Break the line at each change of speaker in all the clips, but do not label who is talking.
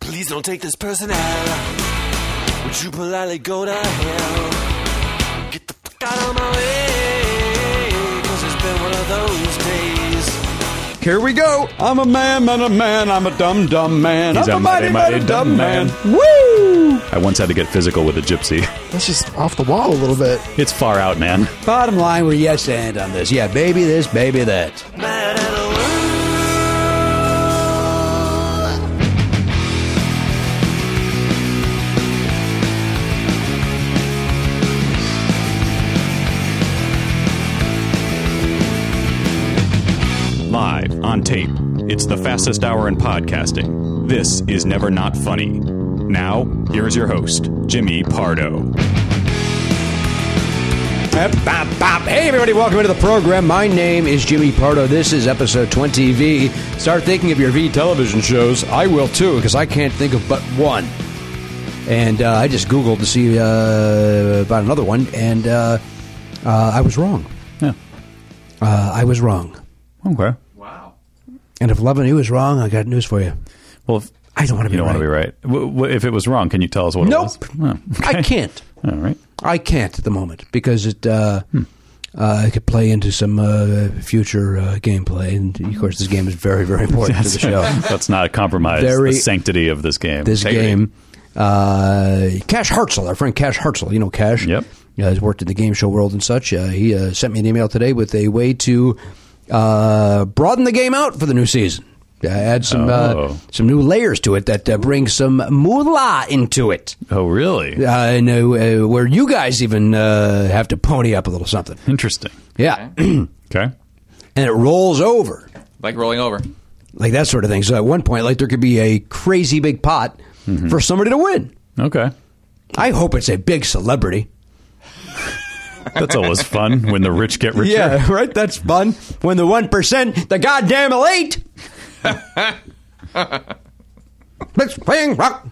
Please don't take this person out. Would you politely go to hell? Get the fuck out of my way. Cause it's been one of those days.
Here we go.
I'm a man, man, a man. I'm a dumb, dumb man.
He's
I'm
a mighty, mighty dumb
Woo!
I once had to get physical with a gypsy.
That's just off the wall a little bit.
It's far out, man.
Bottom line, we're yes and on this. Yeah, baby this, baby that.
Mad at the world.
Live, on tape. It's the fastest hour in podcasting. This is Never Not Funny. Now, here's your host, Jimmy Pardo.
Bop, bop, bop. Hey, everybody, welcome into the program. My name is Jimmy Pardo. This is episode 20V. Start thinking of your V television shows. I will too, because I can't think of but one. And uh, I just Googled to see uh, about another one, and uh, uh, I was wrong.
Yeah.
Uh, I was wrong.
Okay.
And if Lovin' You is wrong, I got news for you.
Well, if
I don't want to be
you don't want
right.
to be right. W- w- if it was wrong, can you tell us what
Nope.
it was? Oh, okay.
I can't.
All right.
I can't at the moment because it uh,
Hmm.
uh, it could play into some uh, future uh, gameplay, and of course, this game is very, very important to the show.
Let's not compromise
Very-
the sanctity of this game.
This
Integrity.
game, uh, Cash Hartzell, our friend Cash Hartzell, you know Cash.
Yep.
Uh, he's worked in the game show world and such. Uh, he uh, sent me an email today with a way to uh, broaden the game out for the new season. Uh, add some uh,
Oh.
some new layers to it that uh, bring some moolah into it.
Oh, really?
Uh, and uh, uh, where you guys even uh, have to pony up a little something.
Interesting.
Yeah.
Okay.
and it rolls over
like rolling over.
like that sort of thing so at one point like there could be a crazy big pot
Mm-hmm.
for somebody to win
Okay.
i hope it's a big celebrity
That's always fun when the rich get richer.
right that's fun when the 1% the goddamn elite Let's playing rock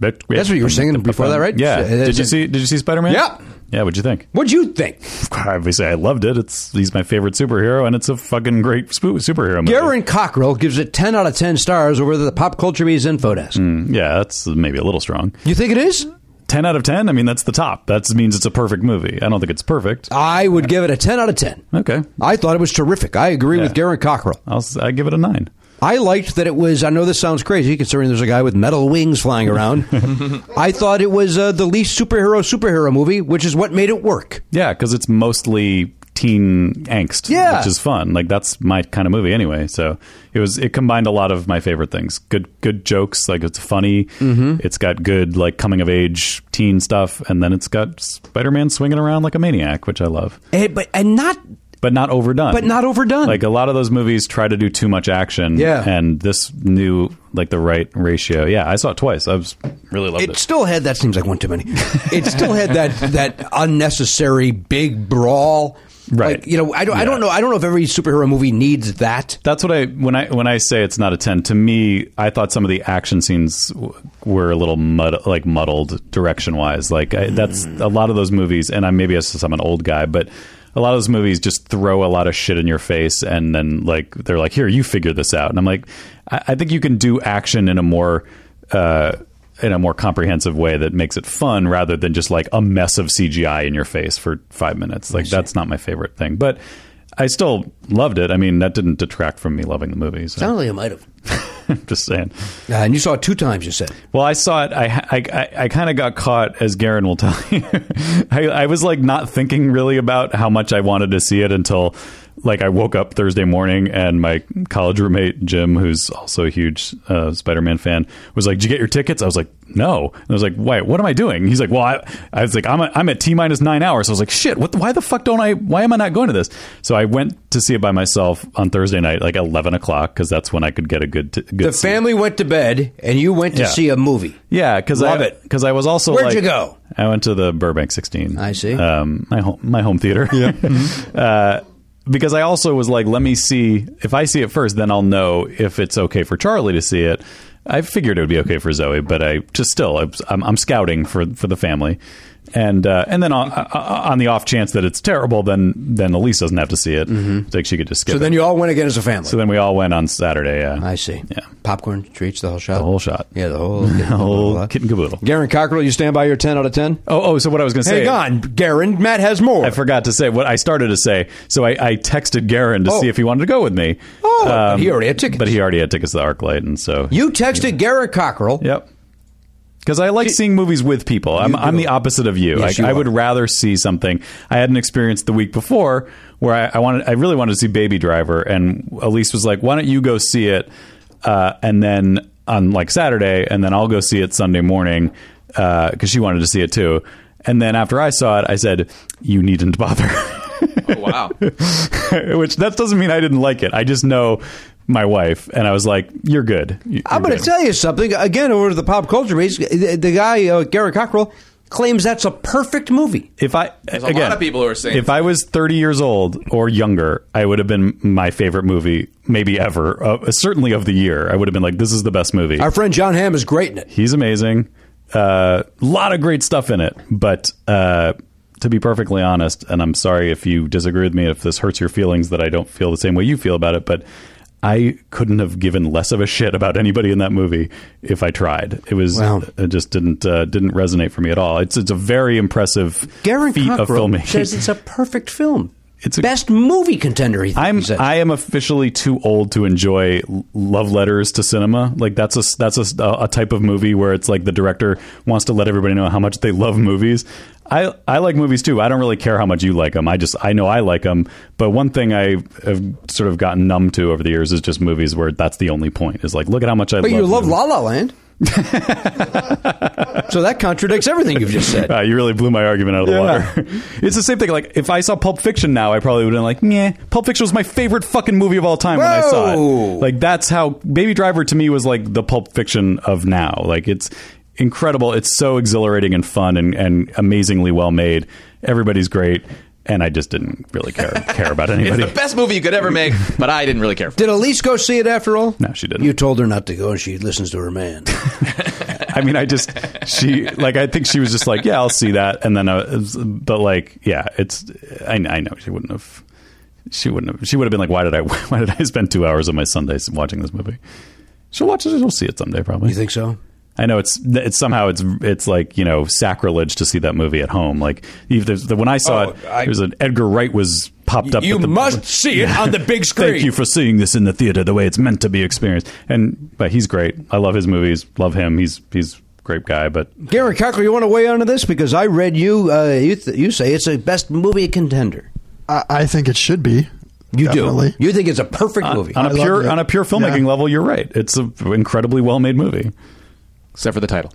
That's
That's what you were singing before that, right?
Yeah.
Uh,
Did you see? Did you see Spider Man?
Yeah.
Yeah. What'd you think?
what'd you think
Obviously, I loved it. It's he's my favorite superhero, and it's a fucking great spo- superhero movie.
Garen Cockrell gives it 10 out of 10 stars over the Pop Culture Bees info desk.
Mm, Yeah, that's maybe a little strong.
You think it is?
Ten out of ten. I mean, that's the top. That means it's a perfect movie. I don't think it's perfect.
I would give it a 10 out of 10.
Okay.
I thought it was terrific. I agree with
Yeah.
Garen Cockrell.
I'll s- I give it a nine.
I liked that it was. I know this sounds crazy considering there's a guy with metal wings flying around. I thought it was uh, the least superhero superhero movie, which is what made it work.
Yeah, because it's mostly teen angst,
Yeah.
which is fun. Like that's my kind of movie anyway. So it was it combined a lot of my favorite things. Good good jokes, like it's funny.
Mm-hmm.
It's got good like coming of age teen stuff, and then it's got Spider Man swinging around like a maniac, which I love,
And, Eh, but and not
but not overdone.
but not overdone.
Like a lot of those movies try to do too much action.
Yeah.
and this new like the right ratio. Yeah, I saw it twice. I was really loved
it
it.
still had that seems like one too many. It still had that that unnecessary big brawl.
Right.
Like, you know, I don't. I don't
Yeah.
know. I don't know if every superhero movie needs that.
That's what I when I when I say it's not a ten. To me, I thought some of the action scenes w- were a little mud, like muddled direction wise. Like I, that's a lot of those movies, and I maybe it's just I'm an old guy, but a lot of those movies just throw a lot of shit in your face, and then like they're like, here, you figure this out, and I'm like, I, I think you can do action in a more uh, in a more comprehensive way that makes it fun rather than just like a mess of CGI in your face for five minutes. Like that's not my favorite thing, but. I still loved it. I mean, that didn't detract from me loving the movie. So
Sounds like it might have.
I'm just saying.
Uh, and you saw it two times. You said.
Well, I saw it. I I, I, I kind of got caught, as Garen will tell you. I, I was like not thinking really about how much I wanted to see it until like I woke up Thursday morning and my college roommate Jim, who's also a huge uh, Spider-Man fan, was like, "Did you get your tickets?" I was like, "No," and I was like, "Wait, what am I doing?" He's like, "Well, I, I was like, I'm a, I'm at T minus nine hours." I was like, "Shit, what? The, why the fuck don't I? Why am I not going to this?" So I went to see it by myself on Thursday night, like eleven o'clock, because that's when I could get a good t- good
The
seat.
family went to bed, and you went to
Yeah.
see a movie.
Yeah, because
Love
I
it.
because I was also
Where'd
like-
you go?
I went to the Burbank 16.
I see.
Um, my home my home theater. Yeah.
Mm-hmm.
uh, because I also was like, let me see if I see it first, then I'll know if it's okay for Charlie to see it. I figured it would be okay for Zoe, but I just still I was- I'm, I'm scouting for for the family. And uh, and then on, uh, on the off chance that it's terrible, then then Elise doesn't have to see it.
Mm-hmm.
It's like she could just skip.
So
it.
then you all went again as a family.
so then we all went on Saturday. Yeah,
I see.
Yeah.
Popcorn treats, the whole shot.
the whole shot.
Yeah, the whole.
the whole kit and caboodle.
Garen Cockrell, you stand by your ten out of ten.
Oh, oh. So what I was going to say?
Hang on, Garen. Matt has more.
I forgot to say what I started to say. So I, I texted Garen to
Oh.
see if he wanted to go with me. Um,
Oh, but he already had tickets.
But he already had tickets to the ArcLight, and so
you texted Garen Cockrell.
Yep. Because I like seeing movies with people. I'm, I'm the opposite of you.
Yes,
I,
you
I would
are.
rather see something. I had an experience the week before where I, I wanted, I really wanted to see Baby Driver, and Elise was like, "Why don't you go see it?" Uh, and then on like Saturday, and then I'll go see it Sunday morning because she wanted to see it too. And then after I saw it, I said, "You needn't bother,"
Oh, wow.
which that doesn't mean I didn't like it. I just know my wife, and I was like, "You're good." You- you're
I'm going
good."
to tell you something. Again, over to the pop culture base, the, the guy uh, Garen Cockrell claims that's a perfect movie.
If I
a
again,
lot of people who are saying
if I was 30 years old or younger, I would have been my favorite movie maybe ever, uh, certainly of the year. I would have been like, this is the best movie.
Our friend John Hamm is great in it.
He's amazing. A lot of great stuff in it, but uh, to be perfectly honest, and I'm sorry if you disagree with me, if this hurts your feelings that I don't feel the same way you feel about it, but. I couldn't have given less of a shit about anybody in that movie if I tried. It was
Wow.
it just didn't uh, didn't resonate for me at all. It's it's a very impressive
Garen
feat of
Cockrell
filmmaking.
says it's a perfect film.
It's a-
best movie contender. He
I'm
says.
I am officially too old to enjoy l- love letters to cinema. Like that's a that's a, a type of movie where it's like the director wants to let everybody know how much they love movies. I I like movies too. I don't really care how much you like them. I just I know I like them. But one thing I have sort of gotten numb to over the years is just movies where that's the only point. Is like look at how much I
but
love.
you love
movies.
La La Land. so that contradicts everything you've just said.
Wow, Ah, you really blew my argument out of the
Yeah.
water. it's the same thing. Like if I saw Pulp Fiction now, I probably would have been like, "Yeah, Pulp Fiction was my favorite fucking movie of all time when I saw
Whoa.
it." Like that's how Baby Driver to me was like the Pulp Fiction of now. Like it's incredible. It's so exhilarating and fun and, and amazingly well made. Everybody's great, and I just didn't really care care about
It's
anybody.
the best movie you could ever make, but I didn't really care for it.
Did Elise go see it after all?
No, she didn't.
You told her not to go, and she listens to her man.
I mean, I just she like I think she was just like, yeah, I'll see that, and then uh, but like yeah, it's I I know she wouldn't have she wouldn't have she would have been like, why did I why did I spend two hours of my Sundays watching this movie? She'll watch it. She'll see it someday probably.
You think so?
I know it's it's somehow it's it's like you know sacrilege to see that movie at home. Like if there's, the, when I saw
Oh,
it,
I-
there's an Edgar Wright was popped up.
You
at the,
must see it on the big screen.
Thank you for seeing this in the theater the way it's meant to be experienced. And but he's great. I love his movies. Love him. He's he's a great guy. But
Gary Cochran, you want to weigh into this because I read you. Uh, you, th- you say it's a best movie contender.
I, I think it should be.
You
Definitely.
do. Uh, You think it's a perfect movie.
on a
I love
pure
it.
on a pure filmmaking
Yeah.
level, you're right. It's an incredibly well made movie.
Except for the title.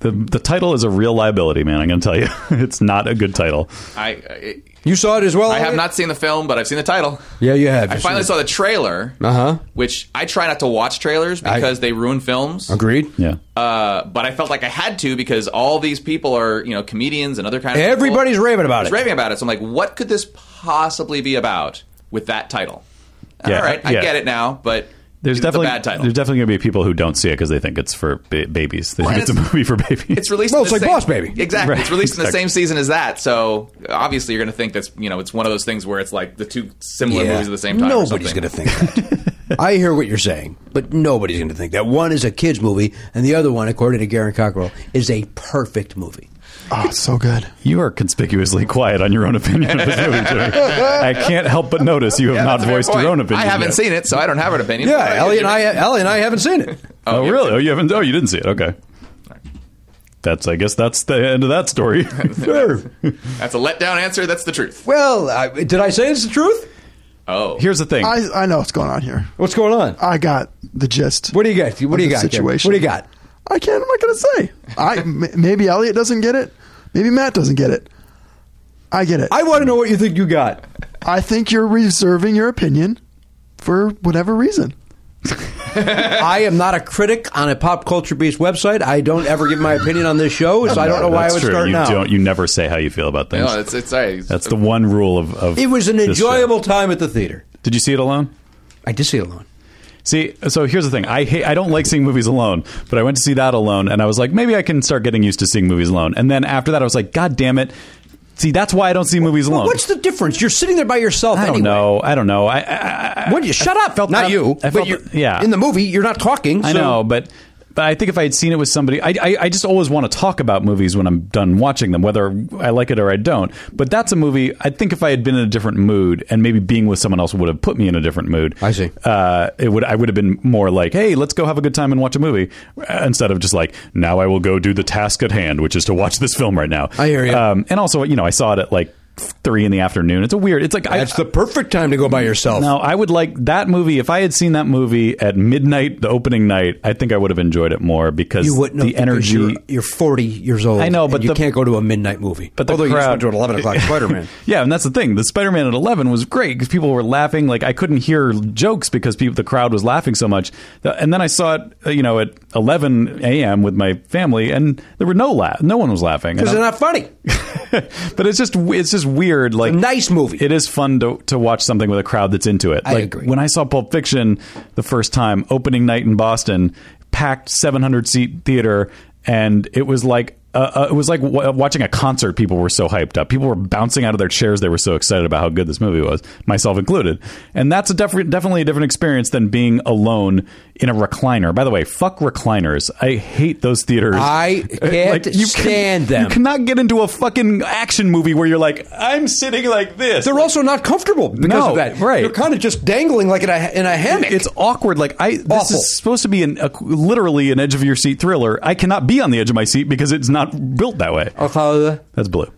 The the title is a real liability, man. I'm going to tell you, it's not a good title.
I, I,
you saw it as well.
I have
Elliot?
not seen the film, but I've seen the title.
Yeah, you have.
I finally saw the trailer,
Uh-huh.
which I try not to watch trailers because they ruin films.
Agreed.
Yeah.
Uh, but I felt like I had to because all these people are, you know, comedians and other kind of people.
Everybody's raving about
Everybody's
it.
raving about it. So I'm like, what could this possibly be about with that title?
Yeah,
All right, I
yeah.
get it now, but
There's
it's a
definitely
bad title.
there's definitely going to be people who don't see it because they think it's for ba- babies. They think
and
it's, a
it's-
movie for babies.
it's released.
Well,
in the
it's like
same-
Boss Baby.
Exactly.
Right,
It's released in the
exactly.
same season as that. So obviously, you're going to think that's you know it's one of those things where it's like the two similar movies at the same time. or
Nobody's
something.
going to think that. I hear what you're saying, but nobody's going to think that. One is a kids' movie, and the other one, according to Garen Cockrell, is a perfect movie.
Oh, so good.
you are conspicuously quiet on your own opinion of this movie. Jimmy. I can't help but notice you have
Yeah,
not
that's a fair
voiced
point.
your own opinion.
I haven't
yet.
seen it, so I don't have an opinion.
Yeah,
But
Ellie and
give
I,
it-
Ellie and I haven't seen it.
Oh,
you
really?
haven't
Oh, you haven't? Oh, you didn't see it? Okay. That's I guess that's the end of that story. sure.
That's a letdown answer. That's the truth.
Well, I, did I say it's the truth?
Oh,
Here's the thing.
I, I know what's going on here.
What's going on?
I got the gist.
What do you got? What do you
of
got?
the
Garen?
Situation.
What do you got?
I can't. I'm not gonna say. I m- maybe Elliot doesn't get it. Maybe Matt doesn't get it. I get it.
I want to know what you think you got.
I think you're reserving your opinion for whatever reason.
I am not a critic on a pop culture based website. I don't ever give my opinion on this show, so I don't know why I
That's
would
true.
start
you
now.
don't. You never say how you feel about things.
no, Oh, it's it's all right.
that's the one rule of. of
It was an
this show.
enjoyable time at the theater.
Did you see it alone?
I did see it alone.
See, so here's the thing. I hate, I don't like seeing movies alone, but I went to see that alone, and I was like, maybe I can start getting used to seeing movies alone. And then after that, I was like, God damn it. See, that's why I don't see movies alone.
What's the difference? You're sitting there by yourself.
I don't
anyway.
know. I don't know. I, I, I
What you shut up?
felt
not
that-
you.
I
but
felt
you're,
that- yeah.
in the movie, you're not talking.
I
so-
know, but but I think if I had seen it with somebody, I, I I just always want to talk about movies when I'm done watching them, whether I like it or I don't. But that's a movie. I think if I had been in a different mood, and maybe being with someone else would have put me in a different mood.
I see.
Uh, it would I would have been more like, hey, let's go have a good time and watch a movie, uh, instead of just like, now I will go do the task at hand, which is to watch this film right now.
I hear you.
Um, and also, you know, I saw it at like three in the afternoon. It's a weird. It's like
That's
I,
the perfect time to go by yourself.
no, I would like that movie. If I had seen that movie at midnight, the opening night, I think I would have enjoyed it more because
you wouldn't.
the
know because
energy.
You're, you're 40 years old.
I know,
and
but
you
the-
can't go to a midnight movie.
But the
although you just
crowd-
went to an 11 o'clock Spider-Man.
yeah, and that's the thing. The Spider-Man at eleven was great because people were laughing. Like I couldn't hear jokes because people, the crowd was laughing so much. The- And then I saw it, uh, you know, at eleven a.m. with my family, and there were no laugh. No one was laughing.
Because
And I'm-
they're not funny.
but it's just it's just weird. Like
nice movie.
It is fun to to watch something with a crowd that's into it.
I
like
agree.
when I saw Pulp Fiction the first time, opening night in Boston, packed 700 seat theater, and it was like. Uh, uh, it was like w- watching a concert. People were so hyped up. People were bouncing out of their chairs. They were so excited about how good this movie was, myself included. And that's a def- definitely a different experience than being alone in a recliner. By the way, fuck recliners. I hate those theaters.
I
Uh,
can't
can,
stand them.
You cannot get into a fucking action movie where you're like, I'm sitting like this.
They're also not comfortable because
No,
of that.
right.
You're kind of just dangling like in a, in a hammock.
it's awkward. Like I, this
Awful.
is supposed to be an a, literally an edge of your seat thriller. I cannot be on the edge of my seat because it's not built that way.
Oh,
That's blue.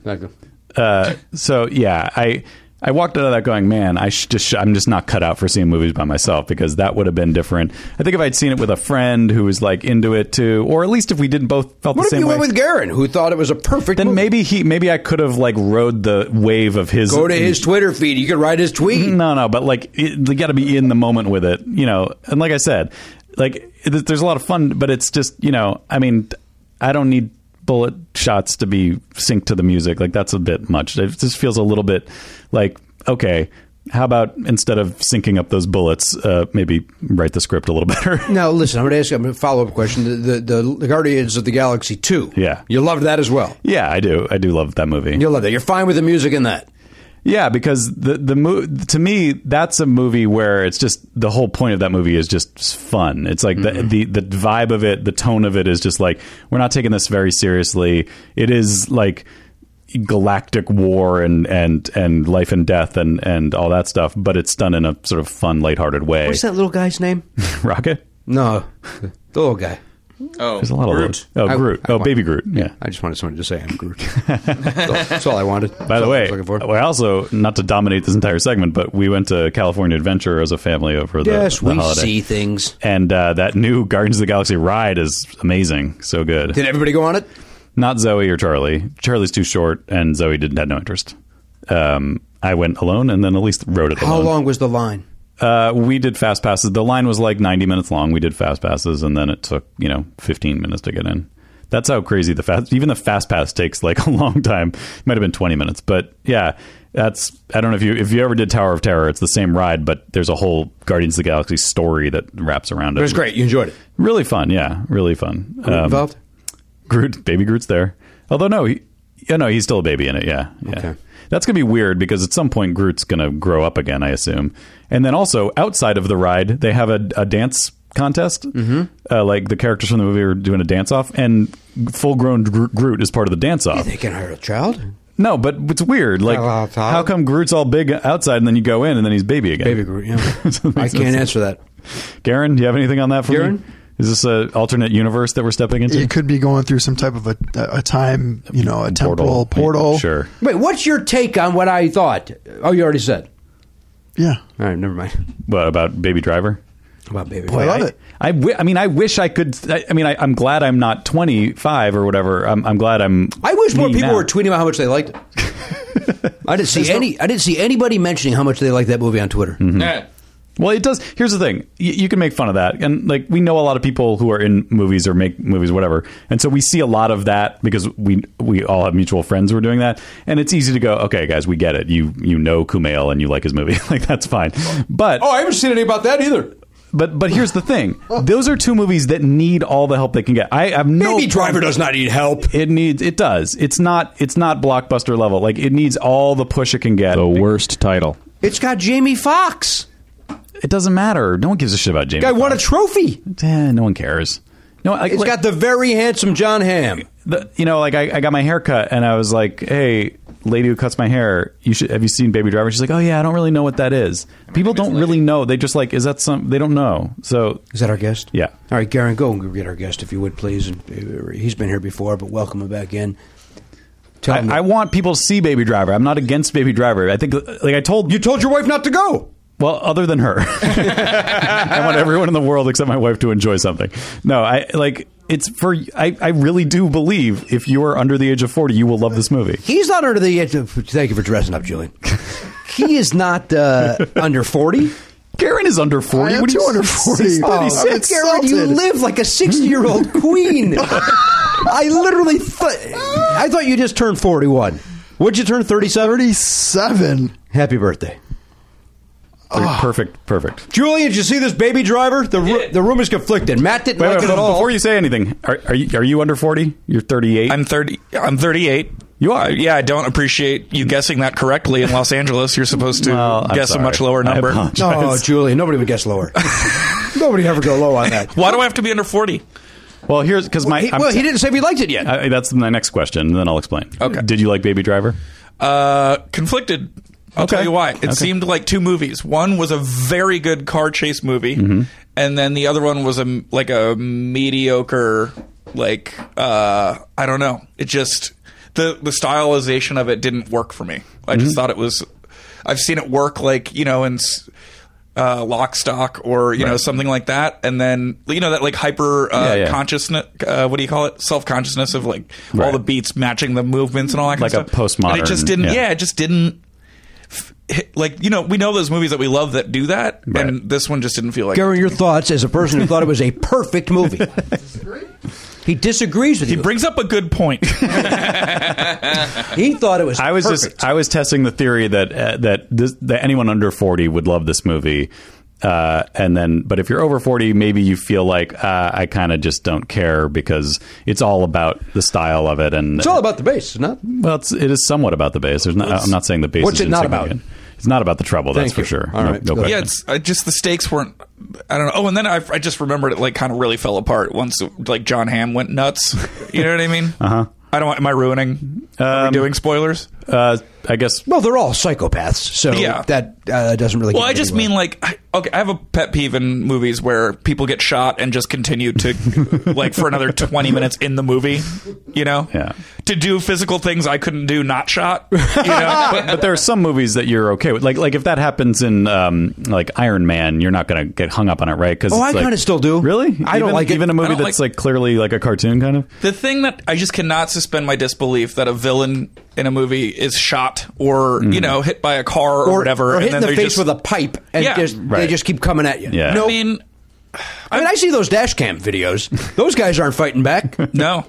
Uh, so yeah, I I walked out of that going, man, I sh- just sh- I'm just not cut out for seeing movies by myself because that would have been different. I think if I'd seen it with a friend who was like into it too, or at least if we didn't both felt
What
the
if
same
you
way.
went with Garen, who thought it was a perfect
then
movie?
maybe he maybe I could have like rode the wave of his
Go to his Twitter feed. You could write his tweet.
No, no, but like it, you got to be in the moment with it, you know. And like I said, like it, there's a lot of fun, but it's just you know, I mean, I don't need bullet shots to be synced to the music. Like that's a bit much. It just feels a little bit like okay. How about instead of syncing up those bullets, uh, maybe write the script a little better?
Now, listen, I'm going to ask you a follow up question. The, the, the Guardians of the Galaxy 2.
Yeah.
You loved that as well.
yeah, I do. I do love that movie.
You love that. You're fine with the music in that.
Yeah, because the the mo- to me that's a movie where it's just the whole point of that movie is just fun. It's like
Mm-hmm.
the, the the vibe of it, the tone of it is just like we're not taking this very seriously. It is like galactic war and and and life and death and and all that stuff, but it's done in a sort of fun, lighthearted way.
What's that little guy's name?
Rocket?
no, the little guy.
Oh,
There's a lot
Groot.
of those.
I-
Oh, Groot.
I
oh,
want-
baby Groot. Yeah.
I just wanted someone to say I'm Groot. that's, that's all I wanted.
By the way,
looking for.
we also not to dominate this entire segment, but we went to California Adventure as a family over the,
yes,
the
we
holiday.
see things.
and uh, that new Guardians of the Galaxy ride is amazing. So good.
Did everybody go on it?
Not Zoe or Charlie. Charlie's too short, and Zoe didn't had no interest. Um, I went alone, and then at least rode it.
How
alone.
long was the line?
Uh, we did fast passes. The line was like ninety minutes long. We did fast passes, and then it took you know fifteen minutes to get in. That's how crazy the fast. Even the fast pass takes like a long time. It might have been twenty minutes, but yeah, that's. I don't know if you if you ever did Tower of Terror. It's the same ride, but there's a whole Guardians of the Galaxy story that wraps around it.
It was great. You enjoyed it.
Really fun, yeah, really fun.
Were you
Um,
involved?
Groot, baby Groot's there. Although no, he, yeah, no, he's still a baby in it. Yeah, yeah.
Okay.
That's gonna be weird because at some point Groot's gonna grow up again, I assume. And then also outside of the ride, they have a, a dance contest. Mm-hmm. Uh, like the characters from the movie are doing a dance off, and full grown Groot is part of the dance off.
They can hire a child?
No, but it's weird. Like,
Hello, Tom.
how come Groot's all big outside, and then you go in, and then he's baby again?
Baby Groot, yeah. I can't answer that.
Garen, do you have anything on that for me?
Garen?
Is this an alternate universe that we're stepping into?
It could be going through some type of a, a time, you know, a temporal portal.
Sure.
Wait, what's your take on what I thought? Oh, you already said.
Yeah.
All right, never mind.
What about Baby Driver?
About baby.
Boy, I love it.
I, wi- I mean, I wish I could. I, I mean, I, I'm glad I'm not 25 or whatever. I'm, I'm glad I'm.
I wish more
me
people
now.
were tweeting about how much they liked it. I didn't see any. I didn't see anybody mentioning how much they liked that movie on Twitter.
Mm-hmm.
Yeah.
Well, it does. Here's the thing: y- you can make fun of that, and like we know a lot of people who are in movies or make movies, whatever, and so we see a lot of that because we we all have mutual friends who are doing that, and it's easy to go, okay, guys, we get it. You you know Kumail and you like his movie, like that's fine. But
Oh, I haven't seen any about that either.
But but here's the thing:
Oh.
those are two movies that need all the help they can get. I have no
Baby Driver does not need help.
It needs. It does. It's not. It's not blockbuster level. Like it needs all the push it can get.
The worst title.
It's got Jamie Foxx.
It doesn't matter. No one gives a shit about James.
Guy won a trophy.
Eh, no one cares. No, I,
It's
like,
got the very handsome John Hamm.
the- you know, like I, I got my hair cut and I was like, "Hey, lady who cuts my hair, you should have you seen Baby Driver?" She's like, "Oh yeah, I don't really know what that is." People don't really know. They just like, is that some? They don't know. So
Is that our guest?
Yeah.
All right, Garen, go and get our guest if you would, please. And uh, he's been here before, but welcome him back in. Tell him.
I, I want people to see Baby Driver. I'm not against Baby Driver. I think, like I told
you told your wife not to go.
Well, other than her, I want everyone in the world except my wife to enjoy something. No, I like it's for. I, I really do believe if you are under the age of forty, you will love this movie.
He's not under the age of. Thank you for dressing up, Julian. he is not uh, under 40.
Karen is under forty.
I am
What do
too
you-
under 40.
She's
I'm
Thirty-six.
Oh, Garen, you
insulted.
live like a 60 year old queen. I literally thought. I thought you just turned 41. Would you turn 37?
37.
Happy birthday.
Perfect. Perfect.
Julian, did you see this baby driver? The, ru- the room is conflicted. Matt didn't
Wait,
like
wait,
it at all.
before you say anything, are, are you are you under forty? You're thirty-eight.
I'm thirty. I'm thirty-eight.
You are?
Yeah, I don't appreciate you guessing that correctly. In Los Angeles, you're supposed to
Well, Oh, I'm
guess
sorry.
a much lower
I
number.
apologize.
No, Julian, nobody would guess lower. nobody ever go low on that.
Why do I have to be under forty?
Well, here's because my.
He-
I'm-
well, he didn't say if he liked it yet.
I- that's my next question, and then I'll explain.
Okay.
Did you like Baby Driver?
Uh, conflicted. I'll
Okay.
tell you why. It
Okay.
seemed like two movies. One was a very good car chase movie,
Mm-hmm.
and then the other one was a m- like a mediocre, like uh, I don't know. It just the the stylization of it didn't work for me. I
Mm-hmm.
just thought it was. I've seen it work like you know in s- uh, Lock Stock or you know something like that, and then you know that like hyper uh,
Yeah, yeah.
consciousness. Uh, what do you call it? Self consciousness of like all
Right.
the beats matching the movements and all that kind
Like
of
a
stuff. And it just
postmodern,
didn't.
yeah.
yeah, it just didn't hit- like you know we know those movies that we love that do that
Right.
and this one just didn't feel like
Gary, your thoughts as a person who thought it was a perfect movie. He disagrees with
he
you.
brings up a good point
he thought it was.
I was
perfect.
just I was testing the theory that uh, that this, that anyone under forty would love this movie, uh, and then but if you're over forty, maybe you feel like uh, I kind of just don't care because it's all about the style of it and
It's all about the base, not.
well, it's, it is somewhat about the bass. There's not, I'm not saying the bass.
what's
is
it not
insignificant. It's not about the trouble. that's
Thank
for
you.
sure.
All
no,
right,
no
good.
question.
yeah it's I just the stakes weren't i don't know oh and then I, I just remembered it like kind of really fell apart once like john Hamm went nuts you know what i mean uh-huh i don't want- am i ruining are
Um,
we doing spoilers
uh, I guess
Well, they're all psychopaths, so
Yeah.
that uh, doesn't really.
Well,
get
I just
anywhere.
mean like I- okay, I have a pet peeve in movies where people get shot and just continue to like for another 20 minutes in the movie, you know?
Yeah.
To do physical things I couldn't do not shot, you know?
but there are some movies that you're okay with. Like like if that happens in um, like Iron Man, you're not going to get hung up on it, right? Because
Oh, I kinda still do.
Really?
I don't
Even-
like it.
even a
I
movie
don't
that's
like-
like clearly like a cartoon kind of.
the thing that I just cannot suspend my disbelief that a villain in a movie is shot or, you know, hit by a car or,
Mm. or
whatever
or hit in the
they
face
just-
with a pipe, and
Yeah.
just, they
Right.
just keep coming at you.
Yeah.
No,
I mean,
I mean I see those dash cam videos. Those guys aren't fighting back.
no.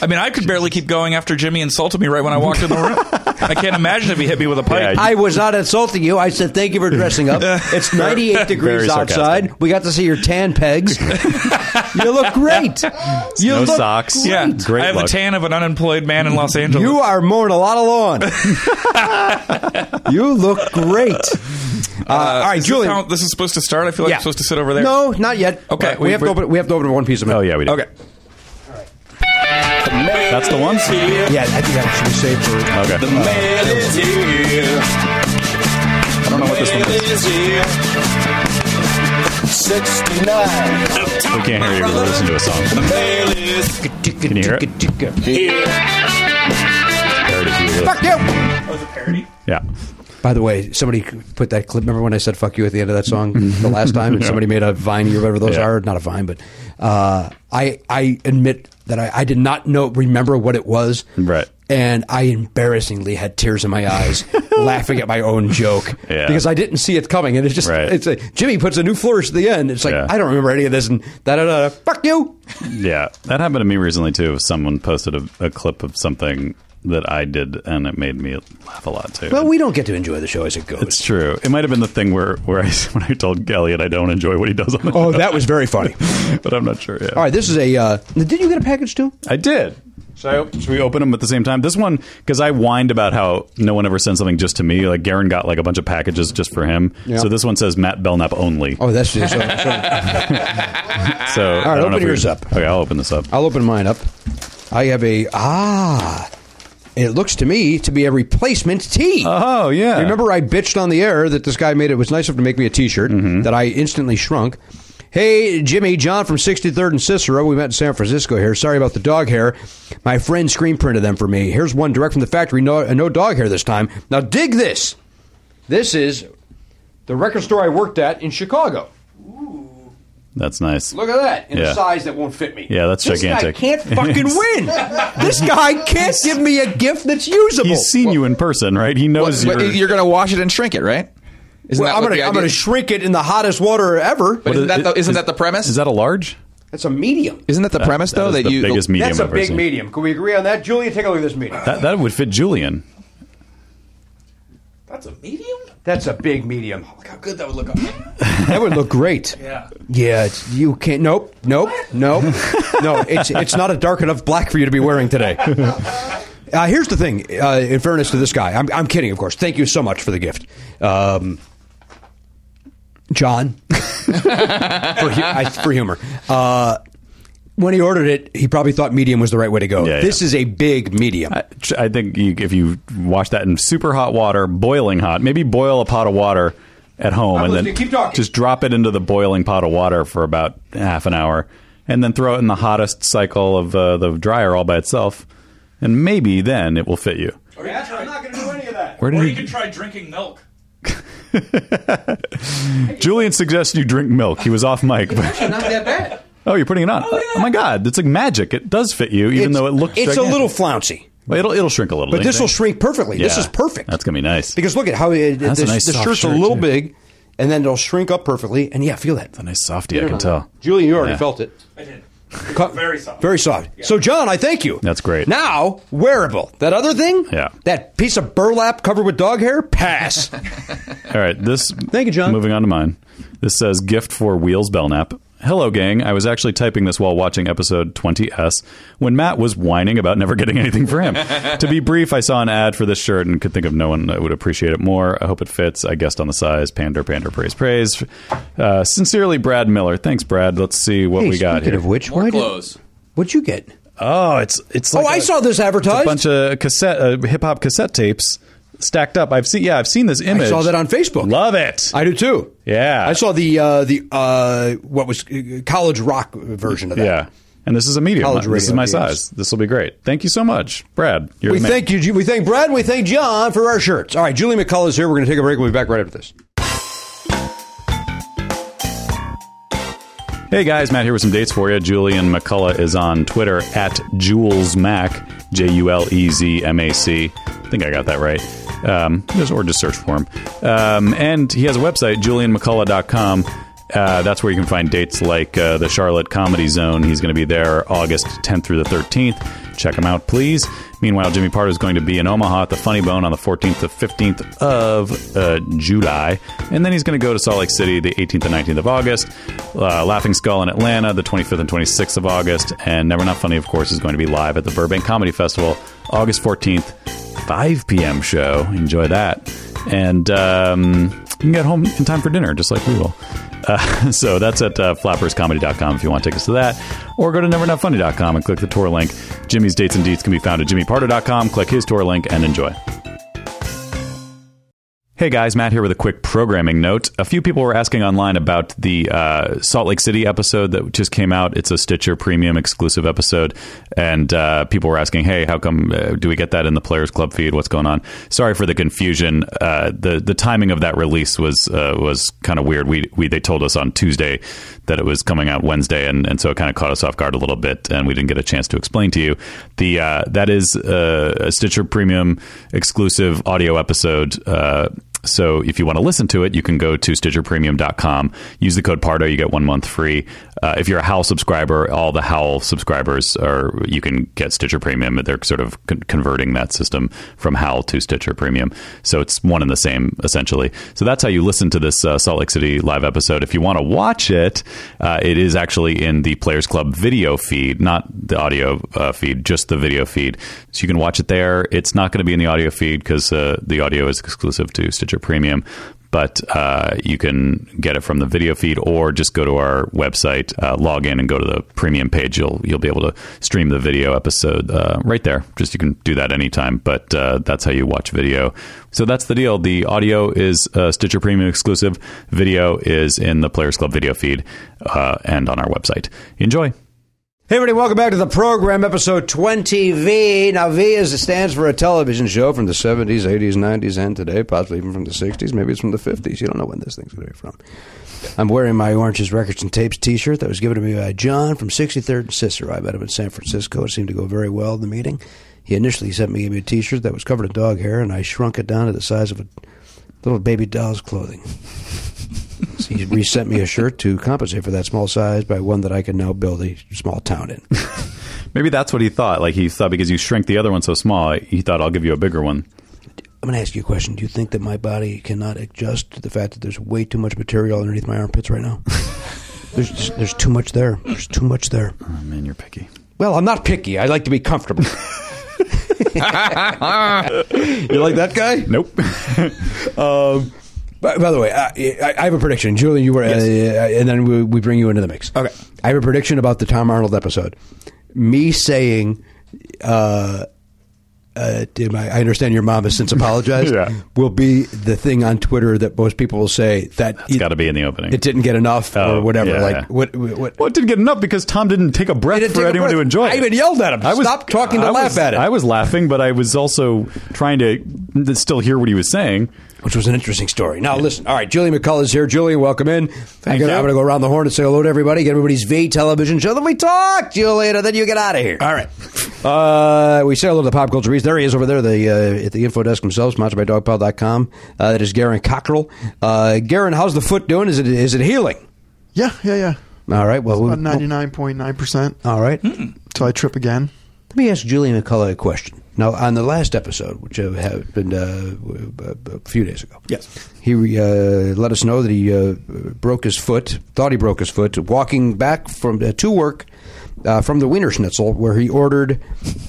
I mean, I could barely keep going after Jimmy insulted me right when I walked in the room. I can't imagine if he hit me with a pipe.
Yeah, you-
I was not insulting you. I said thank you for dressing up. It's 98 degrees
sarcastic.
outside. We got to see your tan pegs. you look great. You
no
look
socks.
Yeah,
great.
I have
look.
the tan of an unemployed man in Los Angeles.
You are mowing a lot of lawn. you look great. Uh, all right,
Is this
Julian.
how this is supposed to start. I feel like I'm supposed to sit over there.
No, not yet.
Okay,
Well, we,
we-
have to
we-
open. We have to open one piece of mail.
Oh yeah, we do.
Okay.
that's the one. Okay,
yeah. I think that should be saved for.
Uh, I don't know what this one is. We can't hear you. We're listening to a song. Can you hear it? Parody if you
Fuck you.
Yeah.
By the way, somebody put that clip. Remember when I said "fuck you" at the end of that song the last time, and somebody made a vine or whatever those
Yeah.
are. Not a vine, but uh, I I admit that I, I did not know remember what it was.
Right.
And I embarrassingly had tears in my eyes, laughing at my own joke
Yeah.
because I didn't see it coming. And it's just
Right.
it's like Jimmy puts a new flourish at the end. It's like
Yeah.
I don't remember any of this and da da da. da. Fuck you.
Yeah, that happened to me recently too. Someone posted a, a clip of something that I did, and it made me laugh a lot too.
But we don't get to enjoy the show as it goes.
it's true. It might have been the thing where where I when I told Elliot I don't enjoy what he does on the
oh, that was very funny.
show, but I'm not sure. Yeah.
All right, this is a. Uh, did you get a package too?
I did. Should, I op- should we open them at the same time? This one, because I whined about how no one ever sends something just to me. Like, Garen got like a bunch of packages just for him.
Yeah.
So this one says Matt Belknap only.
Oh, that's just. so- so-
So All
right, open yours up.
Okay, I'll open this up.
I'll open mine up. I have a ah. It looks to me to be a replacement tee.
Oh, yeah.
Remember, I bitched on the air that this guy made it was nice enough to make me a T-shirt that I instantly shrunk. Hey, Jimmy, John from 63rd and Cicero. We met in San Francisco here. Sorry about the dog hair. My friend screen printed them for me. Here's one direct from the factory. No, uh, no dog hair this time. Now dig this. This is the record store I worked at in Chicago.
That's nice.
Look at that in
Yeah.
a size that won't fit me.
Yeah, that's
This
gigantic.
Guy can't fucking win. this guy can't give me a gift that's usable.
He's seen you in person, right? He knows
But
your.
you're going to wash it and shrink it, right? Isn't
Well,
that
I'm
what
gonna
the
I'm
idea-
gonna shrink it in the hottest water ever.
But isn't that the, isn't
is-
that the premise?
Is that a large?
That's a medium.
isn't that the premise though
is
that
the
you
biggest medium Uh,
That's a
I've ever
big
seen.
medium. Can we agree on that, Julia? Take a look at this medium.
That, that would fit Julian.
That's a medium.
That's a big medium.
Look how good that would look. On.
That would look great.
Yeah.
Yeah. It's, you can't. Nope. Nope. Nope. no. It's it's not a dark enough black for you to be wearing today. Uh, here's the thing. Uh, in fairness to this guy, I'm I'm kidding, of course. Thank you so much for the gift, um, John. for, hu- I, for humor. Uh, when he ordered it, he probably thought medium was the right way to go.
Yeah,
this
yeah.
is a big medium.
I, I think you, if you wash that in super hot water, boiling hot, maybe boil a pot of water at home and then
listening. Keep talking.
just drop it into the boiling pot of water for about half an hour and then throw it in the hottest cycle of uh, the dryer all by itself. And maybe then it will fit you.
I'm not going to do any of that.
Where did
or
he-
you could try drinking milk.
Julian suggested you drink milk. He was off mic. But,
not that bad.
oh, you're putting it on. Oh, my God. It's like magic. It does fit you, even though it looks
it's a
gigantic.
little flouncy,
Well, it'll, it'll shrink a little.
but
don't you
this will
think?
shrink perfectly. This
Yeah.
is perfect.
That's going to be nice.
Because look at how it,
That's
the,
a nice
the
soft
shirt's a
shirt,
little
too.
big, and then it'll shrink up perfectly. And yeah, feel that.
a nice softy, I can tell.
Julian, you already
Yeah.
felt it.
I did.
Cut-
Very soft.
Very soft. So, John, I thank you.
That's great.
Now, wearable. That other thing?
Yeah.
That piece of burlap covered with dog hair? Pass.
All right, this. Thank
you, John.
Moving on to mine. This says gift for Wheels Belknap. Hello, gang. I was actually typing this while watching episode 20S when Matt was whining about never getting anything for him. to be brief, I saw an ad for this shirt and could think of no one that would appreciate it more. I hope it fits. I guessed on the size. Pander, pander, praise, praise. Uh, sincerely, Brad Miller. Thanks, Brad. Let's see what
Hey,
we got
speaking
here.
of which,
More
why did-
clothes.
what'd you get?
oh, it's it's.
Oh,
Like
I
a-
saw this advertised.
a bunch of cassette uh, hip hop cassette tapes stacked up. I've seen yeah, I've seen this image.
saw that on Facebook.
Love it.
I do too.
Yeah.
I saw the uh, the uh, what was uh, college rock version of that.
yeah. And this is a medium.
College
this is
radio
my
games.
size. This will be great. Thank you so much, Brad. You're
We
the man.
thank you. We thank Brad. and We thank John for our shirts. All right, Julie McCullough is here. We're going to take a break. We'll be back right after this.
Hey guys, Matt here with some dates for you. Julian McCullough is on Twitter at Jules Mac, J U L E Z M A C. I think I got that right. Um, just, or just search for him. Um, and he has a website, julianmccullough.com. Uh, that's where you can find dates like uh, the Charlotte Comedy Zone. He's going to be there August 10th through the 13th. Check him out, please. Meanwhile, Jimmy Pardo is going to be in Omaha at the Funny Bone on the 14th to 15th of uh, July. And then he's going to go to Salt Lake City the 18th and 19th of August, uh, Laughing Skull in Atlanta the 25th and 26th of August. And Never Not Funny, of course, is going to be live at the Burbank Comedy Festival August 14th, 5 p.m. show. Enjoy that. And um, you can get home in time for dinner, just like we will. Uh, so that's at uh, flapperscomedy.com if you want tickets to that. Or go to nevernotfunny.com and click the tour link. Jimmy's dates and deeds can be found at jimmypardo.com. Click his tour link and enjoy. Hey guys, Matt here with a quick programming note. A few people were asking online about the uh, Salt Lake City episode that just came out. It's a Stitcher Premium exclusive episode, and uh, people were asking, "Hey, how come uh, do we get that in the Players Club feed? What's going on?" Sorry for the confusion. Uh, the The timing of that release was uh, was kind of weird. We we they told us on Tuesday that it was coming out Wednesday, and, and so it kind of caught us off guard a little bit, and we didn't get a chance to explain to you. The uh, that is uh, a Stitcher Premium exclusive audio episode. Uh, So if you want to listen to it, you can go to StitcherPremium.com. Use the code Pardo, you get one month free. Uh, if you're a Howl subscriber, all the Howl subscribers are you can get Stitcher Premium. They're sort of con- converting that system from Howl to Stitcher Premium, so it's one and the same essentially. So that's how you listen to this uh, Salt Lake City live episode. If you want to watch it, uh, it is actually in the Players Club video feed, not the audio uh, feed, just the video feed. So you can watch it there. It's not going to be in the audio feed because uh, the audio is exclusive to Stitcher Premium, but uh, you can get it from the video feed or just go to our website, uh, log in, and go to the premium page. You'll you'll be able to stream the video episode uh, right there. Just you can do that anytime, but uh, that's how you watch video. So that's the deal. The audio is uh, Stitcher Premium exclusive. Video is in the Players Club video feed uh, and on our website. Enjoy.
Hey, everybody, welcome back to the program, episode 20V. Now, V is, it stands for a television show from the 70s, 80s, 90s, and today, possibly even from the 60s. Maybe it's from the 50s. You don't know when this thing's going to be from. I'm wearing my Oranges, Records, and Tapes t shirt that was given to me by John from 63rd and Cicero. I met him in San Francisco. It seemed to go very well in the meeting. He initially sent me, gave me a t shirt that was covered in dog hair, and I shrunk it down to the size of a little baby doll's clothing. So he resent me a shirt to compensate for that small size by one that I can now build a small town in.
Maybe that's what he thought. Like he thought because you shrink the other one so small, he thought I'll give you a bigger one.
I'm going to ask you a question. Do you think that my body cannot adjust to the fact that there's way too much material underneath my armpits right now? there's just, there's too much there. There's too much there.
Oh man, you're picky.
Well, I'm not picky. I like to be comfortable. you like that guy?
Nope.
Um, by, by the way, I, I, I have a prediction, Julian. You were, uh, and then we, we bring you into the mix.
Okay.
I have a prediction about the Tom Arnold episode. Me saying, uh, uh, did my, I understand your mom has since apologized.
Yeah.
Will be the thing on Twitter that most people will say that
It's got to be in the opening.
it didn't get enough or
Oh,
whatever.
yeah,
like
yeah.
what? what,
Well, it didn't get enough because Tom didn't take a breath
He didn't
for
take a
anyone
breath.
to enjoy it.
I even yelled at him,
I was,
"Stop talking to
I
laugh
was-
at it."
I was laughing, but I was also trying to still hear what he was saying.
which was an interesting story. Now, listen. All right, Julie McCullough is here. Julie, welcome in. Thank
you.
I'm going to go around the horn and say hello to everybody. Get everybody's V television show. Then we talk, Julian, and then you get out of here. All right. Uh, we say hello to the Pop Culture Beast. There he is over there the, uh, at the info desk himself, sponsored by dogpile.com. Uh, that is Garen Cockrell. Uh, Garen, how's the foot doing? Is it is it healing?
Yeah, yeah, yeah.
All right. Well, we,
About ninety nine point nine percent
all right.
until I trip again.
Let me ask Julie McCullough a question. Now, on the last episode, which uh, had been uh, w- a- a few days ago,
Yes.
he uh, let us know that he uh, broke his foot. Thought he broke his foot walking back from uh, to work uh, from the Wiener Schnitzel, where he ordered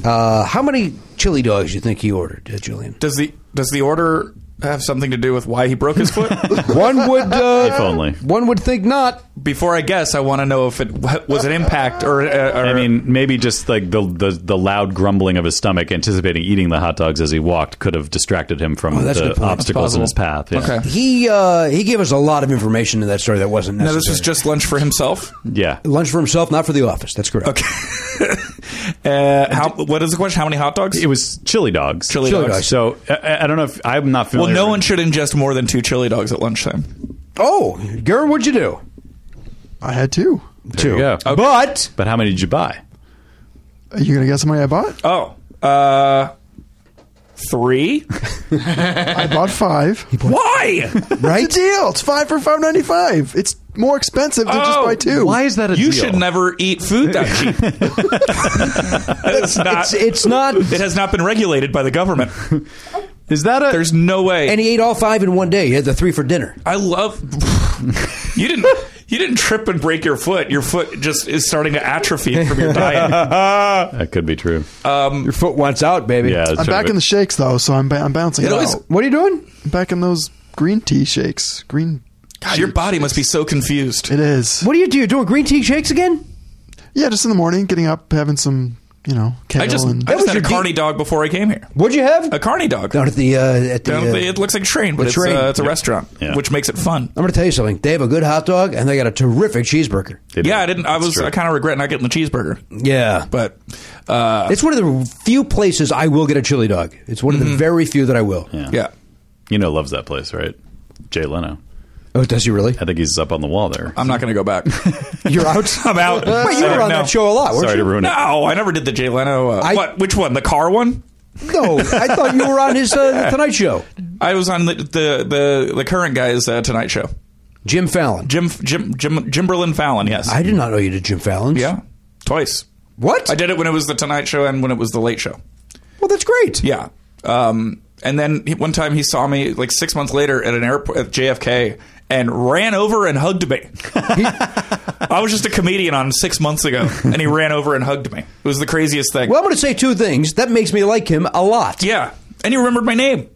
uh, how many chili dogs? You think he ordered, uh, Julian?
Does the does the order have something to do with why he broke his foot?
One would, uh,
If only.
one would think not.
Before I guess, I want to know if it wh- was an impact or. Uh, or
I mean, maybe just like the, the the loud grumbling of his stomach, anticipating eating the hot dogs as he walked, could have distracted him from
Oh, that's a good
the
point. That's
obstacles in his path. Yeah.
Okay.
He uh, he gave us a lot of information in that story that wasn't
now
necessary.
this was just lunch for himself.
Yeah.
lunch for himself, not for the office. That's correct.
Okay. uh, how, what is the question? How many hot dogs?
It was chili dogs.
Chili Chili dogs. dogs.
So I, I don't know if I'm not
well,
familiar.
no one should ingest more than two chili dogs at lunchtime.
Oh, Garen, what'd you do?
I had two.
Two.
you go. Okay.
But
But how many did you buy?
Are you gonna guess how many I bought?
Oh, uh, three.
I bought five.
why?
Right deal. It's five for five ninety five. It's more expensive to just
Oh,
buy two.
Why is that a
you
deal?
should never eat food that cheap. it's not.
it's, it's not.
it has not been regulated by the government.
Is that a?
There's no way.
And he ate all five in one day. He had the three for dinner.
I love you didn't you didn't trip and break your foot. Your foot just is starting to atrophy from your diet.
that could be true.
Uh,
Your foot wants out, baby.
yeah. it's
I'm
sort of
back
a-
in the shakes though, so I'm ba- I'm bouncing it out.
always-
What are you doing?
I'm back in those green tea shakes. Green.
God, your body must be so confused.
It is.
What do you do? You're doing green tea shakes again?
Yeah, just in the morning, getting up, having some, you know, kale
I just
and
I
was
just had
your
a
de-
carny dog before I came here.
What'd you have?
A carny dog.
Down at the. Uh, at the
Down
uh,
at the- it looks like a train, but
the
it's,
train.
Uh, it's a restaurant,
Yeah.
which makes it fun.
I'm going to tell you something. They have a good hot dog and they got a terrific cheeseburger.
It
yeah,
is.
I didn't. I
That's
was.
true.
I kind of regret not getting the cheeseburger,
Yeah.
but uh,
it's one of the few places I will get a chili dog. It's one of
Mm-hmm.
the very few that I will.
yeah.
You know, loves that place, right? Jay Leno.
Oh, does he really?
I think he's up on the wall there.
I'm not going to go back.
You're out?
I'm out.
Wait, you were
Sorry,
on
no.
that show a lot, weren't
Sorry
you?
to ruin it.
No, I never did the Jay Leno. Uh,
I-
what? Which one? The car one?
No, I thought you were on his uh, Tonight Show.
I was on the the the, the current guy's uh, Tonight Show.
Jim Fallon.
Jim Jim Jim Jimberlyn Fallon. Yes.
I did not know you did Jim Fallon.
yeah. Twice.
What?
I did it when it was the Tonight Show and when it was the Late Show.
Well, that's great.
Yeah. Um, and then he, one time he saw me like six months later at an airport at JFK and ran over and hugged me. I was just a comedian on six months ago, and he ran over and hugged me. It was the craziest thing.
Well, I'm going to say two things. That makes me like him a lot.
yeah, and he remembered my name.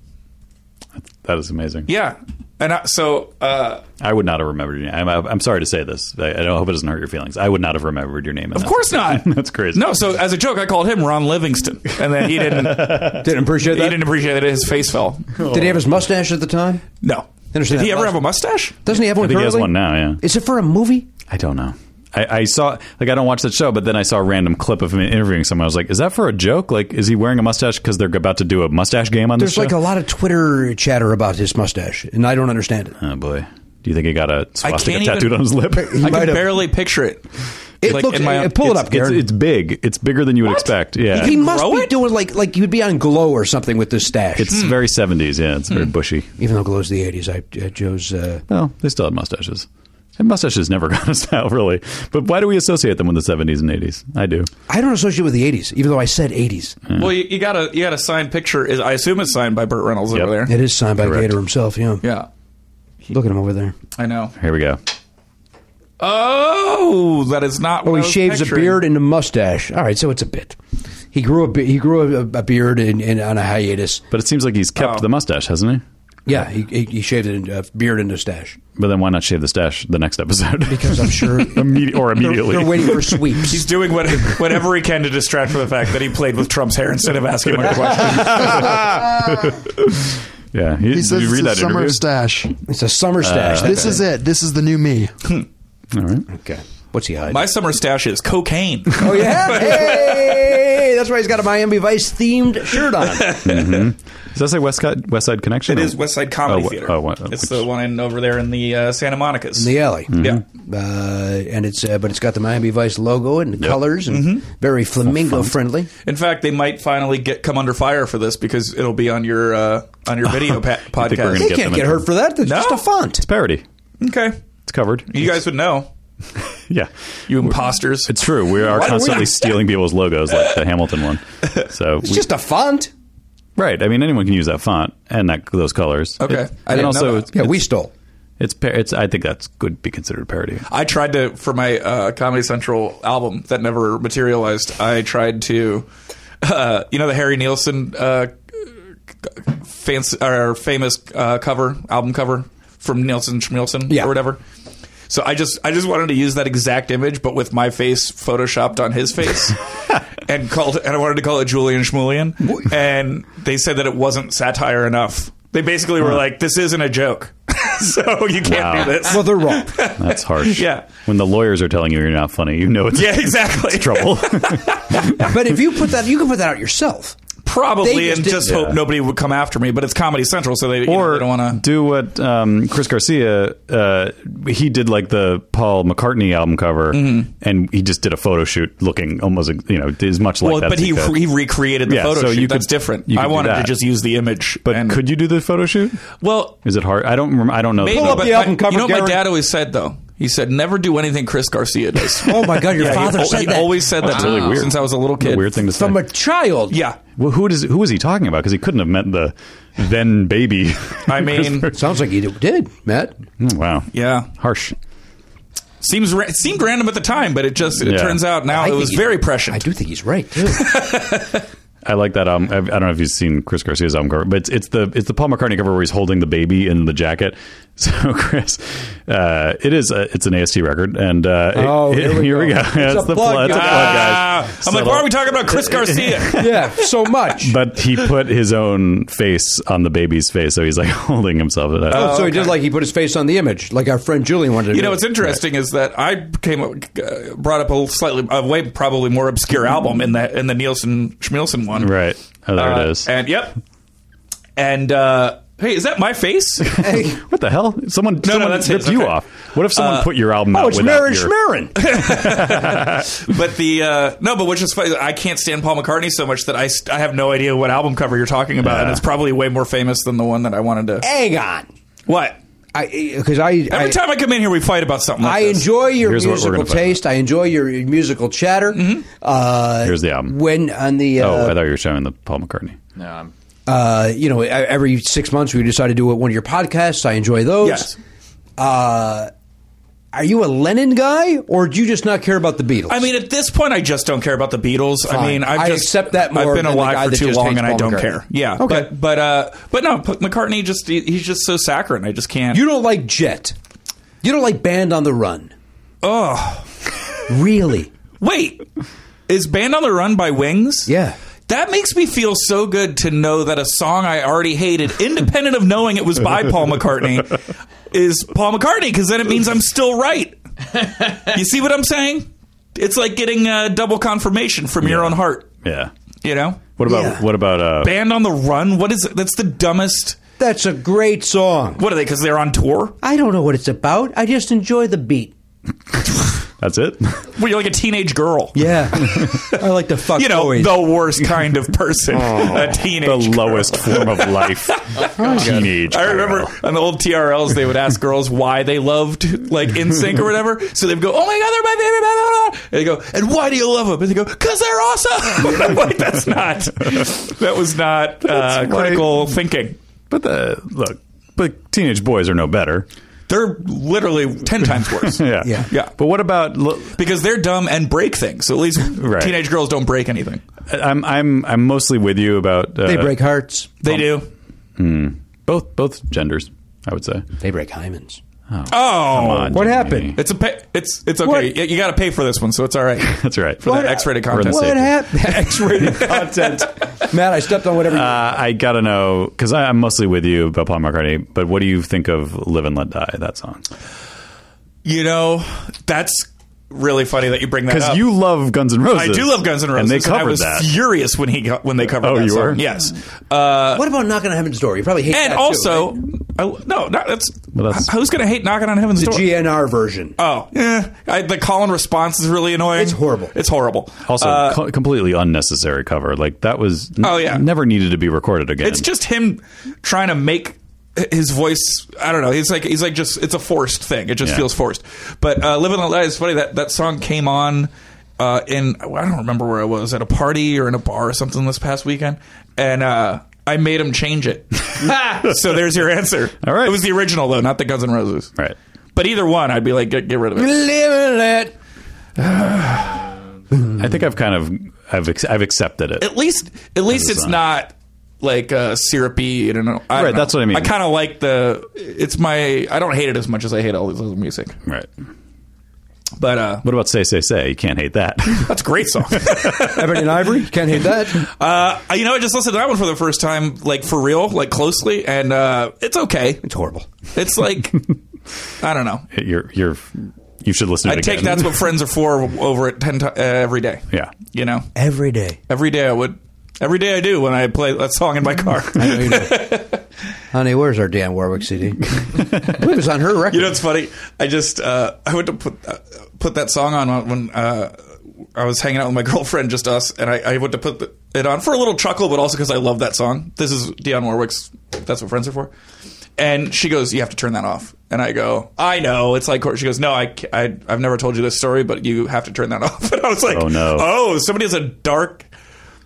That is amazing.
Yeah, and I, so uh,
I would not have remembered your name. I'm, I'm sorry to say this. I, I don't hope it doesn't hurt your feelings. I would not have remembered your name.
of course not.
That's crazy.
No, so as a joke, I called him Ron Livingston, and then he didn't.
Didn't appreciate
he
that.
didn't appreciate that his face fell.
Did he have his mustache at the time?
No. Did
Interesting.
he
That
ever
must-
have a mustache?
Doesn't he have one
I think he has
currently?
one now. Yeah.
Is it for a movie?
I don't know. I, I saw like I don't watch that show, but then I saw a random clip of him interviewing someone. I was like, "Is that for a joke? Like, is he wearing a mustache because they're about to do a mustache game on
There's
this
like a
show?"
lot of Twitter chatter about his mustache, and I don't understand it.
oh boy, do you think he got a swastika
can't
tattooed
even-
on his lip?
I
might
can
have-
barely picture it.
It
Like,
looks.
in my-
uh, pull it
It's-
up, Garen.
It's, it's big. It's bigger than you would expect. Yeah,
he must
grow
be
it?
doing like like he would be on Glow or something with this stash.
it's very seventies. Yeah, it's
Hmm.
very bushy.
Even though Glow's the '80s, I, uh, Joe's. Uh,
Well, they still had mustaches. And mustaches never gone out style, really. But why do we associate them with the seventies and eighties? I do.
I don't associate with the '80s, even though I said '80s.
Well, you, you got a you got a signed picture. Is I assume it's signed by Burt Reynolds
Yep.
over there.
It is signed by Vader himself. Yeah.
Yeah,
look at him over there.
I know.
Here we go.
Oh, that is not.
Oh,
what
he
I was
shaves
picturing.
a beard and a mustache. All right, so it's a bit. He grew a be- he grew a, a beard in, in, on a hiatus.
But it seems like he's kept
Oh.
the mustache, hasn't he?
Yeah, he, he, he shaved it in, uh, beard and a stash
But then why not shave the stash the next episode?
because I'm sure
Immedi- or immediately.
they're waiting for sweeps.
He's doing what, whatever he can to distract from the fact that he played with Trump's hair instead of asking him a question.
yeah, he,
He
did
says
you
it's
read
a
that
summer
interview?
stash.
it's a summer stash.
This is it. This is the new me.
All right.
okay. What's he hiding?
My summer stash is cocaine.
oh yeah, hey, that's why he's got a Miami Vice themed shirt on.
Does that say West Side, West Side Connection?
It
or-
is West Side Comedy
Oh, wh-
Theater.
oh, what-
it's the one in, over there in the uh, Santa Monica's.
in the alley.
yeah.
Mm-hmm.
Uh, and it's uh, but it's got the Miami Vice logo and the colors and very flamingo friendly.
In fact, they might finally get come under fire for this because it'll be on your uh, on your video pa-
I think we're
podcast.
gonna
They
get
can't
them
get
in.
hurt for that. It's
No.
just a font.
It's parody.
okay,
It's covered.
you guys would know.
yeah.
You imposters.
It's true. We are
Why don't we
constantly
not-
stealing people's logos, like the Hamilton one. So
It's just a font.
right. I mean, anyone can use that font and that those colors.
Okay.
It-
I didn't
and
know
also,
that.
it's
Yeah, we stole.
it's, par- it's. I think that's could be considered parody.
I tried to for my uh, Comedy Central album that never materialized. I tried to, uh, you know, the Harry Nielsen uh, fancy, or famous uh, cover album cover from Nielsen Schmielsen
Yeah.
or whatever. So I just I just wanted to use that exact image, but with my face photoshopped on his face, and called and I wanted to call it Julian Schmulian, and they said that it wasn't satire enough. They basically were like, "This isn't a joke, so you can't
Wow.
do this."
Well, they're wrong.
That's harsh.
Yeah.
When the lawyers are telling you you're not funny, you know it's
yeah, exactly.
trouble.
but if you put that, you can put that out yourself. They
probably
just
and
did-
just
Yeah.
hope nobody would come after me. But it's Comedy Central, so they, you know,
or
they don't want to.
do what um, Chris Garcia uh, he did like the Paul McCartney album cover,
Mm-hmm.
and he just did a photo shoot looking almost you know as much like
Well,
that.
but
as
he,
could.
he recreated the
Yeah,
photo
so
shoot.
you
That's
could-
different.
you could
I
do
wanted to
that.
just use the image.
but
and,
could you do the photo shoot?
well,
Is it hard? I don't. Remember, I don't know.
maybe,
the-
but
the album
my-
cover,
you know what my
Darren.
dad always said though. He said, "Never do anything Chris Garcia does."
Oh my God, your
Yeah, he
father
al-
said
he
that
always said that
That's really
to me
weird.
since I was a little
What a
kid.
weird thing to say.
from a child.
Yeah,
well, who does? Who was he talking about? Because he couldn't have meant the then baby.
I mean,
sounds like he did, Matt.
wow.
yeah.
Harsh.
Seems ra- it seemed random at the time, but it just it
Yeah.
turns out now
I
it
think
was
he-
very
I
prescient.
do think he's right too.
I like that album. I I don't know if you've seen Chris Garcia's album cover, but it's, it's the it's the Paul McCartney cover where he's holding the baby in the jacket. So Chris, uh, it is a, it's an AST record, and uh, it-
Oh,
it-
here we go.
go. Yeah,
It's
it's
a
the plug.
plug,
It's a plug,
you
Ah,
guys.
I'm like,
Settle.
why are we talking about Chris Garcia?
yeah, so much.
But he put his own face on the baby's face, so he's like holding himself. At that.
so he did like he put his face on the image, like our friend Julian wanted. to
You
do.
know, what's interesting is that I came up, uh, brought up a slightly, a way probably more obscure album in the in the Nielsen Schmielsen one,
right. Oh, there
Uh,
it is.
And yep, and uh, Hey, is that my face?
What the hell? Someone, someone
that's
ripped
his,
you
okay.
off. What if
Uh,
someone put your
oh,
album out without your-
Schmerin.
but the uh, no, but which is funny, I can't stand Paul McCartney so much that I st- I have no idea what album cover you're talking about, and
Yeah.
it's probably way more famous than the one that I wanted to.
Hang on.
What?
I because I
Every
Eh. I,
time I come in here, we fight about something. Like
I
this.
enjoy your
Here's what we're
musical
gonna find
taste. I enjoy your musical chatter.
Mm-hmm.
Uh,
Here's the album.
When on the uh,
Oh, I thought you were showing the Paul McCartney.
No, I'm,
uh, you know, e- every six months we decide to do one of your podcasts. I enjoy those.
Yes.
Uh, are you a Lennon guy, or do you just not care about the Beatles?
I mean, at this point, I just don't care about the Beatles. I
Fine.
mean, I've
I
just,
accept that more
I've been
than the guy
alive for
that
too
just
long,
hates
and I
Paul
don't
McCartney.
care. Yeah,
Okay.
but but uh, but no, P- McCartney just he- he's just so saccharine. I just can't.
you don't like Jet. You don't like Band on the Run.
oh
Really?
wait, is Band on the Run by Wings?
Yeah.
That makes me feel so good to know that a song I already hated, independent of knowing it was by Paul McCartney, is Paul McCartney because then it means I'm still right. You see what I'm saying? It's like getting uh, double confirmation from your own heart.
Yeah.
You know.
What about
Yeah.
what about uh?
Band on the Run. What is it? That's the dumbest.
That's a great song.
What are they? Because they're on tour.
I don't know what it's about. I just enjoy the beat.
That's it.
Well, you're like a teenage girl.
Yeah. I like to fuck
You know,
toys.
the worst kind of person. a teenage.
Oh, the
girl. Oh,
lowest form of life. Teenage.
I remember
girl.
on the old TRLs, they would ask girls why they loved like NSYNC or whatever. So they'd go, "Oh my god, they're my favorite band!" blah, blah, blah." And they go, "And why do you love them?" And they go, "Cause they're awesome." I'm like that's not. That was not uh,
That's why-
critical thinking.
But the look, but teenage boys are no better.
They're literally ten times worse.
Yeah.
Yeah.
Yeah.
But what about? Look,
Because they're dumb and break things. So at least
Right.
teenage girls don't break anything.
I'm I'm I'm mostly with you about uh,
they break hearts.
They
Um,
do.
both both genders. I would say.
They break hymens.
Oh,
Come on,
What
Jimmy.
happened?
It's a pay, it's it's okay.
What?
You, you got to pay for this one, so it's all right.
That's right.
For that X-rated
We're in the
content.
same-
What happened?
X-rated content.
Matt, I stepped on whatever. you-
Uh, I gotta know because I'm mostly with you about Paul McCartney. But what do you think of "Live and Let Die"? That song
You know, that's really funny that you bring that
because
up.
you love Guns N' Roses.
Uh, I do love Guns N' Roses,
and they
I
covered
was
that.
furious when he got, when they covered.
Oh,
that
you
song.
were?
Yes, uh,
what about knocking on heaven's door? You probably hate
and
Mm-hmm. that
also,
too,
I, no, no, that's,
Well, that's-
who's going to hate knocking on heaven's
right? the
door?
GNR version.
oh, eh, I, the call and response is really annoying.
It's horrible.
It's horrible.
Also,
Uh,
co- completely unnecessary cover. Like that was. n-
Oh, yeah.
never needed to be recorded again.
It's just him trying to make his voice. I don't know. He's like he's like just it's a forced thing. It just
Yeah.
feels forced. But uh, living the life is funny. That that song came on uh, in I don't remember where I was at a party or in a bar or something this past weekend, and uh, I made him change it. so there's your answer.
All right.
it was the original though, not the Guns N' Roses.
right.
But either one, I'd be like, get, get rid of it.
Live and let-
I think I've kind of I've ex- I've accepted it.
At least, at least
That's
it's
fine.
not like uh, syrupy. And, an- I don't
Right,
know.
that's what I mean.
I kind of like the. It's my. I don't hate it as much as I hate all this other music.
right.
But uh,
What about "Say Say Say"? You can't hate that.
that's a great song.
Ebony and Ivory. Can't hate that.
uh, you know, I just listened to that one for the first time, like for real, like closely, and uh, it's okay.
It's horrible.
It's like I don't know.
you're you're you should listen. to
I
it
take
again.
that's what friends are for over at ten to- uh, every day.
Yeah.
you know,
Every day.
every day I would. Every day I do when I play that song in my car.
I know you do. Honey, where's our Dan Warwick CD? I believe it's on her record.
You know, it's funny. I just uh, I went to put uh, put that song on when uh, I was hanging out with my girlfriend, just us, and I, I went to put the, it on for a little chuckle, but also because I love that song. This is Dionne Warwick's. That's what friends are for. And she goes, "You have to turn that off." And I go, "I know." It's like she goes, "No, I, ca- I I've never told you this story, but you have to turn that off." And I was like,
Oh, no.
oh, somebody has a dark."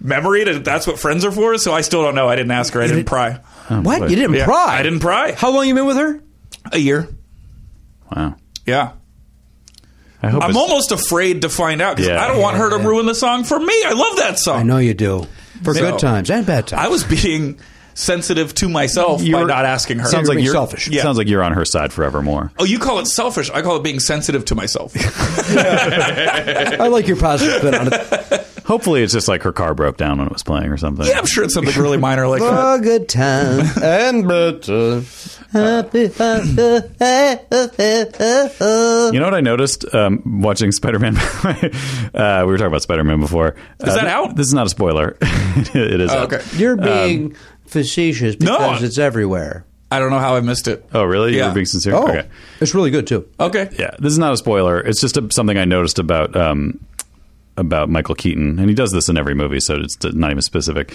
Memory to that's what friends are for. So I still don't know. I didn't ask her. I didn't pry.
what? You didn't
Yeah.
pry.
I didn't pry.
How long you been with her?
A year.
wow.
Yeah.
I hope
I'm
it's-
almost afraid to find out because
Yeah.
I don't want her to ruin the song for me. I love that song.
I know you do. For
So-
good times and bad times.
I was being sensitive to myself by
You're-
not asking her.
Sounds
You're
like
being
you're
selfish.
Yeah.
Sounds like you're on her side forevermore.
oh, you call it selfish. I call it being sensitive to myself.
I like your positive spin on it.
Hopefully, it's just like her car broke down when it was playing or something.
Yeah, I'm sure it's something really minor like that.
a good time and better.
You know what I noticed um, watching Spider Man? uh, we were talking about Spider Man before. Is
that out? Oh,
This is not a spoiler. it is. out.
okay.
You're being facetious because it's everywhere.
I don't know how I missed it.
Oh, really? You
Yeah.
were being sincere?
Oh,
Okay.
it's really good too.
Okay.
Yeah, this is not a spoiler. It's just a, something I noticed about um, about Michael Keaton, and he does this in every movie, so it's not even specific.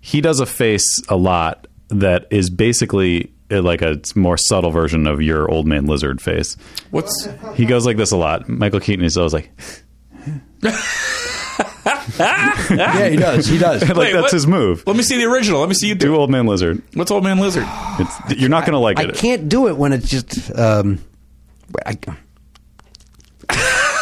He does a face a lot that is basically uh, like a more subtle version of your old man lizard face.
What's
He goes like this a lot. Michael Keaton is always like,
Yeah, he does. He does.
like
Wait,
that's
what?
his move.
Let me see the original. Let me see you
Do
do.
old man lizard.
What's Old Man Lizard?
It's, you're not gonna like
I
it.
can't do it when it's just. Um, I,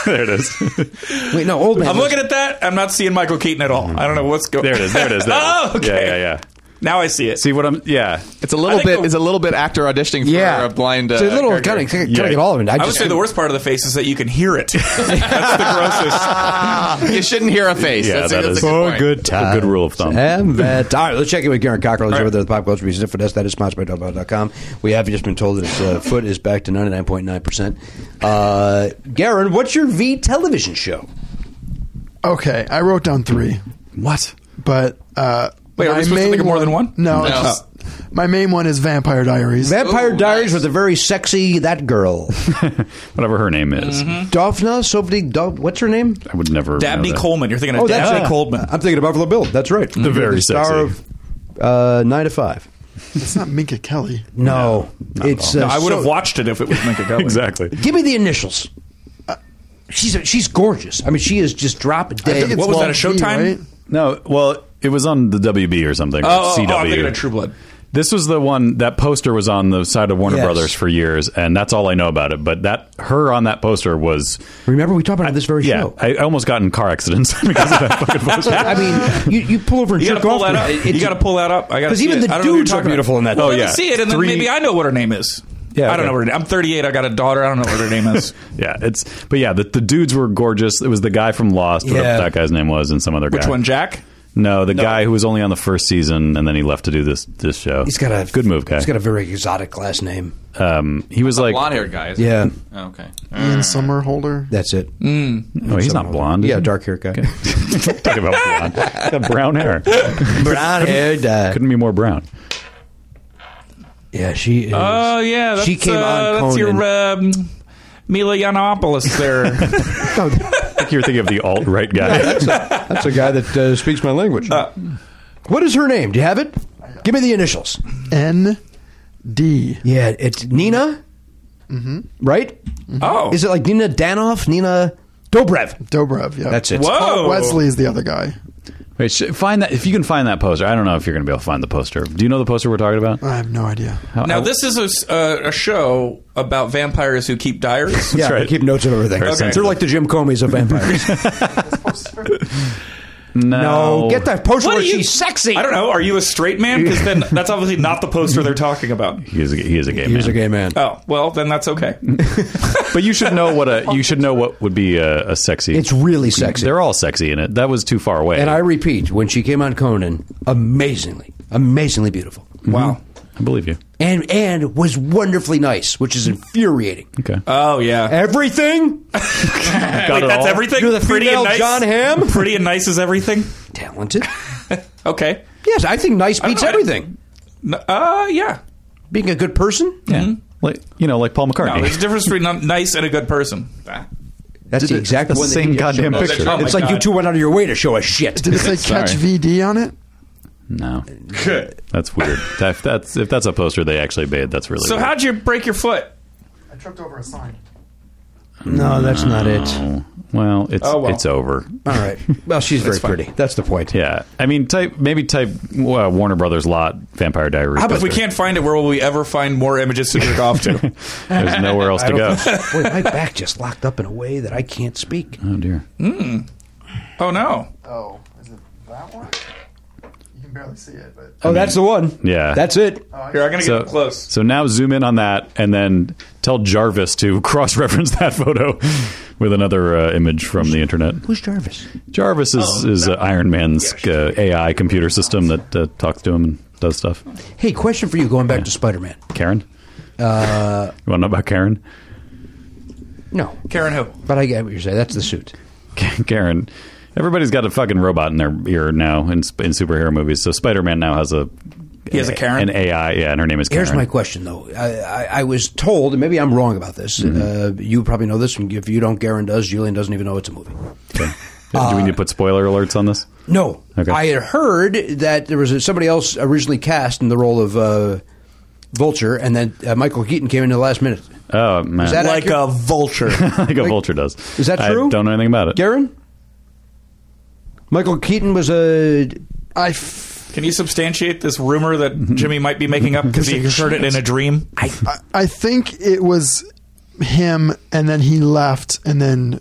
there it is.
wait, no, old man.
I'm looking at that. I'm not seeing Michael Keaton at all. I don't know what's going.
Mm-hmm. There it is. There it is. There it is.
oh, okay.
Yeah, yeah, yeah.
Now I see it.
See what I'm? Yeah.
It's a little
I think
bit.
the-
it's a little bit actor auditioning for
yeah,
a blind. Uh,
It's a little
character.
kind of kind
Yeah.
of get all of it. I,
I would
just
say the worst part of the face is that you can hear it. That's the grossest.
You shouldn't hear a face.
Yeah,
that's a,
that is
that's a good point.
a good rule of thumb.
And that, all right, let's check in with Garrett Cockrell. He's over there at the Pop Culture Museum for us. That is sponsored by Dumbbell.com. We have just been told that his uh, foot is back to 99.9%. Uh, Garrett, what's your V television show?
Okay, I wrote down three,
What?
but uh,
Wait, are we
my
supposed to
main
think of more than one?
No,
No.
it's just- my main one is Vampire Diaries.
Vampire
Ooh,
Diaries
nice.
with a very sexy that girl.
Whatever her name is,
Mm-hmm. Daphne, Sophie, Dov- what's her name?
I would never. know
Dabney
that.
Coleman. You're thinking of Dabney
Oh, right.
Oh, Coleman.
I'm thinking of Buffalo Bill. That's right. The
very
star
sexy.
of uh, Nine to Five.
it's not Minka Kelly.
No, it's. Uh,
No, I would have
so-
watched it if it was Minka Kelly.
Exactly.
Give me the initials. Uh, She's a, she's gorgeous. I mean, she is just drop
I
dead.
think
what
it's
was that, a
Long Key,
Showtime?
right?
No, well, it was on the WB or something. or
Oh, oh,
CW.
oh, I'm thinking of True Blood.
This was the one that poster was on the side of Warner
Yes.
Brothers for years, and that's all I know about it. But that her on that poster was
Remember, we talked about this very
yeah.
show.
I I almost got in car accidents because of that fucking poster.
I mean, you, you pull over and
You got
jerk
to pull
off.
that up.
It-
you
it's-
got to pull that up. I got
'Cause even the dudes are beautiful in that.
Oh,
Oh yeah.
yeah.
See it, and then
Three-
maybe I know what her name is.
Yeah,
I don't
okay.
know what her name. I'm 38. I got a daughter. I don't know what her name is.
yeah, it's but yeah, the, the dudes were gorgeous. It was the guy from Lost, whatever
Yeah.
that guy's name was, and some other guy.
Which one, Jack?
No, the guy who was only on the first season, and then he left to do this this show.
He's got a
good move, guy.
He's got a very exotic last name.
um, he was like,
Blonde-haired guy. isn't
Yeah,
he? Oh, okay.
Ian Summerholder.
that's it.
no, he's not blonde. is
Mm, Yeah,
he?
dark hair guy.
Talk about blonde. He's got brown hair.
Brown hair. dye.
Couldn't be more brown.
uh, Yeah, she is.
Oh yeah. That's,
She came
uh,
on
That's
Conan.
your um, Mila Yiannopoulos there.
You're thinking of the alt right guy.
That's a guy that uh, speaks my language. what is her name? Do you have it? Give me the initials.
N D.
Yeah, it's Nina. Mm-hmm. Right?
Oh,
Is it like Nina Danoff? Nina Dobrev?
Dobrev. Yeah,
That's it.
Whoa.
Wesley is the other guy.
Wait, sh- find that if you can find that poster. I don't know if you're going to be able to find the poster. Do you know the poster we're talking
Uh,
about?
I have no idea.
Now this is a s- uh, a, a show about vampires who keep diaries.
Yeah,
right.
they keep notes of everything.
Very
They're
sensitive.
like the Jim Comeys of vampires.
No,
no, get that poster
What
where
are you-
she's sexy.
I don't know. Are you a straight man? Because then that's obviously not the poster they're talking about.
He is a, he is a gay man.
He's a gay man.
Oh well, then that's okay.
But you should know what a you should know what would be a, a sexy.
It's really sexy.
They're all sexy in it. That was too far away.
And I repeat, when she came on Conan, amazingly, amazingly beautiful,
Wow.
I believe you.
and and was wonderfully nice, which is infuriating.
Okay,
Oh yeah.
Everything
Got
Wait,
it
that's
all?
everything.
You're the
pretty and
female
nice.
John Hamm?
Pretty and nice is everything.
talented.
Okay.
Yes, Oh, I think nice beats
know, I-
everything.
N- Uh yeah.
Being a good person.
Yeah, like you know, like Paul McCartney.
No, there's a difference between n- nice and a good person.
That's the exact
That's the
one that
same
you just
goddamn
showed us.
picture.
Oh my
it's like you
God.
two went out of your way to show us shit.
Did it say catch VD on it?
no, that's weird. That- if that's if that's a poster they actually made, that's really.
So
weird.
how'd you break your foot?
I tripped over a sign.
No, that's not it.
Well, it's
Oh, well.
it's over.
All right. Well, she's very pretty. That's the point.
Yeah, I mean, type maybe type uh, Warner Brothers lot Vampire Diaries.
How about if we
poster.
can't find it, where will we ever find more images to jerk off to?
There's nowhere else to go.
Boy, my back just locked up in a way that I can't speak.
Oh dear.
Mm-hmm. Oh no.
Oh, is it that one? You can barely see it, but
Oh, that's the one.
Yeah.
That's it.
Here, I'm gonna
So-
get close.
So now zoom in on that and then tell Jarvis to cross reference that photo. with another uh, image from the internet.
Who's Jarvis?
Jarvis
Oh,
is, is uh, Iron Man's uh, AI computer system that uh, talks to him and does stuff.
Hey, question for you going back to Spider Man.
Karen? Uh, you want to know about Karen?
No.
Karen who?
But I get what you're saying. That's the suit.
Karen. Everybody's got a fucking robot in their ear now in, sp- in superhero movies. So Spider Man now has a.
He has a Karen?
An AI, yeah, and her name is Karen.
Here's my question, though. I, I, I was told, and maybe I'm wrong about this. Uh, you probably know this, and if you don't, Garen does. Julian doesn't even know it's a movie.
Okay. Do we need to put spoiler alerts on this?
No,
Okay.
I had heard that there was a, somebody else originally cast in the role of uh, Vulture, and then uh, Michael Keaton came in the last minute.
Oh, man.
Is that
Like
accurate?
a vulture.
like a vulture does.
Is that
I
true?
don't know anything about it.
Garen? Michael Keaton was a.
I f-
Can you substantiate this rumor that
Mm-hmm.
Jimmy might be making up because he heard it in a dream?
I- I think it was him, and then he left, and then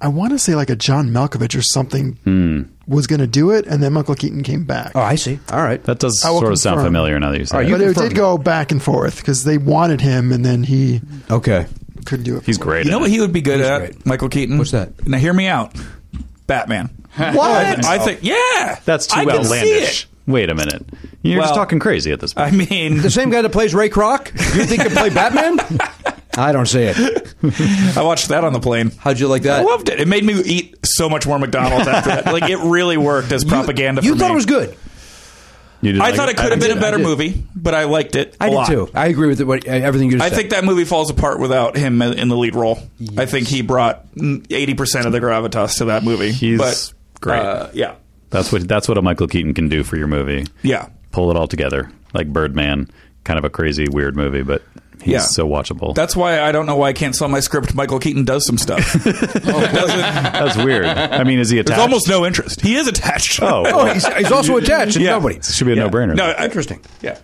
I want to say like a John Malkovich or something was going to do it, and then Michael Keaton came back.
Hmm. Oh, I see. All right.
That does
I will
sort of sound
confirm.
familiar now that you say
All right,
it.
you-
but it
confirm
did go back and forth because they wanted him, and then he
Okay.
couldn't do it.
He's great.
You know
at
what
it.
he would be good
He's
at,
great.
Michael Keaton?
What's that?
Now hear me out. Batman. What?
What?
I think yeah.
That's too
I can see
outlandish.
it.
Wait a minute. You're just
Well,
talking crazy at this point.
I mean,
The same guy that plays Ray Kroc? You think can play Batman? I don't see it.
I watched that on the plane.
How'd you like that?
I loved it. It made me eat so much more McDonald's after that. Like it really worked as propaganda.
You
for
thought
me.
it was good.
You didn't
I
like
thought it could have
I
been a
did.
better
did.
movie, but I liked it.
I
a
did
lot.
too. I agree with what, uh, everything you just
I
said.
think that movie falls apart without him in the lead role. I think he brought eighty percent of the gravitas to that movie.
He's
but,
great.
uh, yeah,
That's what that's what a Michael Keaton can do for your movie.
yeah.
Pull it all together. Like Birdman, kind of a crazy weird movie, but he's
Yeah.
so watchable.
That's why I don't know why I can't sell my script. Michael Keaton does some stuff. There's
That's weird. I mean, is he attached?
almost no interest. He is attached.
Oh,
Oh, he's, he's also attached and
Yeah.
nobody.
it should be a no-brainer.
No,
then.
I-
Interesting.
yeah.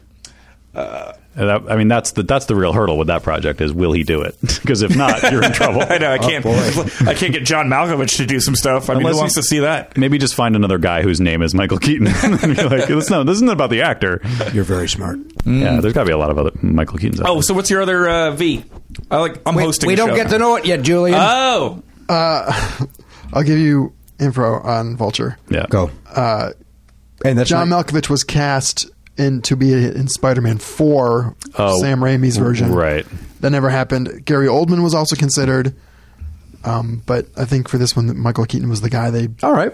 And that- I mean, that's the that's the real hurdle with that project is will he do it? Because if not, you're in trouble.
I
Oh,
know. I can't. I can't get John Malkovich to do some stuff. I mean,
Unless
who wants
he-
to see that?
Maybe just find another guy whose name is Michael Keaton. and be like, "It's not- this isn't about the actor.
You're very smart.
Yeah, there's got to be a lot of other Michael Keatons. out
Oh,
there.
so what's your other uh, V? I like. I'm hosting.
we
a
don't
show.
get to know it yet, Julian.
Oh,
I'll give you info on Vulture.
yeah,
Go. Uh, and that's
John
not-
Malkovich was cast in to be in Spider-Man Four,
Oh,
Sam Raimi's version.
right.
that never happened. Gary Oldman was also considered, um, but I think for this one, Michael Keaton was the guy they.
All right.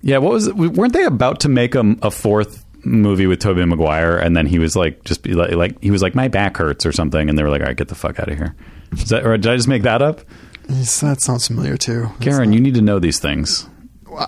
Yeah, what was? It? Weren't they about to make a, a fourth movie with Tobey Maguire, and then he was like, just be like, like he was like, my back hurts or something, and they were like, all right, get the fuck out of here. Is that, or did I just make that up?
That sounds familiar too.
Karen, you need to know these things.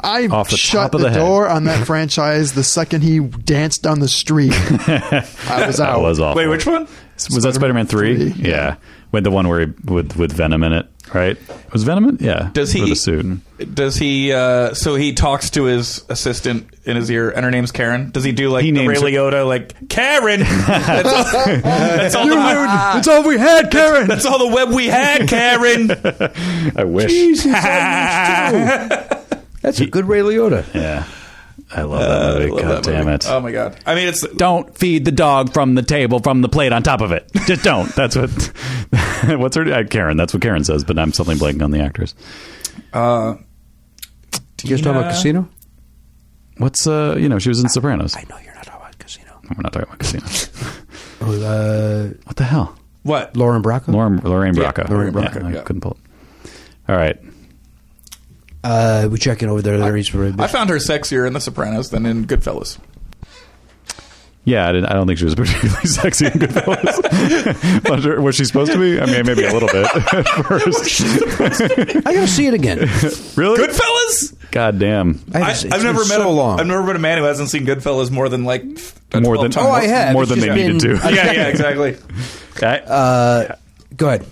I
Off the
shut
top of
the,
the head.
door on that franchise the second he danced down the street. I was
That
out.
was awful.
Oh! wait, which one?
was that? Spider Man three?
three,
Yeah. with the one where he, with with Venom in it, right? Was Venom in? it? Yeah.
Does he-
with a suit?
Does he? Uh, so he talks to his assistant in his ear, and her name's Karen. Does he do like
He
the Ray
names her-
Liotta, like Karen? That's all, that's all the,
That's all we had, Karen.
that's all the web we had, Karen.
I wish.
That's a good Ray Liotta.
Yeah. I love that movie.
Uh, Love
God
that
damn
movie.
it.
Oh my god! I mean, it's
don't feed the dog from the table from the plate on top of it. Just don't. That's what. what's her? Uh, Karen. That's what Karen says. But I'm suddenly blanking on the actress.
You guys talking about Casino?
What's uh? You know, she was in Sopranos.
No, you're not talking about Casino.
We're not talking about Casino.
Uh,
what the hell?
what?
Lauren Bracco?
Lauren Lorraine Bracco.
Lorraine Bracco,
I
yeah.
couldn't pull. it. All right.
Uh, we checking over there. There he's for a
I
bit.
found her sexier in The Sopranos than in Goodfellas.
Yeah, I, didn't, I don't think she was particularly sexy in Goodfellas. Was her- was she supposed to be? I mean, maybe a little bit at first.
I gotta see it again.
really?
Goodfellas?
God damn.
I
I,
haven't
I've
seen- it's
never
been
met
so
a,
long.
I've never met a man who hasn't seen Goodfellas more than like a
More
12
than-
times.
oh, I have.
More
It's
than
just
they needed
been-
to.
yeah, yeah, exactly.
Okay.
Go ahead.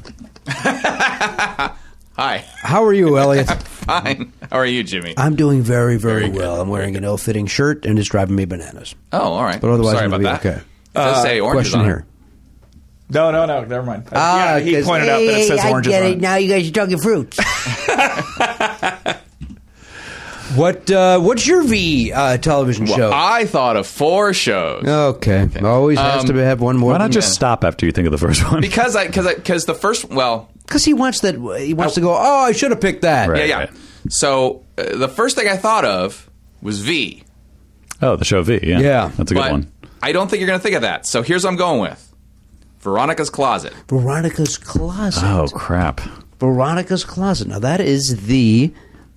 Hi.
How are you, Elliot?
Fine. How are you, Jimmy?
I'm doing very, very well. I'm wearing an ill-fitting shirt, and it's driving me bananas.
oh, all right.
But otherwise,
sorry
I'm
about
gonna
that.
be okay.
It does say orange
Question
on it.
here.
No, no, no. Never mind. yeah, he
'cause-
pointed out that it
Ah, Hey,
says
I
oranges
get
on
it.
it.
Now you guys are talking fruits. what uh, What's your V uh, television
Well,
show?
I thought of four shows.
okay. Always has
Um,
to have one more.
Why not
than-
just stop after you think of the first one?
Because I, because I, because the first, well,
because he wants that. He wants to go. Oh, I should have picked that.
Right.
yeah, yeah. So uh, the first thing I thought of was V.
Oh, the show V. Yeah,
Yeah.
that's a good
but
one.
I don't think you're going to think of that. So here's what I'm going with Veronica's Closet.
Veronica's closet.
Oh crap!
Veronica's Closet. Now that is the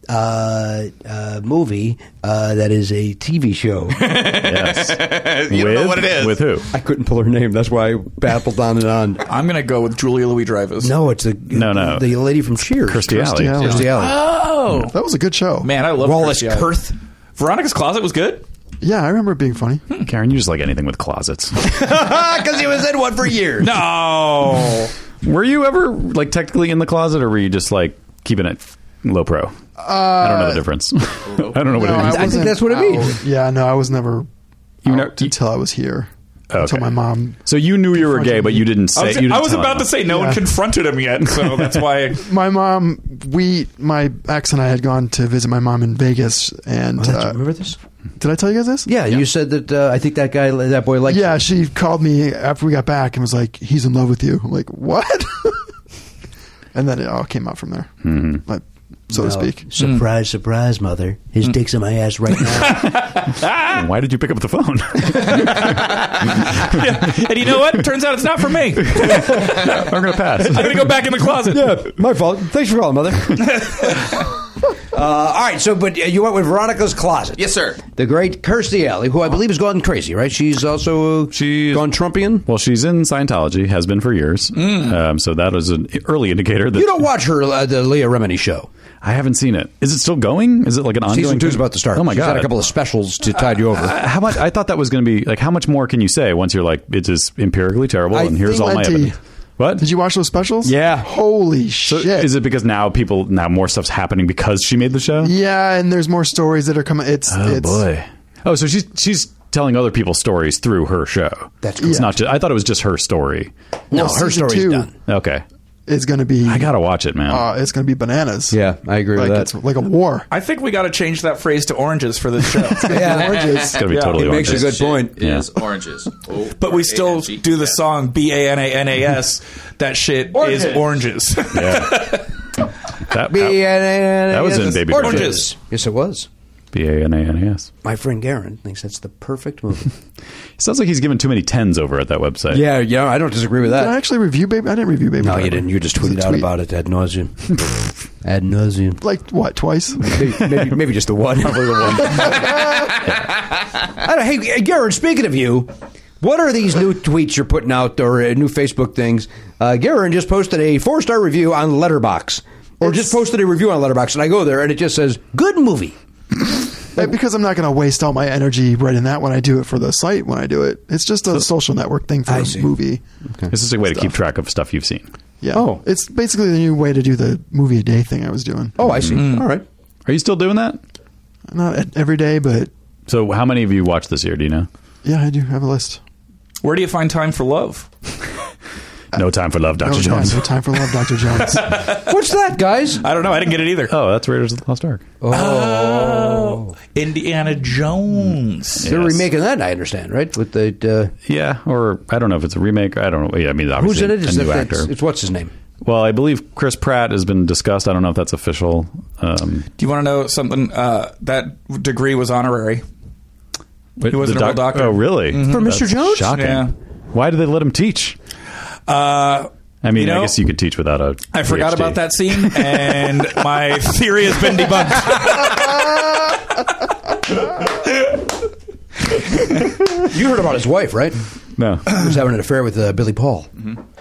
uh, uh, movie uh, that is a TV show.
Yes,
Uh, You
with
don't know what it is.
with who?
I couldn't pull her name. That's why I babbled on and on.
I'm gonna go with Julia Louis Dreyfus.
No, it's the
No, no.
the lady from Cheers,
Kirstie
Kirstie
Alley.
Alley.
Kirstie Alley.
That was a good show.
man, I love
Wallace
Kirstie Alley.
Kurth.
Veronica's Closet was good.
Yeah, I remember it being funny.
Karen, you just like anything with closets.
because Ah, he was in one for years.
No,
were you ever like technically in the closet, or were you just like keeping it low pro? I don't know the difference. I don't know what
No,
it means.
Uh, I think
wasn't
that's what it means.
out. Yeah, no, I was never
You
out
know-
until I was here.
Okay.
Until my mom.
so you knew you were gay, but you didn't say.
I was,
you didn't
I was
tell
about
anyone.
to say no one
Yeah.
confronted him yet, so that's why.
My mom, we, my ex and I had gone to visit my mom in Vegas, and
That's-
uh,
remember this?
did I tell you guys this?
Yeah, you said that. Uh, I think that guy, that boy, liked.
Yeah,
you.
she called me after we got back and was like, "He's in love with you." I'm like, "What?" and then it all came out from there,
Mm-hmm.
like, so to
No.
speak.
Surprise, surprise, mother. His dick's in my ass right now.
Why did you pick up the phone?
And you know what? Turns out it's not for me. I'm
I'm gonna pass.
gonna go back in the closet.
my fault. Thanks for calling, mother. uh, all right, so but uh, you went with Veronica's closet.
Yes, sir.
The great Kirstie Alley, who I believe has gone crazy, right? She's also uh,
She's-
gone Trumpian.
Well, she's in Scientology, has been for years. Um, so that was an early indicator that
Hmm. You don't watch her uh, the Leah Remini show.
I haven't seen it. Is it still going? Is it like an ongoing?
Season two's
thing?
about to start.
Oh my
She's
god! Uh,
Had a couple of specials to tide you over.
how much? I thought that was going to be like how much more can you say once you're like it is empirically terrible
I
and here's
think
all my
plenty.
evidence. What
Did you watch those specials?
Yeah.
Holy
So
shit!
is it because now people now more stuff's happening because she made the show?
Yeah, and there's more stories that are coming. It's
Oh
it's,
boy. Oh, so she's she's telling other people's stories through her show.
That's
It's
correct.
not just. I thought it was just her story.
no,
well,
her
season
story's
two-
done.
Okay,
It's going to be.
I gotta watch it, man.
Uh, it's going to be bananas.
I agree
like it's like a war.
I think we got to change that phrase to oranges for this show.
Yeah,
it's gonna be totally.
it makes a
oranges.
good point.
Is oranges. O-
But we still
A-N-G-E-S.
do the song B A N A N A S. That shit is oranges.
That,
That
was in Baby
Oranges.
Oranges.
Yes, it was.
B a n a n a s.
My friend Garen thinks that's the perfect movie.
Sounds like he's given too many tens over at that website.
yeah, yeah, I don't disagree with
Did I actually review Baby? I didn't review Baby.
No,
Driver.
you didn't. You just
It was a
tweeted out
tweet.
about it ad nauseum. ad nauseum.
Like what? Twice?
Maybe, maybe, maybe just the one. I don't, hey, Garrett, speaking of you, what are these new tweets you're putting out or uh, new Facebook things? Uh, Garrett just posted a four star review on Letterbox, or just posted a review on Letterbox, and I go there and it just says good movie.
Uh, because I'm not going to waste all my energy writing that when I do it for the site. When I do it, it's just a social network thing for
I
a
see.
movie.
This is a way to keep track of stuff you've seen.
Yeah.
Oh.
it's basically the new way to do the movie a day thing I was doing.
Oh, I see. All right.
Are you still doing that?
not e- every day, but
So, how many of you watched this year? Do you know?
yeah, I do have a list.
Where do you find time for love?
No time for love, Doctor
no
Jones.
Time, Oh, no time for love, Doctor Jones.
What's that, guys?
I don't know. I didn't get it either.
Oh, that's Raiders of the Lost Ark.
Oh, Indiana Jones.
They're
Yes.
remaking that, I understand, right? With the uh,
Yeah, or I don't know if it's a remake. I don't know. Yeah, I mean,
who's
obviously
in it? Is
a new
that-
actor.
It's, it's what's his name?
well, I believe Chris Pratt has been discussed. I don't know if that's official. Um,
Do you want to know something? Uh, that degree was honorary.
but
wasn't
the
a real doctor.
Oh, really?
For Mr.
That's
Jones?
Shocking.
Yeah.
Why did they let him teach?
Uh,
I mean,
You know,
I guess you could teach without a.
I forgot
PhD.
about that scene, and my theory has been debunked.
You heard about his wife, right?
No.
He was having an affair with uh, Billy Paul.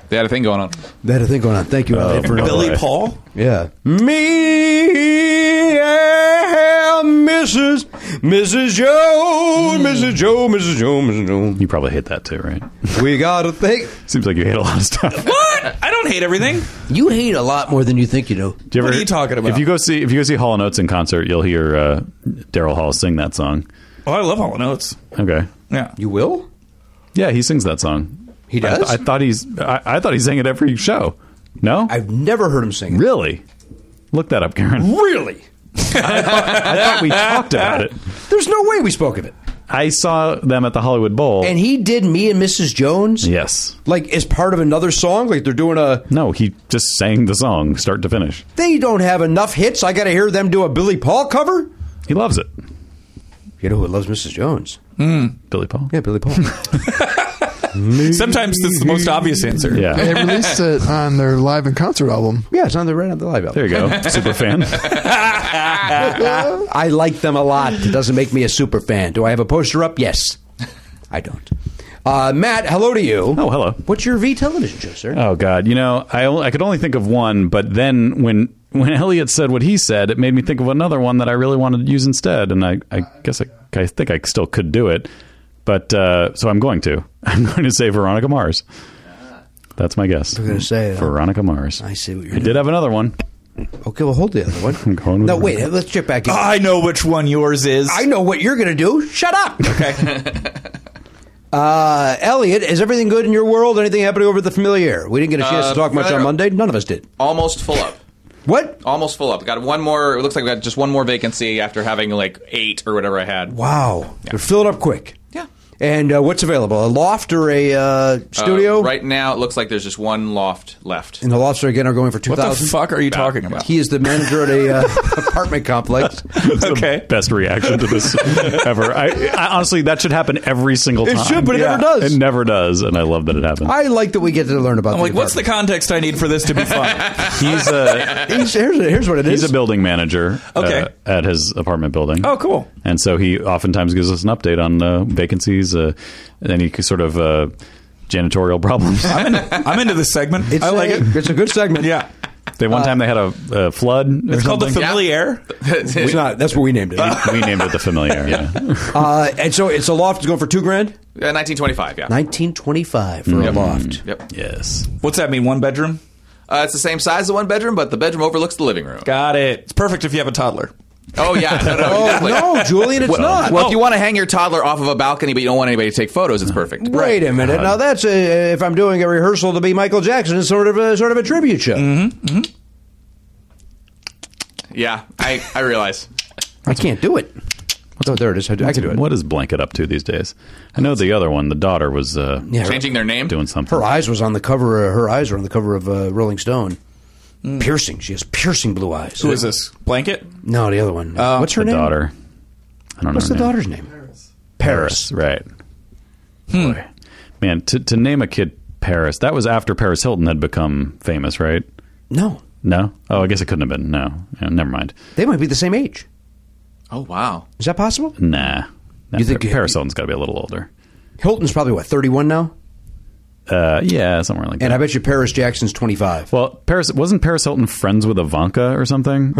They had a thing going on.
They had a thing going on. Thank you. Elliot, for-
Billy
Boy.
Paul.
Yeah. Me and Mrs. Mrs. Joe, Mrs. Joe, Mrs. Joe, Mrs. Joe.
You probably hate that too, right?
We got a thing.
Seems like you hate a lot of stuff.
What? I don't hate everything.
You hate a lot more than you think you do.
Do you
What are you talking about?
If you go see if you go see Hall and Oates in concert, you'll hear uh, Daryl Hall sing that song.
Oh, I love All Notes.
Okay,
Yeah.
You will?
yeah, he sings that song.
He
I,
does?
I thought he's I, I thought he sang it every show. No,
I've never heard him sing.
really look that up, Karen.
Really?
I thought we talked about it.
There's no way we spoke of it.
I saw them at the Hollywood Bowl.
And he did Me and Mrs. Jones?
yes.
Like as part of another song? Like they're doing a
No, he just sang the song start to finish.
they don't have enough hits. I got to hear them do a Billy Paul cover.
He loves it.
You know who loves Mrs. Jones?
Hmm. Billy Paul.
Yeah, Billy Paul.
Sometimes that's the most obvious answer.
Yeah.
They released it on their live and concert album.
yeah, it's on the right on the live album.
There you go. Super fan.
I like them a lot. It doesn't make me a super fan. Do I have a poster up? Yes. I don't. Uh, Matt, hello to you.
Oh, hello.
What's your V television show, sir?
Oh God, you know, I only, I could only think of one, but then when when Elliot said what he said, it made me think of another one that I really wanted to use instead, and I I guess I, I think I still could do it, but uh, so I'm going to I'm going to say Veronica Mars. That's my guess. We're
gonna say it.
Veronica Mars.
I see what you're
I did have another one.
Okay, well, hold the other one.
I'm going with
no,
that.
wait. Let's chip back in.
I know which one yours is.
I know what you're going to do. Shut up.
Okay.
Uh, Elliot, is everything good in your world? Anything happening over the familiar? We didn't get a chance to
Uh,
talk much
brother-
on Monday. None of us did.
Almost full up.
What?
Almost full up. Got one more. It looks like we got just one more vacancy after having like eight or whatever I had.
Wow. They're filling up quick.
Yeah.
And uh, what's available? A loft or a uh, studio?
Uh, right now, it looks like there's just one loft left.
And the lofts are again are going for two
what the
thousand.
fuck are you talking about?
He is the manager at a uh, apartment complex.
Okay.
Best reaction to this ever. I, I honestly, that should happen every single
It
time.
should, but it never does.
It never does, and I love that it happens.
I like that we get to learn about.
I'm like, what's the context I need for this to be fun?
he's a
apartment. He's- here's, here's what it is.
he's a building manager.
Okay.
uh, at his apartment building.
oh, cool.
And so he oftentimes gives us an update on uh, vacancies, uh, any sort of uh, janitorial problems.
I'm into, I'm into this segment.
It's
I like
a-
it.
It's a good segment.
Yeah.
they one time they had a, a flood. or
It's called the
something.
familiar.
it's not. That's what we named it. Uh,
we named it the familiar. Yeah.
and so it's a loft. It's going for two grand. Mm.
Uh, 1925. Yeah.
Nineteen twenty-five for a loft.
Yep.
yes.
What's that mean? One bedroom?
Uh, it's the same size as the one bedroom, but the bedroom overlooks the living room.
Got it. It's perfect if you have a toddler.
Oh yeah. No, no,
Oh
exactly.
no, Julian, it's not.
Well, if you want to hang your toddler off of a balcony, but you don't want anybody to take photos, it's perfect.
Wait a minute. Now that's a, if I'm doing a rehearsal to be Michael Jackson, it's sort of a sort of a tribute show.
Yeah, I, I realize.
I can't do it. Oh, there it is. I, do- I can do it.
What is Blanket up to these days? I know the other one, the daughter, was uh,
Yeah, her-
Changing their name.
doing something.
Her eyes was on the cover. Uh, her eyes were on the cover of uh, Rolling Stone. Piercing. She has piercing blue eyes.
Who is this? Blanket?
No, the other one. What's her
the
name?
daughter. I don't
What's
know.
the
her name.
daughter's name? Paris. Paris.
Right.
Hmm.
Boy. Man, to, to name a kid Paris, that was after Paris Hilton had become famous, right?
No,
No? Oh, I guess it couldn't have been. No. Yeah, never mind.
they might be the same age.
Oh wow.
Is that possible?
Nah. Nah,
You think-
Pa- Paris Hilton's got to be a little older.
Hilton's probably what thirty-one now,
Uh, yeah, somewhere like
and I
that.
bet you Paris Jackson's twenty-five.
well, Paris wasn't Paris Hilton friends with Ivanka or something?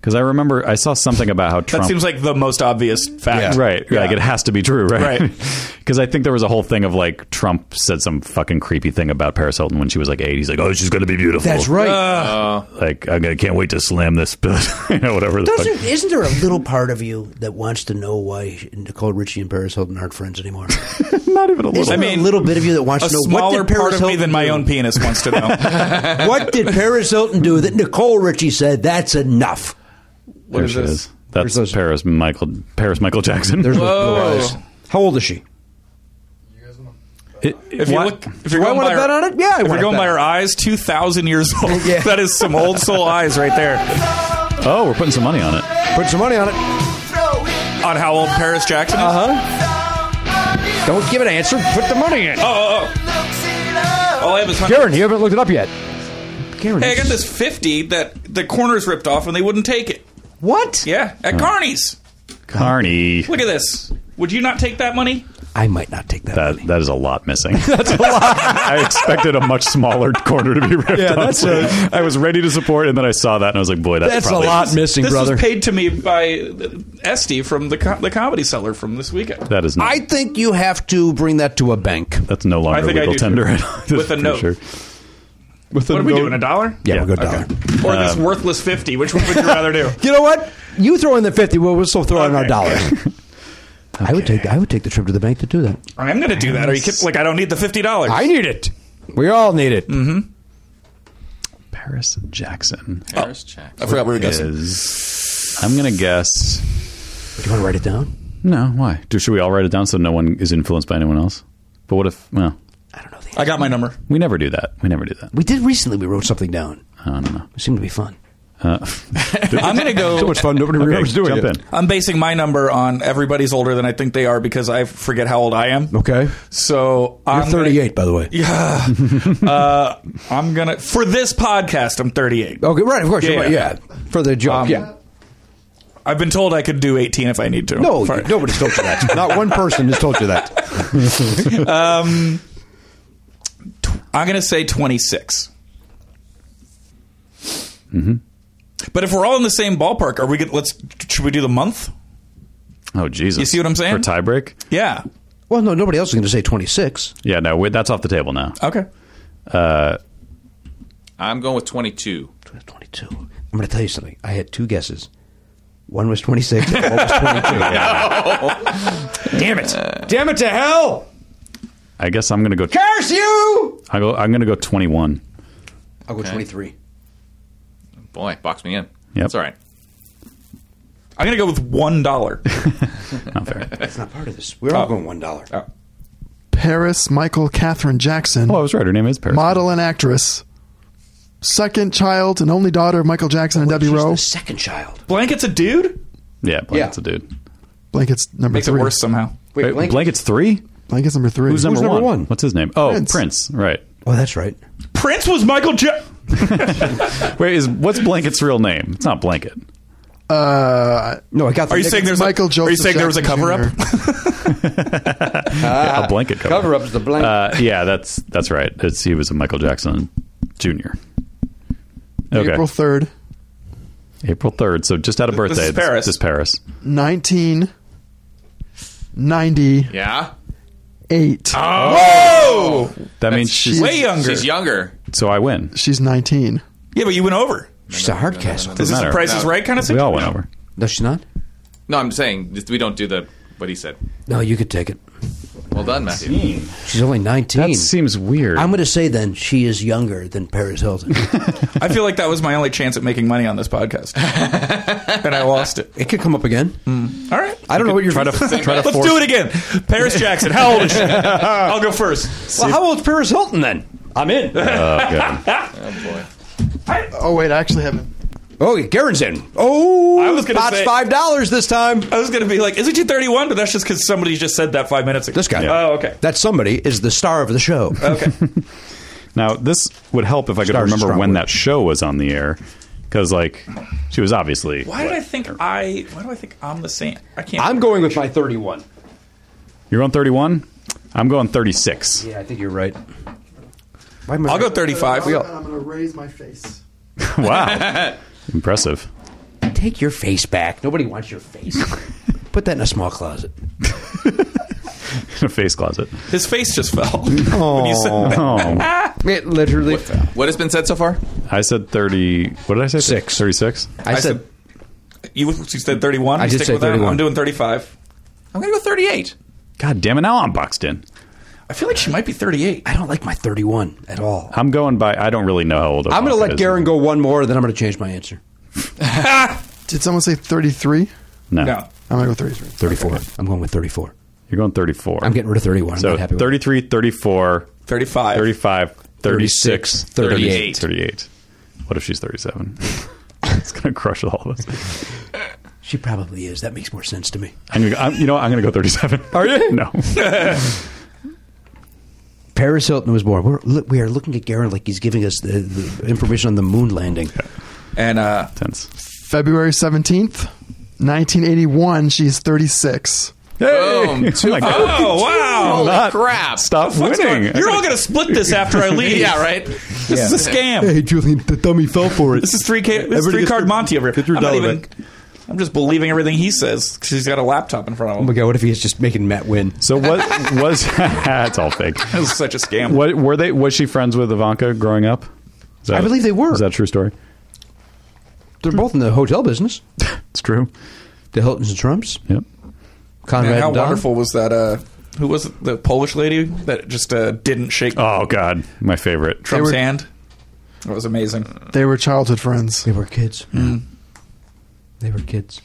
Because I remember I saw something about how
That
Trump.
seems like the most obvious fact.
right.
Yeah.
Like it has to be true, right?
Right.
Because I think there was a whole thing of like Trump said some fucking creepy thing about Paris Hilton when she was like eight. He's like, oh, she's gonna be beautiful.
That's right.
Like I can't wait to slam this, you know, whatever. The fuck.
Doesn't, isn't there a little part of you that wants to know why Nicole Richie and Paris Hilton aren't friends anymore?
Not even a
Isn't
little.
I
there
mean,
a little bit of you that wants
A
to know
smaller
what did Paris
part of me
Hilton
than my
do?
own penis wants to know.
What did Paris Hilton do that Nicole Richie said that's enough?
There she is. That's Paris Michael Paris Michael Jackson.
There's
Whoa.
those blue eyes. How old is she?
It-
If you
what?
look, if you're
Do I
going
wanna
by
bet
her,
on it? Yeah, I
if
wanna
you're going
bet
by
on
her eyes, two thousand years old.
Yeah.
that is some old soul eyes right there.
oh, we're putting some money on it.
Put some money on it.
On how old Paris Jackson is.
Uh-huh. Don't give an answer. Put the money in.
Oh, oh, oh. All I have is my-
Karen, you haven't looked it up yet. Karen,
Hey, I got this fifty that the corners ripped off and they wouldn't take it.
What?
Yeah, at Carney's.
Carney.
Look at this. Would you not take that money?
I might not take that.
That, that is a lot missing. That's a lot. I expected a much smaller corner to be ripped.
Yeah,
off.
that's a-
I was ready to support, and then I saw that, and I was like, "Boy, that's,
That's a
probably-
lot missing,
this
brother.
was paid to me by uh, Esty from the co- the comedy seller from this weekend.
That is not.
I think you have to bring that to a bank.
that's no
I
longer
think I
legal
do,
tender
too.
at all.
With
For
a note.
sure. With
what are we doing? A dollar?
Yeah, Um,
Yeah,
we'll go down.
Or this worthless fifty? Which one would you rather do?
You know what? You throw in the fifty. We'll, we'll still throw in our
Okay.
dollars. I would take. I would take the trip to the bank to do that.
I'm going to do that. Are you kidding? Like I don't need the fifty dollars.
I need it. We all need it.
Paris Jackson
Paris Jackson.
forgot we were
is. I'm gonna guess
Do you want to write it down?
No, why? Do, should we all write it down so no one is influenced by anyone else? But what if? Well,
I don't know.
I got my number.
we never do that. We never do that.
we did recently. We wrote something down.
I don't know.
It seemed to be fun.
I'm gonna go.
fun. Nobody
Okay, jump in.
I'm basing my number on everybody's older than I think they are because I forget how old I am.
Okay.
So
You're
I'm
38, by the way.
Gonna, I'm gonna for this podcast. I'm
Oh.
38.
Okay, right. Of course.
Yeah,
Yeah. Right,
yeah.
yeah. For the job.
Um,
yeah.
I've been told I could do 18 if I need to.
No,
For-
you- nobody's told you that. Not one person has told you that.
I'm gonna say 26. Mm-hmm. But if we're all in the same ballpark, are we? Gonna, let's. Should we do the month?
Oh Jesus!
You see what I'm saying?
For tiebreak?
Yeah.
Well, no, nobody else is going to say 26.
Yeah, no, we that's off the table now.
Okay.
Uh, I'm going with 22.
22. I'm going to tell you something. I had two guesses. One was 26, and one was 22.
Damn it!
Uh,
Damn it to hell!
I guess I'm gonna go.
Curse you!
I go. I'm gonna go 21.
I'll go 23.
Boy, box me in.
Yep.
That's all right.
I'm gonna go with one dollar.
Not fair.
That's not part of this. We're all going $1.
Paris Michael Catherine Jackson,
oh, I was right. Her name is Paris.
model and actress, second child and only daughter of Michael Jackson and Debbie
She's
Rowe.
the second child.
Blanket's a dude.
Yeah, blanket's
Yeah.
a dude.
Blankets number
Makes
three.
it worse somehow.
Wait,
Wait,
Blank-
blanket's three.
Blankets number three.
Who's, number,
number
one?
one?
What's his name? Oh, Prince.
Prince.
Right.
Oh, that's right.
Prince was Michael Jackson.
Wait, is what's blanket's real name? It's not blanket.
No, I got the
Are you
nigga-
saying there's
Michael
a, Are you
Joseph
saying there was a
Jackson
cover up?
Jr..
a blanket cover.
cover up's the blank.
Uh, yeah, that's that's right. It's, he was a Michael Jackson Jr. Okay,
April third,
April third. So just out of birthday.
is Paris.
This, Paris.
nineteen ninety-eight.
Yeah.
Ah. Oh,
That means she's.
she's-
way younger.
She's younger.
So I win.
She's nineteen.
Yeah, but you went over.
She's a hard castle.
Is this
matter.
a Price is
No.
Right kind of
We
situation?
all went over.
Does she not?
No, I'm saying we don't do the what he said.
No, you could take it.
Well done, Matthew.
She's only 19.
That seems weird.
I'm going to say then she is younger than Paris Hilton.
I feel like that was my only chance at making money on this podcast, and I lost it.
it could come up again.
All right,
I don't know what you're
try to try to
let's
force.
do it again. Paris Jackson, how old is she? I'll go first.
Well, how old's Paris Hilton then? I'm in.
Oh, God.
Oh wait, I actually haven't.
oh, Garen's in. Oh,
I was gonna
pot's
say-
five dollars this time.
I was going to be like, isn't she thirty-one? But that's just because somebody just said that five minutes ago.
This guy.
Oh, okay. Uh,
That somebody is the star of the show.
Okay.
Now this would help if I could
Stars
remember
strong
when
word.
that show was on the air, because like she was obviously.
Why did I think I? Why do I think I'm the same? I can't.
I'm going with my 31.
You're on 31. I'm going 36.
Yeah, I think you're right.
I'll go thirty-five.
I'm gonna raise my face.
Wow, impressive.
Take your face back. Nobody wants your face. Put that in a small closet.
In a face closet.
His face just fell. when you said that.
Oh,
It literally.
What has been said so far?
I said 30. What did I say?
Six.
36.
I said.
said- You, you said thirty-one.
I
You
did
stick
say
with that?
31.
I'm doing thirty-five.
I'm going to go 38.
God damn it! Now I'm boxed in.
I feel like she might be thirty-eight.
I don't like my 31 at all.
I'm going by. I don't really know how old.
I'm going to
Ivanka
let
Oh, is.
Garen go one more, then I'm going to change my answer.
Did someone say thirty-three?
No.
No.
I'm gonna go thirty-three.
34. I'm going with 34.
you're going 34.
I'm getting rid of 31. I'm
so
not happy with
33, 34,
35.
35, 36,
38.
38. What if she's 37? it's gonna crush all of us.
She probably is. That makes more sense to me.
I'm gonna, I'm, you know, what? I'm going to go 37. Are you? No.
Paris Hilton was born. We're, look, we are looking at Garen like he's giving us the, the information on the moon landing.
And uh,
Tense.
February seventeenth, nineteen eighty-one. She's thirty-six.
Hey!
Boom.
Oh my God.
oh wow,
Holy crap.
Stop winning.
You're all gonna split this after I leave.
Yeah, right?
This is a scam.
Julian, the dummy fell for it.
This is three K. This is three card Monty over here.
your
I'm not
dollar
even- I'm just believing everything he says because he's got a laptop in front of
Oh
him.
my god, what if he's just making Matt win?
So what was that's all fake.
This is such a scam.
What were they? Was she friends with Ivanka growing up? Is that-
I believe they were.
Is that a true story?
They're both in the hotel business.
It's true.
The Hiltons and Trumps.
Yep.
Conrad
Man, how
and Don.
wonderful was that? Uh, who was it? the Polish lady that just uh, didn't shake
Oh God, my favorite.
Trump's
They were-
hand? That was amazing.
Hmm.
They were childhood friends.
They were kids. They were kids.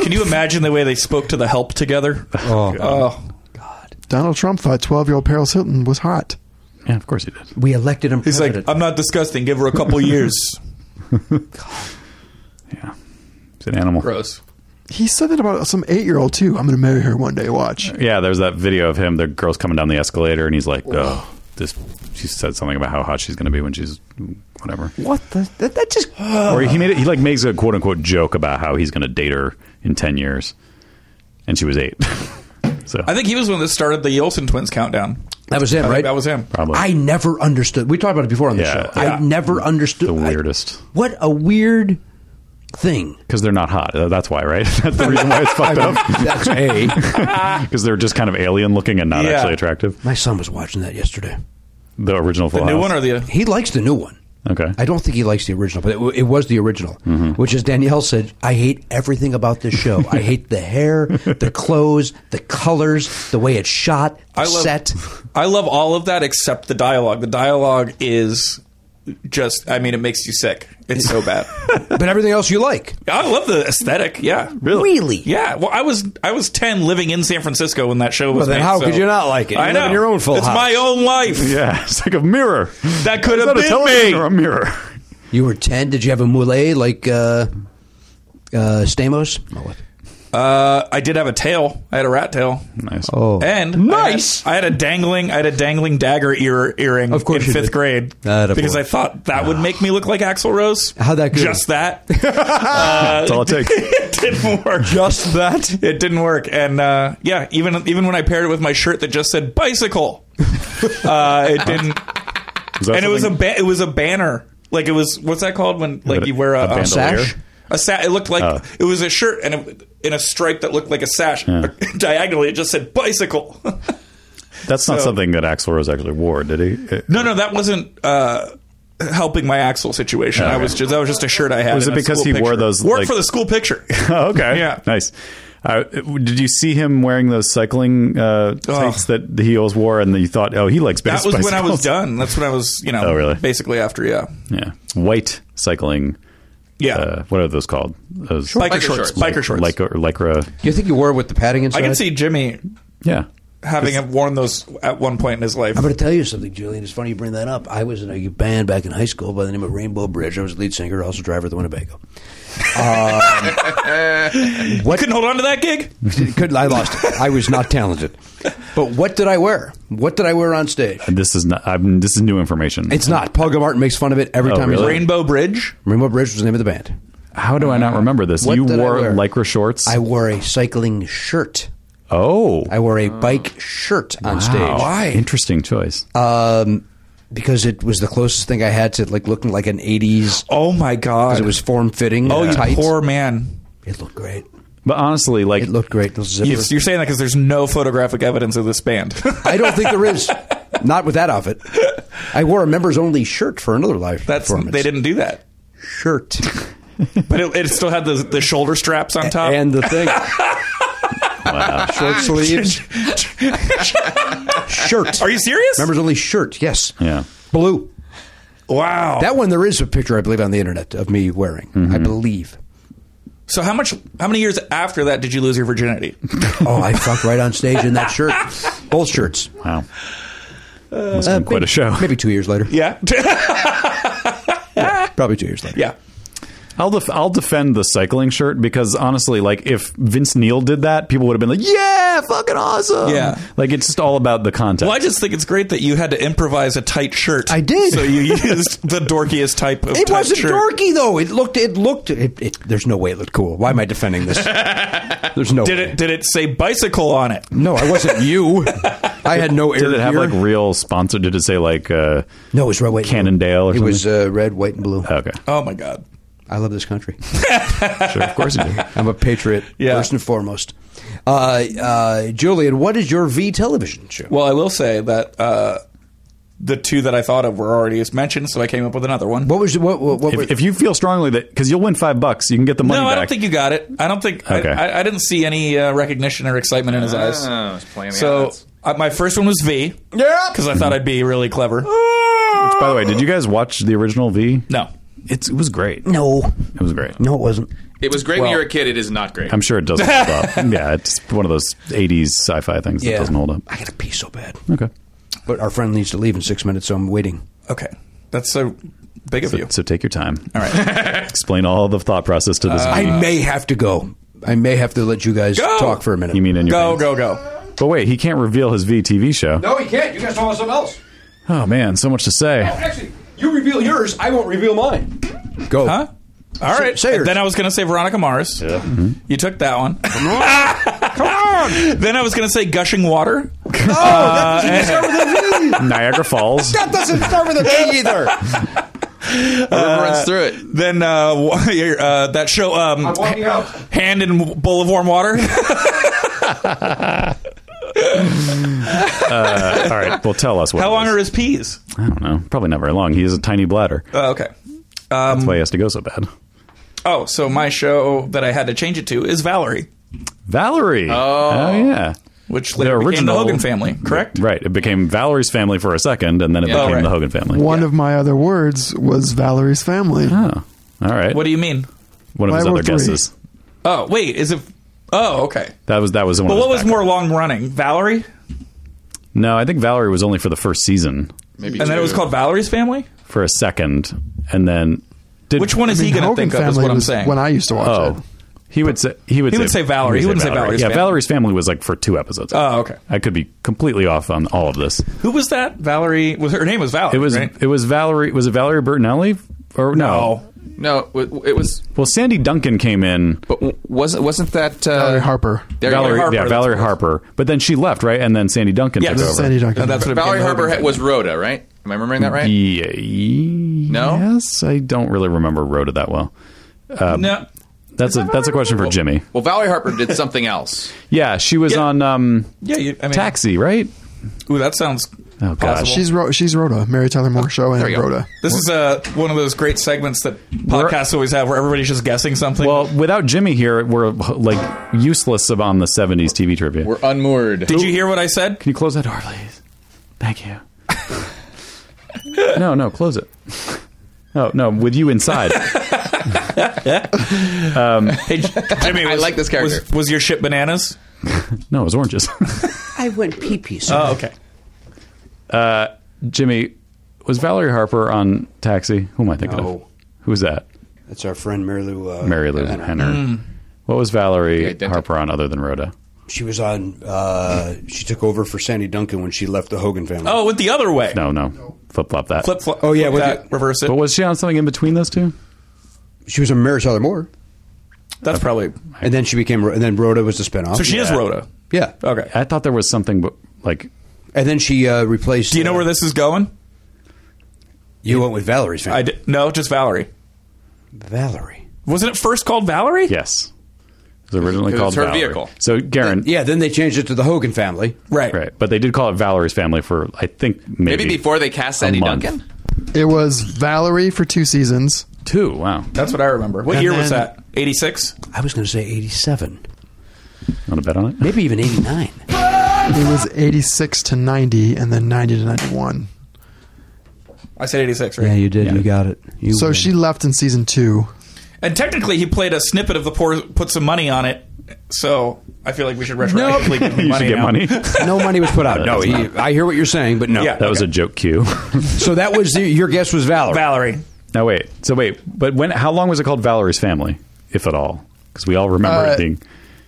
Can you imagine the way they spoke to the help together?
Oh,
Oh,
Donald Trump thought 12 year old Paris Hilton was hot.
Yeah, of course he did.
we elected him.
he's like,
president.
I'm not disgusting. Give her a couple years.
Yeah, he's an animal.
Gross.
He said that about some eight year old, too. I'm going to marry her one day. Watch.
Yeah, there's that video of him. The girl's coming down the escalator, and he's like, "Oh, this." She said something about how hot she's going to be when she's whatever.
what the? That, that just
Or he made it. He like makes a quote unquote joke about how he's going to date her in ten years, and she was eight. so
I think he was the one that started the Olsen twins countdown.
that was him,
I
right?
think uh, that was him.
probably
I never understood. We talked about it before on the
Yeah.
show.
Yeah.
I never understood
the
I-
weirdest
what a weird thing.
because they're not hot. Uh, That's why, right? That's the reason why it's fucked up
That's a.
because they're just kind of alien looking and not
Yeah.
actually attractive.
My son was watching that yesterday.
The original Full
The new
House.
one or the
He likes the new one.
okay.
I don't think he likes the original, but it, w- it was the original,
Mm-hmm.
which is Danielle said, I hate everything about this show. I hate the hair, the clothes, the colors, the way it's shot, the
I love
set.
I love all of that except the dialogue. The dialogue is just. I mean, it makes you sick. It's so bad.
But everything else you like.
I love the aesthetic. Yeah,
Really?
Yeah. Well, I was I was ten, living in San Francisco when that show was.
Well, then
made,
how
so-
could you not like it? You
I
live
know
in your own full
It's
house.
my own life.
yeah, it's like a mirror.
That could
Is
have
that a
been
television
me.
or a mirror?
You were 10. Did you have a moulet like uh, uh, Stamos?
Uh, I did have a tail. I had a rat tail.
Nice.
Oh.
And
Nice.
I had, I had a dangling. I had a dangling dagger ear earring.
Of course
in
you
fifth
did.
grade
Atta
because
boy.
I thought that would make me look like Axl Rose.
How'd that go?
Just that. uh,
That's all it takes.
it didn't work. Just that. It didn't work. And uh, yeah, even even when I paired it with my shirt that just said bicycle, uh, it didn't.
Is that
and it was a
something-
ba- it was a banner. Like it was what's that called when like
A-
you wear a,
a
uh,
bandolier?
sash? A sa- it looked like
Oh.
it was a shirt and it, in a stripe that looked like a sash. Diagonally, it just said bicycle.
That's not
so-
something that Axl Rose actually wore, did he?
no, no, that wasn't. Uh, Helping my axle situation. I was just that was just a shirt I had.
Oh, Was it
in a
because
school
he wore
picture.
those,
Worked
like-
for the school picture?
Oh, okay.
Yeah.
Nice. Uh, did you see him wearing those cycling uh, tights that he always wore, and you thought, "Oh, he likes
That
base
was when I was
bicycles?
done. That's when I was, you know,
Oh, really?
basically after, yeah.
Yeah, white cycling.
Yeah.
Uh, what are those called? Those
biker,
Biker
shorts.
shorts.
Biker shorts.
lycra, lycra.
Do you think you wore it with the padding inside?
I can see Jimmy
Yeah.
having worn those at one point in his life.
I'm going to tell you something, Julian. It's funny you bring that up. I was in a band back in high school by the name of Rainbow Bridge. I was lead singer, also driver of the Winnebago.
I couldn't hold on to that gig.
Could I lost? It. I was not talented. But what did I wear? What did I wear on stage?
This is not. I'm, this is new information.
It's not. Paul Gilmartin makes fun of it every
Oh,
time. he's
really?
on.
Rainbow Bridge.
Rainbow Bridge was the name of the band.
How do I not remember this?
What
You
did I
wore
wear?
lycra shorts.
I wore a cycling shirt.
oh,
I wore a bike shirt on stage.
wow. Interesting choice.
Um, because it was the closest thing I had to like looking like an '80s.
Oh my god!
Because it was form fitting.
oh, you
tight.
poor man.
It looked great.
but honestly, like
It looked great. Those
You,
zippers.
you're saying that because there's no photographic evidence of this band.
I don't think there is. Not with that outfit. I wore a members only shirt for another live
That's
performance.
they didn't do that,
shirt
but it, it still had the, the shoulder straps on top.
and the thing. Short sleeves. shirt.
Are you serious?
members only shirt? Yes.
yeah.
Blue.
wow. Mm-hmm.
That one there is a picture I believe on the internet of me wearing. I believe.
so how much? How many years after that did you lose your virginity?
Oh, I fucked right on stage in that shirt. Both shirts.
Wow. Must have been quite
maybe,
a show.
Maybe two years later.
yeah.
Probably two years later.
yeah.
I'll def- I'll defend the cycling shirt because honestly, like if Vince Neil did that, people would have been like, "Yeah, fucking awesome."
Yeah.
like it's just all about the context.
Well, I just think it's great that you had to improvise a tight shirt.
I did.
So you used the dorkiest type of.
It
tight
wasn't
shirt.
dorky though. It looked. It looked. It, it, there's no way it looked cool. Why am I defending this? There's no.
Did
way.
it? Did it say bicycle on it?
No, I wasn't you. I had no.
did
air
it have
gear.
like real sponsor? Did it say like uh,
No, it was red, white, and blue.
Cannondale or
It
something?
was uh, red, white, and blue.
okay,
Oh my god.
I love this country.
sure, of course you did.
I'm a patriot
Yeah.
first and foremost. Uh, uh, Julian, what is your V television show?
Well, I will say that uh, the two that I thought of were already mentioned, so I came up with another one.
what was the- what what, what were-
If, if you feel strongly that because you'll win five bucks, you can get the money
no,
back.
I don't think you got it. I don't think
Okay.
I, I, I didn't see any uh, recognition or excitement in his eyes.
Oh, he's playing the
so
odds.
I, my first one was V.
Ah.
Yeah, because I thought I'd be really clever.
By the way, did you guys watch the original V?
No,
It's, it was great.
No,
It was great.
no, it wasn't.
It was great when you were a kid. It is not great.
I'm sure it doesn't hold up. Yeah, it's one of those 80s sci fi things that doesn't hold up.
I got to pee so bad.
Okay.
But our friend needs to leave in six minutes, so I'm waiting.
Okay, that's so big of you.
So take your time. All right. Explain all the thought process to this.
Uh,
I may have to go. I may have to let you guys talk for a minute.
you mean in your
Go
pants.
go go.
But wait, he can't reveal his VTV show.
No, he can't. You guys told us something else.
Oh man, so much to say.
Actually, you reveal yours. I won't reveal mine. Go.
Huh? All right.
say yours.
then I was gonna say Veronica Mars. Yeah. You took that one. Come on. then I was gonna say gushing water.
Niagara Falls.
That doesn't start with a P either.
Whoever runs through it.
Then uh, wa- uh, that show. Um,
walking out.
Hand in w- bowl of warm water.
Uh, all right, well tell us what.
How
it
long
is.
are his peas?
I don't know. Probably not very long. He has a tiny bladder.
Uh, okay.
That's
Um,
why he has to go so bad.
Oh, so my show that I had to change it to is Valerie,
Valerie. Oh, yeah.
which
The
later became the
original-
Hogan family. Correct.
Right. It became Valerie's family for a second, and then it
Yeah.
became
Oh, right.
the Hogan family.
One of my other words was Valerie's family.
Oh. All right.
What do you mean?
one of his
Why were
other
three?
guesses.
Oh, wait. Is it? Oh, okay.
That was that was one.
But
of
what
his
was
backup-
more long running, Valerie?
No, I think Valerie was only for the first season
Maybe
And then it was
two.
called Valerie's Family.
for a second, and then did
Which one is
I mean,
he going to
Hogan
think of? Is
family
what I'm
was
saying.
when I used to watch
Oh,
it.
he would say he would
He
say,
would say Valerie. He wouldn't say Valerie's
Yeah,
family.
Valerie's family was like for two episodes.
Oh, okay.
I could be completely off on all of this.
Who was that? Valerie. Was her name was Valerie?
It was
right?
it was Valerie. Was it Valerie Bertinelli or no?
Oh,
No, it w- it was.
Well, Sandy Duncan came in.
But w- wasn't wasn't that uh,
Valerie Harper.
There you go.
Valerie,
Harper,
yeah,
that's
Valerie
what it was.
Harper. But then she left, right? And then Sandy Duncan
Yes.
took over.
Sandy Duncan.
No, that's what it
Valerie
became the
Harper
Hogan
ha- was Rhoda, right? Am I remembering that right?
Yeah,
No?
Yes, I don't really remember Rhoda that well.
family. no.
That's a that's a question for Jimmy.
Well, Valerie Harper did something else.
Yeah, she was
Yeah.
on um,
Yeah, you, I mean,
Taxi, right?
Ooh, that sounds.
Oh gosh,
Possible.
She's Ro- she's Rhoda, Mary Tyler Moore show, and
there you go.
Rhoda.
This is uh, one of those great segments that podcasts always have, where everybody's just guessing something.
Well, without Jimmy here, we're like useless of- on the '70s TV trivia.
We're unmoored.
did you hear what I said?
Can you close that door, please? Thank you. no, no, close it. No, no, with you inside.
Hey, J- Jimmy,
I
was-
like this character.
Was, was your shit bananas?
No, it was oranges.
I went pee pee.
Oh, okay.
Jimmy, was Valerie Harper on Taxi? Who am I thinking of?
No.
Who's that?
That's our friend Mary Lou. Uh,
Mary Lou
Henner.
Henner.
Hmm.
What was Valerie
identical.
Harper on other than Rhoda?
She was on. Uh, she took over for Sandy Duncan when she left the Hogan family.
Oh, went the other way.
No, no, flip flop that.
Flip, flop.
Oh, yeah,
flip
with
that,
the-
reverse it.
But was she on something in between those two?
she was on Mary Tyler Moore,
That's probably.
and then she became. And then Rhoda was the spinoff.
So she is
Yeah.
Rhoda.
yeah.
Okay.
I thought there was something, but like
And then she uh, replaced.
Do you know where this is going?
You went with Valerie's family.
I d- no, just Valerie.
Valerie.
Wasn't it first called Valerie?
yes, it was originally
Because
called
it's her
Valerie.
vehicle.
So, Garen,
Yeah. Then they changed it to the Hogan family.
Right.
Right, but they did call it Valerie's family for I think maybe,
Maybe before they cast Sandy
month.
Duncan.
It was Valerie for two seasons.
two. Wow,
That's what I remember. What
And
year was
then-
that? 86?
I was going to say eighty-seven,
want to bet on it?
maybe even eighty-nine.
It was eighty six to ninety, and then ninety to ninety one.
I said 86, right?
did. You got it. You
So she left in season two.
and technically, he played a snippet of the poor, put some money on it. So I feel like we should retroactively give him
You should
money.
get
now.
money.
No money was put out.
No,
no,
it's
he, I hear what you're saying, but no.
Yeah.
That was a joke cue.
So that was the, your guess was Valerie.
Valerie.
now wait, so wait, but when? How long was it called Valerie's family, if at all? Because we all remember
Uh,
it being.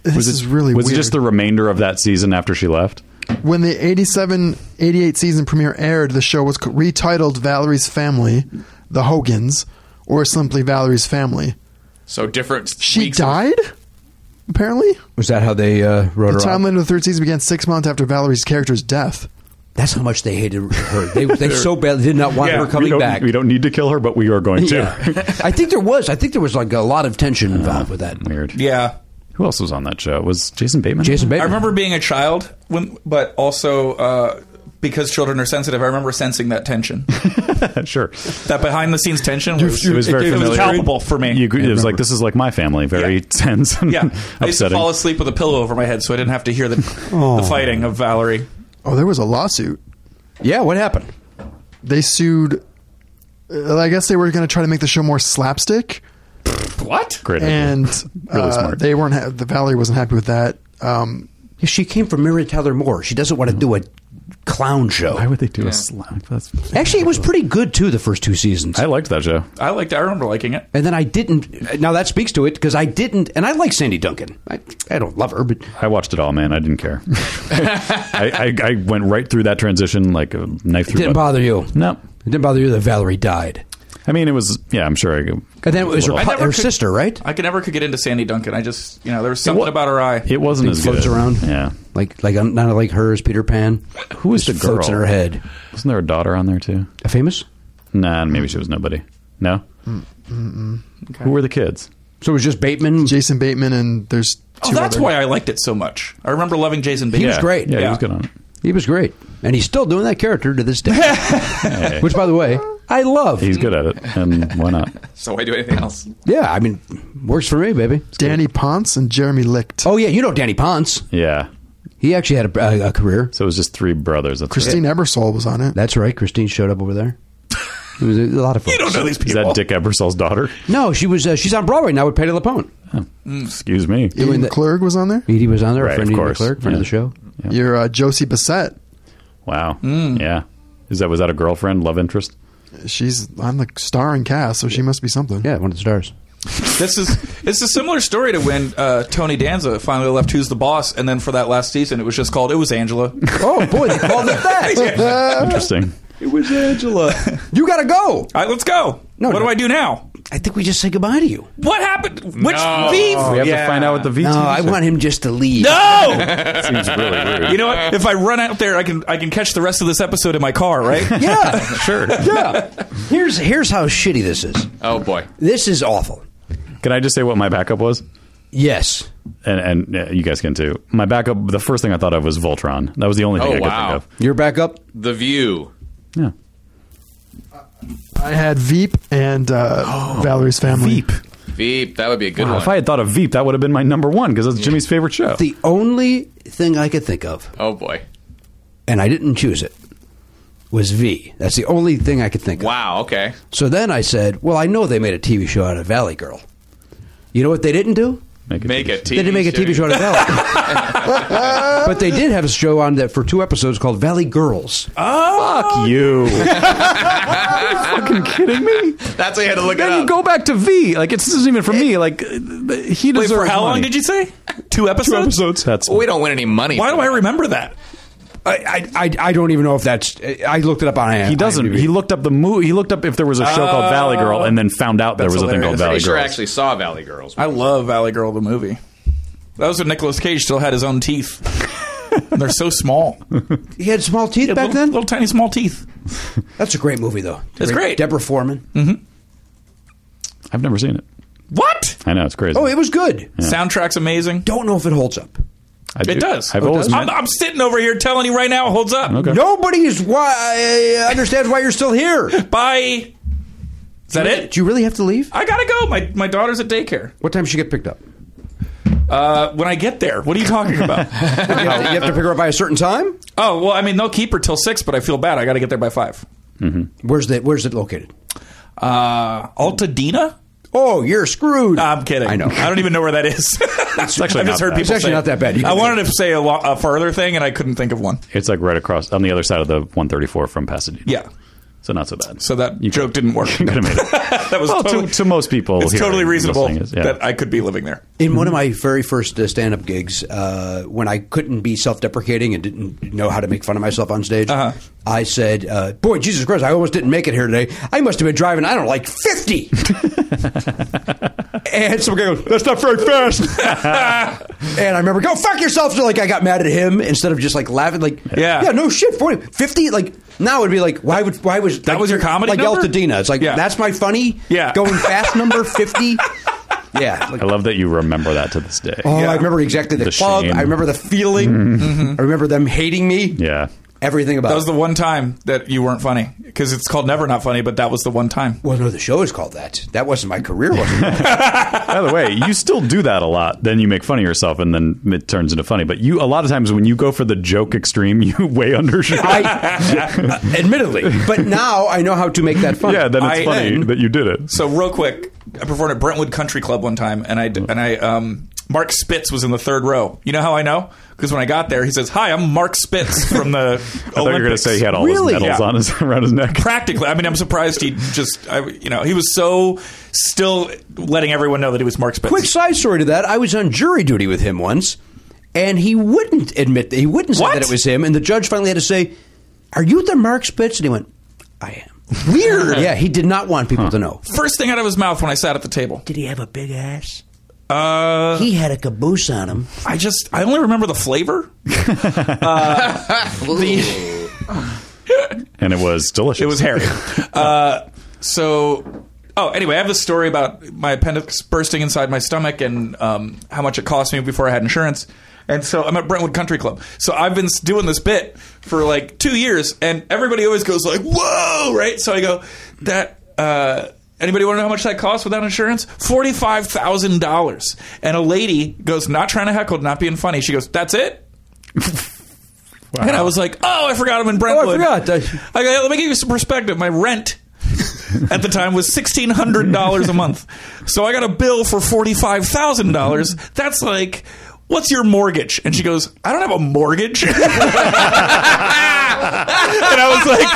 This
Was it,
is really
was
weird.
it just the remainder of that season after she left?
when the 87 88 season premiere aired, the show was co- retitled Valerie's Family, The Hogans, or simply Valerie's Family.
So different.
She
weeks-
died? Apparently?
Was that how they uh, wrote
The
her? off?
timeline of the third season began six months after Valerie's character's death.
That's how much they hated her. They, they so bad did not want
Yeah,
her
we
we
coming
don't,
back.
We don't need to kill her, but we are going to.
Yeah. I think there was. I think there was like a lot of tension involved with that.
Weird.
Yeah.
Who else was on that show? Was Jason Bateman?
Jason Bateman.
I remember being a child, when, but also uh, because children are sensitive, I remember sensing that tension.
sure.
that behind the scenes tension was,
It was very
it was
familiar.
palpable for me.
You, it was like this is like my family, very
Yeah.
tense and
yeah. I used to
upsetting.
fall asleep with a pillow over my head so I didn't have to hear the, the fighting of Valerie.
Oh, there was a lawsuit.
Yeah, what happened?
They sued uh, I guess they were going to try to make the show more slapstick,
What?
Great. idea.
and
Really
uh,
smart.
They weren't. Ha- the Valerie wasn't happy with that. Um,
If she came from Mary Tyler Moore, she doesn't want to do a clown
Why
show.
would they do a slap? That's,
Actually, it was pretty good too the first two seasons.
I liked that show.
I liked. I remember liking it.
and then I didn't. Now that speaks to it because I didn't, and I like Sandy Duncan. I, I don't love her, but
I watched it all, man. I didn't care. I, I, I went right through that transition like a knife
it
through.
didn't
butter.
bother you.
No,
It didn't bother you that Valerie died.
I mean it was. Yeah, I'm sure. I could,
And then it was her,
I
pu-
never
her
could-
sister, right?
I could never could get into Sandy Duncan. I just you know there was something
wa-
about her eye.
It wasn't as
floats
good.
around.
Yeah.
Like, like um, not like hers, Peter Pan.
Who was the
Just
girl?
floats in her head? Uh,
Wasn't there a daughter on there too?
Famous.
Nah, maybe she was nobody. No. Who were the kids?
So it was just Bateman.
Jason Bateman and there's
Oh,
two
that's
other-
why I liked it so much. I remember loving Jason Bateman.
was
yeah.
great.
Yeah, he
Yeah.
was good on it.
He was great, and he's still doing that character to this day. Which, by the way, I love.
He's good at it, and why not?
So why do anything else?
yeah, I mean, works for me, baby.
Danny Ponce and Jeremy Licht.
Oh yeah, you know Danny Ponce.
Yeah.
He actually had a, a, a career.
So it was just three brothers. That's
Christine Ebersole was on it.
That's right. Christine showed up over there. It was a lot of fun.
You don't know
Is
these people.
that Dick Ebersole's daughter?
No, she was. Uh, she's on Broadway now with Patty LaPone.
Excuse me.
Ian
that-
McClurg was on there.
Edie was on there.
Right,
a friend
of
Edie
course.
McClurg, friend
Yeah.
of the show.
Your uh, Josie Bassett.
Wow.
Mm.
Yeah. Is that was that a girlfriend, love interest?
She's on the starring cast, so she must be something.
Yeah, one of the stars.
this is it's a similar story to when uh, Tony Danza finally left Who's the Boss, and then for that last season, it was just called It Was Angela.
Oh boy, they called it that.
Interesting.
it was Angela. All
You gotta go.
right, let's go.
No,
what
no.
do I do now?
I think we just say goodbye to you.
What happened? Which
No.
thief?
We have
Yeah.
to find out what the VT.
No, I want him just to leave.
No.
Seems really rude.
you know what? If I run out there, I can I can catch the rest of this episode in my car, right?
Yeah,
Sure.
yeah. Here's here's how shitty this is.
Oh boy.
This is awful.
Can I just say what my backup was?
Yes.
And and uh, you guys can too. My backup. The first thing I thought of was Voltron. That was the only thing
Oh,
I could
wow.
think
You're back up.
The View.
of. Yeah.
I had Veep and uh, Valerie's family.
Veep.
Veep. That would be a good
Wow,
one.
if I had thought of Veep, that would have been my number one because that's Jimmy's favorite show.
The only thing I could think of,
oh boy.
and I didn't choose it, was V. That's the only thing I could think of.
Wow. Okay.
So then I said, well, I know they made a TV show out of Valley Girl. You know what they didn't do?
Make a TV.
They didn't make a TV show out of Valley. but they did have a show on that for two episodes called Valley Girls.
Fuck you. Are you fucking kidding me?
That's why you had to look it
Then
up.
you go back to V. Like it's this isn't even for me. Like uh, he
Wait,
deserves
for how long
money.
did you say? Two episodes.
Two episodes. That's
we don't win any money.
Why
for
do I
that.
remember that?
I, I, I, I don't even know if that's. I looked it up on
he doesn't.
IMDb.
He looked up the movie. He looked up if there was a show called Valley Girl, and then found out there was
Oh. that's
a thing
hilarious.
called
Pretty
Valley
sure I
Girl.
actually saw Valley Girls.
I love Valley Girl the movie. That was when Nicolas Cage still had his own teeth. And they're so small.
he had small teeth back
little,
then?
little tiny small teeth.
That's a great Mm. movie, though.
It's great.
Deborah Foreman.
I've never seen it.
What?
I know it's crazy.
Oh, it was good.
Soundtrack's amazing.
Don't know if it holds up.
I do-
It does. Oh,
Oh,
I've
It
always
does. I'm,
meant-
I'm sitting over here telling you right now, it holds up.
Okay.
Nobody is why uh, understands why you're still here.
Bye. Is that it?
Do you really have to leave?
I gotta go. My my daughter's at daycare.
What time should she get picked up?
Uh, when I get there, what are you talking about?
You have, to, you have to pick her up by a certain time.
oh well, I mean they'll keep her till six, but I feel bad. I gotta get there by five.
Where's the Where's it located?
Uh, Altadena?
Oh, you're screwed.
I'm kidding.
I know.
I don't even know where that is. it's
actually
I've
not
just heard
bad.
people
It's actually
say-
not that bad. You
I
can-
wanted to say a, lo- a farther thing, and I couldn't think of one.
It's like right across on the other side of the 134 from Pasadena.
Yeah.
So not so bad.
So that joke didn't work.
could have made it.
that was
Well, to-
totally,
to most people
It's
here
totally reasonable
listening is- yeah.
that I could be living there.
In one of my very first uh, stand up gigs, uh, when I couldn't be self deprecating and didn't know how to make fun of myself on stage,
Uh-huh.
I said, uh, Boy, Jesus Christ, I almost didn't make it here today. I must have been driving, I don't know, like 50. and some guy goes, That's not very fast. and I remember, Go fuck yourself. So, like, I got mad at him instead of just like laughing. Like,
Yeah.
Yeah, no shit. 40, 50. Like, now it would be like, Why would, why was
That
like,
was your comedy
Like,
number?
Altadena. It's like,
Yeah.
That's my funny.
Yeah.
Going fast number 50. Yeah. Like,
I love that you remember that to this day.
Oh,
Yeah. Mm-hmm.
I remember exactly the,
The
club.
shame.
I remember the feeling. I remember them hating me.
Yeah.
Everything about
That was
it.
the one time that you weren't funny because it's called Never Not Funny, but that was the one time.
well, no, the show is called that. That wasn't my career, wasn't it?
By the way, you still do that a lot. Then you make fun of yourself, and then it turns into funny. But you, a lot of times, when you go for the joke extreme, you way undershoot.
I, uh, admittedly, but now I know how to make that funny.
yeah, then it's
I-
funny
and-
that you did it.
So real quick, I performed at Brentwood Country Club one time, and I and I um, Mark Spitz was in the third row. You know how I know? Because when I got there, he says, "Hi, I'm Mark Spitz from the." I
I thought you were going to say he had all
Really?
his medals
Yeah.
on his around his neck.
practically. I mean, I'm surprised he just, I, you know, he was so still letting everyone know that he was Mark Spitz.
Quick side story to that: I was on jury duty with him once, and he wouldn't admit that he wouldn't say
What?
that it was him. And the judge finally had to say, "Are you the Mark Spitz?" And he went, "I am." Weird. yeah, he did not want people to know.
First thing out of his mouth when I sat at the table.
Did he have a big ass?
Uh,
He had a caboose on him.
I just, I only remember the flavor.
And it was delicious.
It was Harry. uh, so, oh, anyway, I have this story about my appendix bursting inside my stomach and um, how much it cost me before I had insurance. And so I'm at Brentwood Country Club. So I've been s- doing this bit for like two years, and everybody always goes like, "Whoa!" Right? So I go, "That." Uh, Anybody want to know how much that costs without insurance? Forty-five thousand dollars. And a lady goes, not trying to heckle, not being funny. She goes, "That's it." And I was like, "Oh, I forgot I'm in Brentwood."
forgot. I-
I go, let me give you some perspective. My rent at the time was sixteen hundred dollars a month, so I got a bill for forty five thousand dollars. That's like, what's your mortgage? And she goes, I don't have a mortgage. and I was like,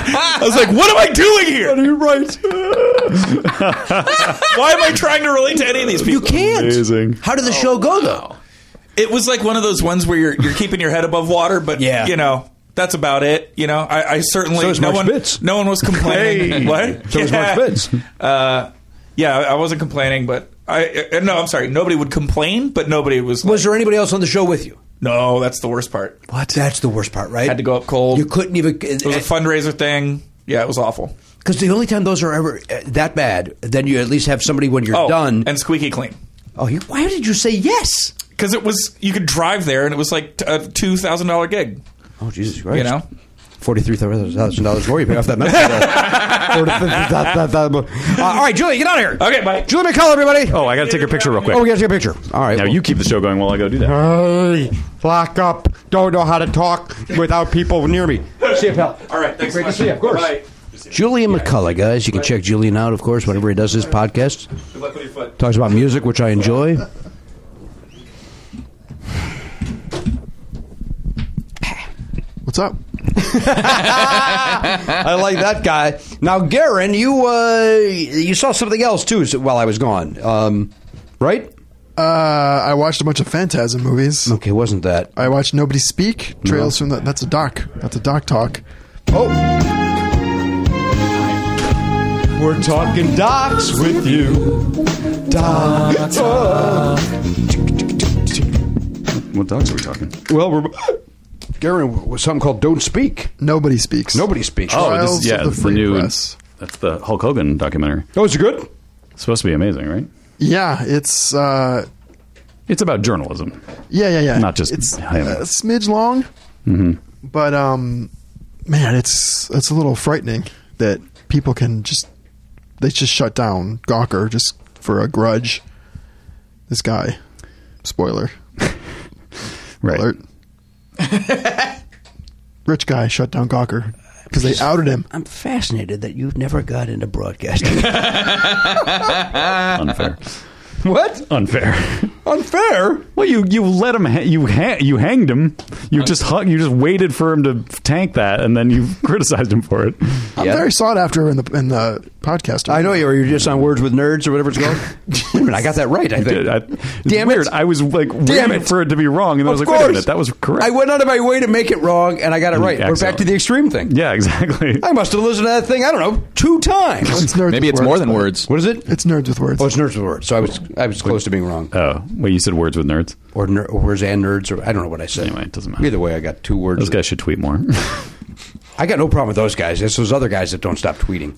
I was like, what am I doing here?
You're right.
Why am I trying to relate to any of these people?
You can't.
Amazing.
How did the show go though?
It was like one of those ones where you're you're keeping your head above water, but
Yeah.
you know. That's about it, you know. I, I certainly
So is
no
Mark
one
Spitz.
no one was complaining. What?
So was Mark Spitz.
Uh, yeah, I I wasn't complaining, but I uh, no, I'm sorry. Nobody would complain, but nobody was. like,
Was there anybody else on the show with you?
no, that's the worst part.
What? That's the worst part, right?
Had to go up cold.
You couldn't even.
It was a fundraiser thing. Yeah, it was awful.
Because the only time those are ever uh, that bad, then you at least have somebody when you're
Oh,
done.
and squeaky clean
oh, you, why did you say yes?
because it was you could drive there, and it was like t- a two thousand dollar gig.
Oh, Jesus Christ!
You know,
forty-three thousand dollars more. You pay off that message. uh, all right, Julie, get out of here.
Okay, bye.
Julie McCall, everybody.
Oh, I got to take a picture real quick.
Oh, we gotta take a picture. All right.
Now you keep the show going while I go do that.
Hey, lock up. Don't know how to talk without people near me.
see you, pal.
all right, thanks.
Great
so
to see you. Of
much.
course.
Bye.
Julian McCullough, guys. You can check Julian out, of course, whenever he does his podcast.
Good luck with your foot.
Talks about music, which I enjoy.
What's up?
I like that guy. Now, Garen, you uh, you saw something else too so- while I was gone, um, right?
Uh, I watched a bunch of Phantasm movies.
Okay, wasn't that?
I watched Nobody Speak. Trails from the. That's a doc. That's a doc talk.
Oh,
We're talking docs with you.
What dogs are we talking?
well, we're, Garen was something called "Don't Speak."
Nobody speaks.
Nobody speaks.
Oh,
Trials
this is, yeah,
of the
it's the
Free
new.
Press.
That's the Hulk Hogan documentary.
oh, is it good?
It's supposed to be amazing, right?
Yeah, it's. Uh,
It's about journalism.
yeah, yeah, yeah.
Not just
it's
him. Mm-hmm.
a smidge long, but um, man, it's it's a little frightening that people can just they just shut down Gawker just for a grudge. This guy, spoiler
Right.
alert. Rich guy shut down Gawker because they outed him.
I'm fascinated that you've never got into broadcasting.
Unfair.
what?
Unfair.
Unfair?
Well, you you let him ha- you ha- you hanged him. You just hung, you just waited for him to tank that, and then you criticized him for it.
I'm very sought after in the in the podcast.
I know you were. You're just on Words with Nerds or whatever it's called. Wait a minute, I got that right. I think.
Dude, I, it's
Damn
weird.
it.
I was like
Damn
waiting
it.
for it to be wrong, and then I was
Of
like, wait a
course.
minute, that was correct.
I went out of my way to make it wrong, and I got it right. We're back
Excellent.
to the extreme thing.
yeah, exactly.
I must have listened to that thing. I don't know, two times.
It's nerds
Maybe
with
it's more
words,
than
but-
words.
What is it?
It's nerds with words.
Oh, it's nerds with words. So I was I was close to being wrong,
oh, wait, you said words with nerds.
or, ner- or words and nerds, or I don't know what I said.
Anyway, it doesn't matter.
Either way, I got two words.
Those guys should tweet more.
I got no problem with those guys. It's those other guys that don't stop tweeting.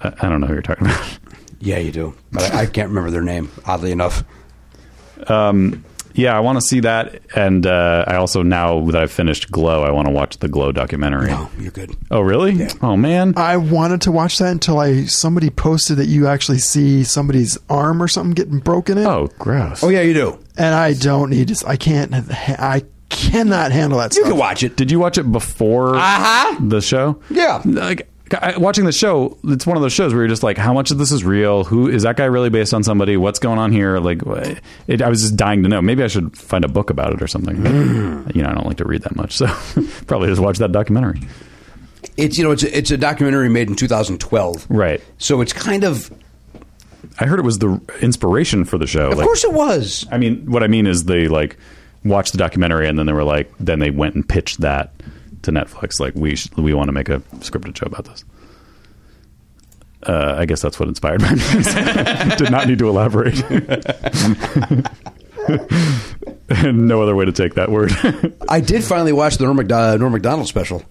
I, I don't know who you're talking about.
Yeah, you do, but I, I can't remember their name. Oddly enough,
Um, yeah, I want to see that. And uh, I also now that I've finished Glow, I want to watch the Glow documentary.
Oh, you're good. Uh,
Oh, really? Oh man.
I wanted to watch that until I somebody posted that you actually see somebody's arm or something getting broken in.
oh, gross.
Oh yeah, you do.
and I don't need to. I can't. I cannot handle that.
You
stuff.
can watch it.
Did you watch it before
Uh-huh.
the show?
Yeah.
Like I, watching the show, it's one of those shows where you're just like, how much of this is real? Who is that guy really based on somebody? What's going on here? Like, wh- it, I was just dying to know. Maybe I should find a book about it or something.
Mm.
But, you know, I don't like to read that much, so probably just watch that documentary.
It's you know it's a, it's a documentary made in 2012.
Right.
So it's kind of
I heard it was the inspiration for the show.
of
like,
course it was.
I mean, what I mean is they like watched the documentary and then they were like, then they went and pitched that to Netflix. Like, we sh- we want to make a scripted show about this. Uh, I guess that's what inspired my news. Did not need to elaborate. And no other way to take that word.
I did finally watch the Norm, Mac- uh, Norm Macdonald special,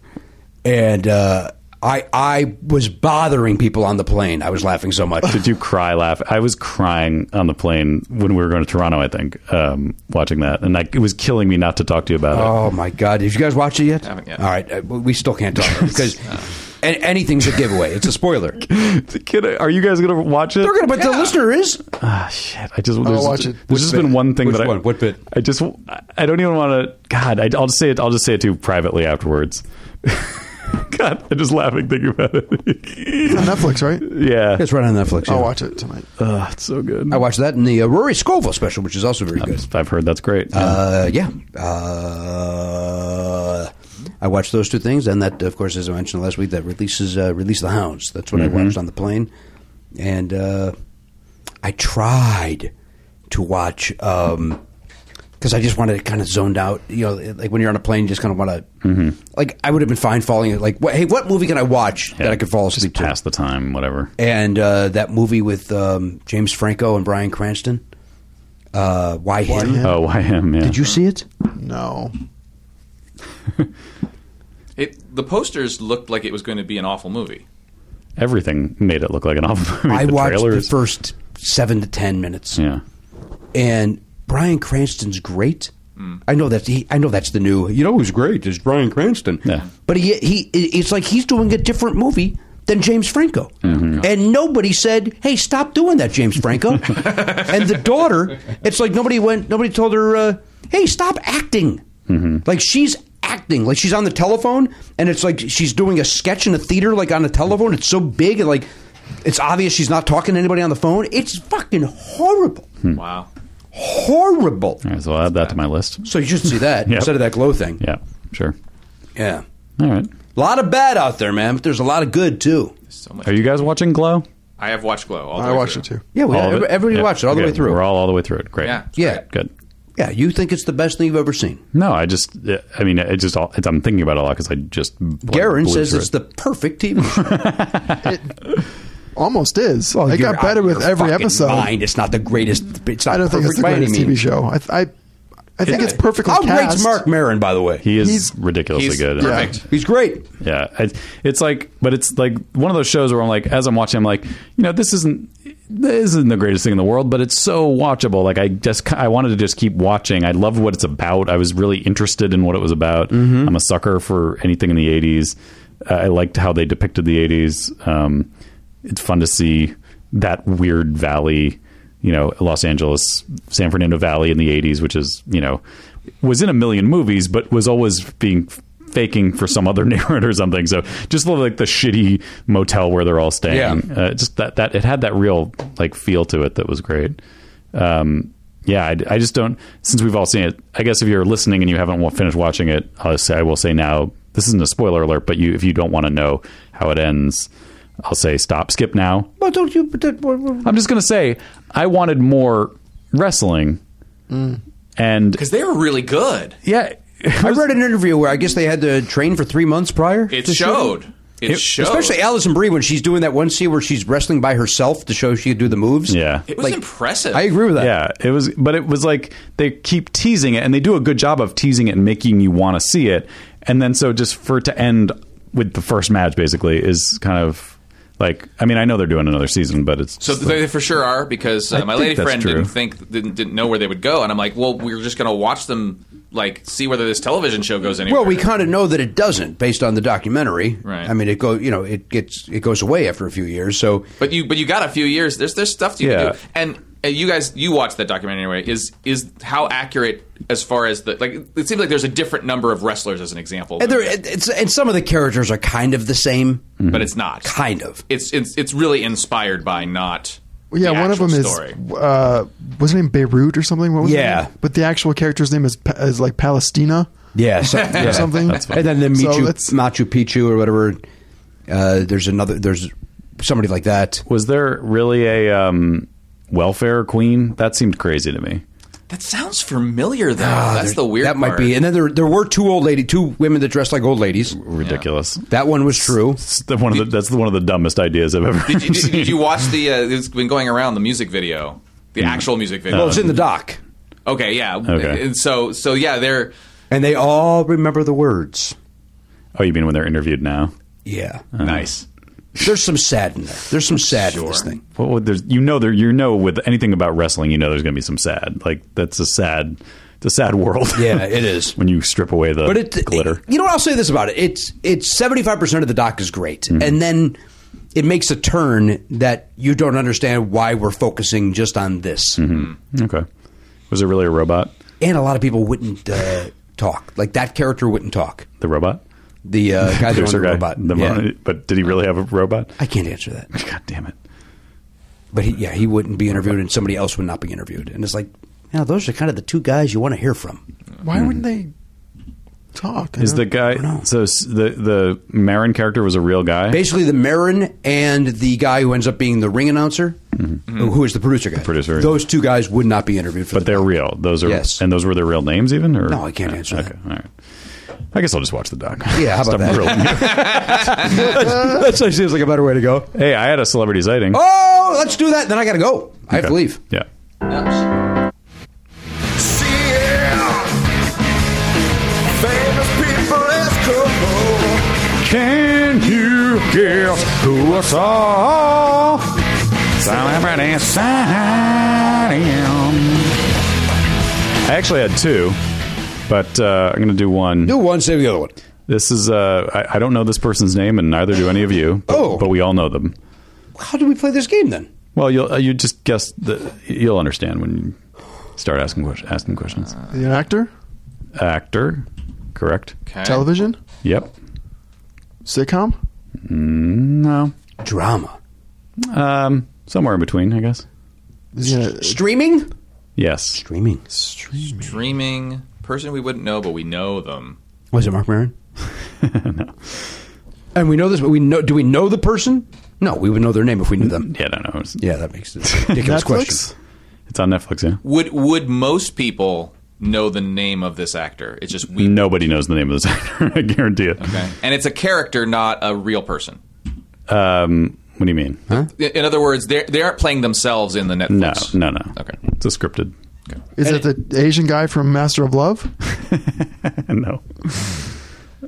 and uh, I I was bothering people on the plane. I was laughing so much.
Did you cry, laugh? I was crying on the plane when we were going to Toronto. I think um, watching that, and like it was killing me not to talk to you about it.
Oh my God! Did you guys watch it yet?
Haven't yet.
All right, uh, we still can't talk because a- anything's a giveaway. It's a spoiler.
Kid, are you guys going to watch it?
They're gonna, but the listener is.
Ah, shit. I just there's,
watch it.
there's just been one thing
Oh, Which
that I
one? What bit?
I just I- I don't even want to. God, I, will just say it. I'll just say it to you privately afterwards. God, I'm just laughing thinking about it.
on Netflix, right?
yeah,
It's right on Netflix. yeah.
I'll watch it tonight.
Uh,
Ugh, it's so good.
I watched that in the uh, Rory Scovel special, which is also very good.
I've heard that's great.
Uh, yeah. Uh, I watched those two things, and that, of course, as I mentioned last week, that releases uh, release the hounds. That's what I watched on the plane, and uh, I tried to watch because I just wanted to kind of zoned out. You know, like when you're on a plane, you just kind of want to. Like I would have been fine falling. Like, what, hey, what movie can I watch that I could fall
just
asleep to?
pass the time, whatever.
And uh, that movie with um, James Franco and Brian Cranston. Uh, why him?
Him?
Oh, I am. Yeah.
Did you see it?
No.
It, the posters looked like it was going to be an awful movie.
Everything made it look like an awful movie.
I
the
watched
trailers.
the first seven to ten minutes,
Yeah.
and Brian Cranston's great. I know that's he, I know that's the new. You know who's great is Brian Cranston.
Yeah.
But he he it's like he's doing a different movie than James Franco, and nobody said, "Hey, stop doing that, James Franco." and the daughter, it's like nobody went, nobody told her, uh, "Hey, stop acting." Like she's acting, like she's on the telephone, and it's like she's doing a sketch in a theater, like on a telephone. It's so big, and like it's obvious she's not talking to anybody on the phone. It's fucking horrible,
Wow.
horrible.
All right, so I'll add that to my list.
So you should see that
Yep.
instead of that glow thing.
Yeah, sure.
Yeah.
All right.
A lot of bad out there, man, but there's a lot of good too.
So much.
Are you guys watching Glow?
I have watched Glow. All the
I
way
watched
through.
it too.
Yeah, we,
All of
every- everybody
Yeah.
watched it all the
Okay,
way through.
We're all all the way through it. Great.
Yeah.
yeah,
Good.
yeah. You think it's the best thing you've ever seen?
No, I just, I mean, it just all, it's, I'm thinking about it a lot because I just. like,
Garen
blew
says
through
it's
it.
the perfect TV show.
Almost is.
Well,
it
you're
got better
out of
with
your
every
fucking
episode.
Mind. It's not the greatest. It's not
I don't think it's
perfect
the
by any
greatest TV
means.
show. I I, I think it's perfectly
How
cast.
great's Mark Maron, by the way?
He is
He's-
ridiculously
he's
good.
perfect.
He's great.
Yeah. I- It's like, but it's like one of those shows where I'm like, as I'm watching, I'm like, you know, this isn't, this isn't the greatest thing in the world, but it's so watchable. Like I just, I wanted to just keep watching. I loved what it's about. I was really interested in what it was about.
Mm-hmm.
I'm a sucker for anything in the 80s. Uh, I liked how they depicted the 80s. Um, it's fun to see that weird valley, you know, Los Angeles, San Fernando Valley in the 80s, which is, you know, was in a million movies, but was always being faking for some other neighborhood or something. So just look like the shitty motel where they're all staying.
Yeah.
Uh, just that, that, it had that real like feel to it that was great. Um, yeah, I, I just don't, since we've all seen it, I guess if you're listening and you haven't wa- finished watching it, I'll say, I will say now, this isn't a spoiler alert, but you, if you don't want to know how it ends, I'll say stop, skip now,
Well, don't you? But that, what- what-
I'm just gonna say I wanted more wrestling, and
Mm.
Because they were really good.
yeah,
I read an interview where I guess they had to train for three months prior.
It
to shooting.
showed. It, showed.
Especially Alison Brie when she's doing that one scene where she's wrestling by herself to show she could do the moves.
Yeah.
It was impressive.
I agree with that.
yeah, it was, but it was like they keep teasing it, and they do a good job of teasing it and making you want to see it, and then so just for it to end with the first match basically is kind of Like, I mean, I know they're doing another season, but it's
So
just
they
like-
for sure are because uh,
I
my
think
lady
that's
friend
true.
didn't think didn't, didn't know where they would go, and I'm like, well, we're just gonna watch them like see whether this television show goes anywhere.
Well, we kind of know that it doesn't, based on the documentary.
Right.
I mean, it go you know it gets it goes away after a few years. So
But you but you got a few years. There's there's stuff you
Yeah.
can do. And uh, you guys you watched that documentary anyway. Is is how accurate as far as the like? It seems like there's a different number of wrestlers as an example,
and there it- it's and some of the characters are kind of the same,
but it's not
kind of.
It's it's it's really inspired by not.
Well, yeah,
the
one of
actual
them is
story.
uh, was her name Beirut or something? What was her
Yeah.
name? but the actual character's name is Pa- is like Palestina
Yeah, so- yeah.
or something.
And then the
So
Michu,
that's-
Machu Picchu or whatever. Uh, there's another. There's somebody like that.
was there really a um, welfare queen? That seemed crazy to me.
That sounds familiar though. That's the weird.
That might
part.
be. And then there there were two old lady, two women that dressed like old ladies.
Ridiculous.
That one was true.
It's the- one of the, that's the- one of the dumbest ideas I've ever.
Did you, did,
seen.
you- did you watch the? Uh, it's been going around the music video, the actual music
Uh,
video.
Well, it's in the doc,
okay, yeah.
Oh, Okay.
And so so yeah, they're
and they all remember the words.
oh, you mean when they're interviewed now? Uh-huh.
Yeah,
Nice.
there's some sad in there. There's some sad in this
Sure.
thing.
Well, well, there's you know there you know with anything about wrestling, you know there's going to be some sad. Like that's a sad, it's a sad world.
Yeah, it is.
when you strip away the
But it
glitter.
You know what? I'll say this about it. It's it's seventy five percent of the doc is great,
Mm-hmm.
and then it makes a turn that you don't understand why we're focusing just on this.
Mm-hmm. okay, was it really a robot?
And a lot of people wouldn't uh, talk. Like that character wouldn't talk.
The robot,
The uh, guy that owned
Producer
the
guy?
robot.
The
Yeah.
mon- but did he really have a robot?
I can't answer that.
God damn it!
But he, yeah, he wouldn't be interviewed, and somebody else would not be interviewed. And it's like, you know, those are kind of the two guys you want to hear from.
Why wouldn't they talk?
Hmm. Is the guy so s- the the Marin character was a real guy?
Basically, the Marin and the guy who ends up being the ring announcer, who- who is the producer guy.
Mm-hmm. producer, yeah.
Those two guys would not be interviewed. For
but
the
they're real. Those are
Yes.
and those were their real names, even. Or?
No, I can't answer
Okay,
that.
all right. I guess I'll just watch the doc.
Yeah, how about
Stop
that?
grilling.
that seems like a better way to go.
hey, I had a celebrity sighting.
Oh, let's do that. Then I got to go. I have to
Okay.
leave.
Yeah.
Can you guess who I saw? Celebrity sighting.
I actually had two, but uh, I'm going to do one.
Do one, save the other one.
This is, uh, I, I don't know this person's name, and neither do any of you, but,
Oh.
but we all know them.
How do we play this game then?
Well, you'll, uh, you just guess, the, you'll understand when you start asking, ques- asking questions.
an actor?
Actor, correct?
okay.
Television?
Yep.
Sitcom?
No.
Drama.
Um, somewhere in between, I guess.
Is he a-
Streaming?
Yes.
Streaming.
streaming person we wouldn't know, but we know them.
Was it Mark Maron? And we know this, but we know. Do we know the person? No, we would know their name if we knew them.
Yeah, I don't know. It's,
Yeah, that makes it a ridiculous
Netflix?
question.
it's on Netflix, yeah.
Would would most people know the name of this actor? It's just we
Nobody knows the name of this actor, I guarantee it.
okay. and it's a character, not a real person.
Um, what do you mean?
I- In other words, they they aren't playing themselves in the
No,
Netflix.
no, no.
Okay.
It's a scripted.
Is it the Asian guy from Master of Love?
no.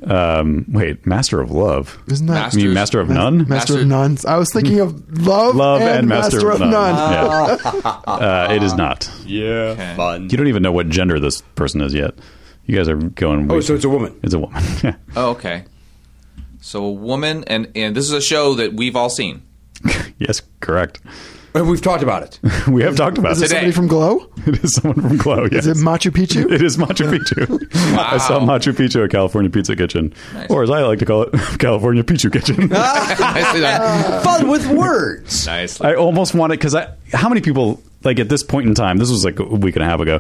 Um, wait, Master of Love.
Isn't that
Masters-
You mean Master of None?
Master, of Nuns? I was thinking of Love,
Love and, Master, of None.
None.
Yeah. uh, it is not.
Yeah.
Fun.
You don't even know what gender this person is yet. You guys are going.
Oh, so it's a woman.
It's a woman. Yeah.
Oh, okay. So a woman, and and this is a show that we've all seen.
yes, correct.
And we've talked about it.
We have talked about
Is it
it.
somebody from Glow?
It is someone from Glow. Yes.
Is it Machu Picchu?
It is Machu Picchu. I saw Machu Picchu at California Pizza Kitchen, or as I like to call it, California Pizza Kitchen.
Nicely done.
Fun with words.
Nicely.
I almost want it because I. How many people like at this point in time? This was like a week and a half ago.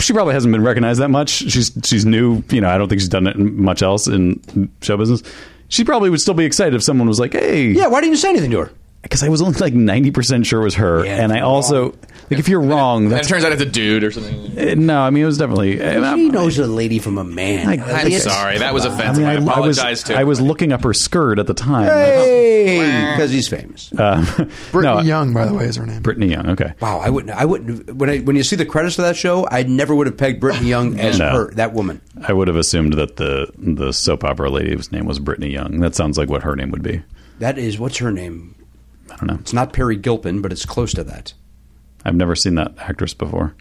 She probably hasn't been recognized that much. She's she's new. You know, I don't think she's done it in much else in show business. She probably would still be excited if someone was like, "Hey,
Yeah, why didn't you say anything to her?
because I was only like ninety percent sure it was her,
Yeah,
and I
you're
also like if you're wrong,
And it
that's
turns out it's a dude or something.
eh, no. I mean, it was definitely. eh,
She
I,
knows a lady from a man.
I-
At
I'm
least-
Sorry, that was
I
offensive.
mean,
I,
I, I was
apologize to.
I was looking up her skirt at the time.
Hey, because he's famous.
Brittany
No, I-
Young, by the way, is her name.
Brittany Young. Okay.
wow, I wouldn't. I wouldn't. When I, when you see the credits for that show, I never would have pegged Brittany Young as
No.
her that woman.
I would have assumed that the the soap opera lady's name was Brittany Young. That sounds like what her name would be.
That is what's her name.
I don't know.
It's not Perry Gilpin, but it's close to that.
I've never seen that actress before.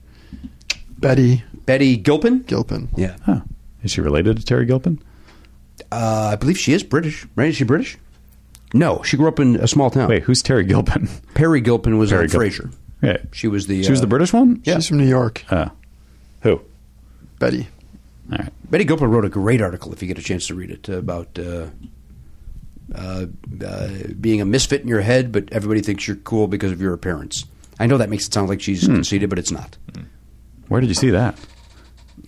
Betty
Betty Gilpin.
Gilpin.
Yeah,
Huh. Is she related to Terry Gilpin?
uh, I believe she is British. Right? Is she British? No, she grew up in a small town.
Wait, who's Terry Gilpin?
Perry Gilpin was
Perry
on
Gilpin.
Frasier.
Yeah.
She was the.
She was
uh,
the British one?
She's from New York.
Uh, who?
Betty.
All right.
Betty Gilpin wrote a great article, if you get a chance to read it, about uh, uh, uh, being a misfit in your head, but everybody thinks you're cool because of your appearance. I know that makes it sound like she's
Hmm.
conceited, but it's not.
Mm. Where did you see that?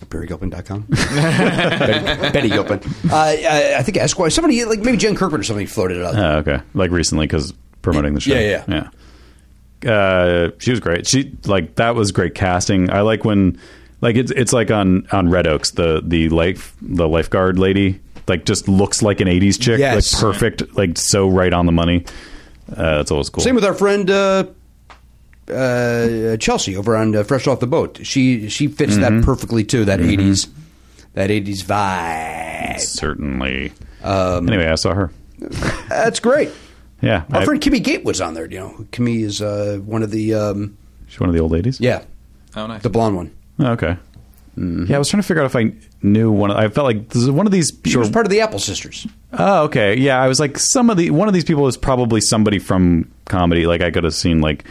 BarryGilpin.com. Betty, Betty Gilpin. Uh, I, I think Esquire, somebody, like maybe Jen Kirkman or something, floated it out.
Oh, okay. Like recently because promoting the show.
Yeah,
yeah. Uh, she was great. She like that was great casting. I like when like it's it's like on on Red Oaks the the life the lifeguard lady like just looks like an '80s chick.
Yes.
Like perfect. Like so right on the money. Uh, that's always cool.
Same with our friend uh, uh, Chelsea over on uh, Fresh Off the Boat. She she fits that perfectly too. That 80s, that eighties vibe.
certainly. Um, anyway, I saw her.
That's great.
Yeah,
Our
I-
friend Kimmy Gatewood's on there. You know, Kimmy is uh, one of the um,
she's one of the old ladies.
yeah, Mm-hmm.
oh, nice.
the blonde one.
Oh, okay. Yeah, I was trying to figure out if I knew one. Of, I felt like this is one of these.
She was part of the Apple Sisters.
Oh, okay. Yeah, I was like, some of the one of these people is probably somebody from comedy. Like, I could have seen like,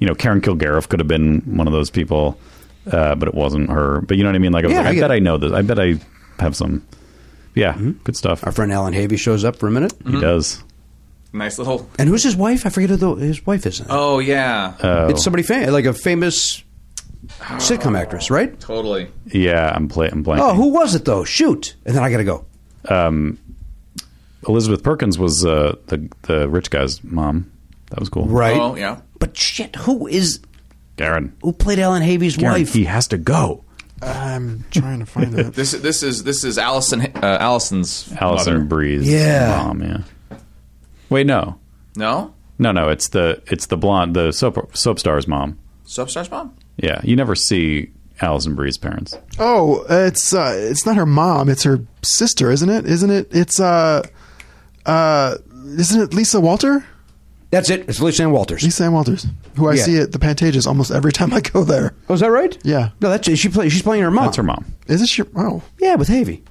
you know, Karen Kilgariff could have been one of those people, uh, but it wasn't her. But you know what I mean? Like, I, was
Yeah,
like,
I
I,
get
bet
it. Mm-hmm.
I know this. I bet I have some. Yeah, good stuff.
Our friend Alan Havey shows up for a minute.
He does.
nice little.
And who's his wife? I forget who the, his wife is. Oh,
Oh yeah,
it's somebody fam- like a famous sitcom actress, right?
totally.
Yeah, I'm play. I'm blanking.
Oh, who was it though? Shoot! And then I gotta go.
Elizabeth Perkins was uh, the the rich guy's mom. That was cool.
Right?
Oh yeah.
But shit, who is
Garen.
who played Alan Havey's
Garen,
wife?
he has to go.
I'm trying to find it.
This this is this is Allison uh, Allison's
Allison
mother.
Breeze.
Yeah.
Mom. Yeah. Wait, no,
No,
no, no. It's the it's the blonde the soap soap star's mom.
Substar's mom.
Yeah, you never see Allison Bree's parents.
Oh, uh, it's uh, it's not her mom. It's her sister, isn't it? Isn't it? It's uh, uh, isn't it Lisa Walter?
That's it. It's Lisa Ann Walters.
Lisa Ann Walters, who I
Yeah.
see at the Pantages almost every time I go there.
Oh, is that right?
Yeah.
No, that's she play, She's playing her mom.
That's her mom.
Is this your? Oh,
Yeah, with Havey.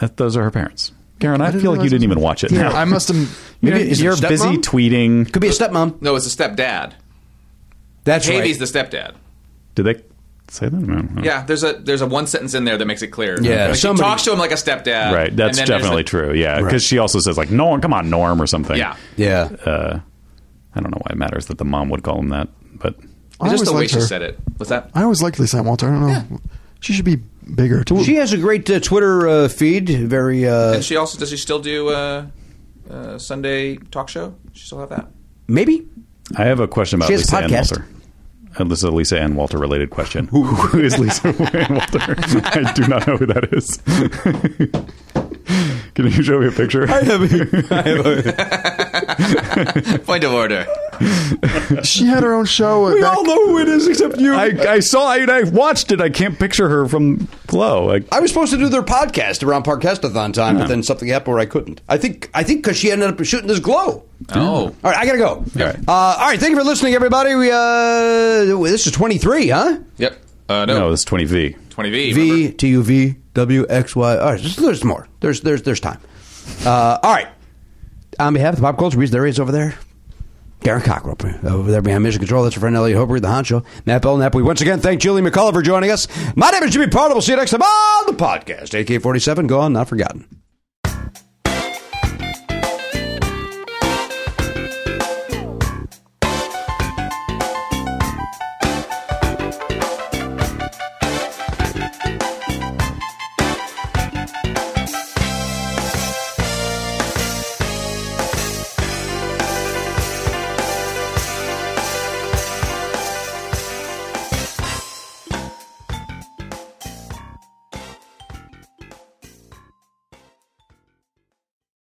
That, those are her parents. Karen, I,
didn't
feel like you
realize-
didn't even watch it. now.
I must have.
You're,
Maybe- is it
you're
stepmom?
busy tweeting.
Could be a stepmom.
No, it's a stepdad.
That's
Katie's
right.
the stepdad.
Did they say that? I don't know.
Yeah, there's a there's a one sentence in there that makes it clear.
Yeah,
like, she
somebody-
talks to him like a stepdad.
Right. That's
uh, and then there's
definitely
the-
true. Yeah, because
Right.
she also says like Norm, come on Norm or something. Uh,
Yeah,
yeah.
I don't know why it matters that the mom would call him that, but
I
just
always
the way
liked
she
her.
said it. What's that?
I always liked Lisa Ann Walter. I don't know. She should be bigger. Too.
she has a great uh, Twitter uh, feed. Very. Uh,
And she also does she still do uh, uh, Sunday talk show? She still have that?
maybe.
I have a question about
She has
Lisa
a
Ann
podcast.
Walter. Uh, This is a Lisa Ann Walter related question. Who is Lisa Ann Walter? I do not know who that is. Can you show me a picture?
Point of order.
She had her own show. We back,
know who it is except you. I, I saw it. I watched it. I can't picture her from Glow. I,
I was supposed to do their podcast around Parkestathon time, but then something happened where I couldn't. I think. I think because she ended up shooting this glow.
Oh,
All right, I gotta go. All
right.
Uh, all right. Thank you for listening, everybody. We uh, this is twenty three, huh?
yep. Uh, no,
no, it's 20V.
twenty V.
V T U V W X Y. All right, there's, there's more. There's there's there's time. Uh, all right. On behalf of the Pop Culture Beast, there he is over there. Garen Cockrell over there behind Mission Control. That's our friend Elliot Hober, the honcho. Matt Belknap. We once again thank Julie McCullough for joining us. My name is Jimmy Pardo. We'll see you next time on the podcast. AK 47, go on, not forgotten.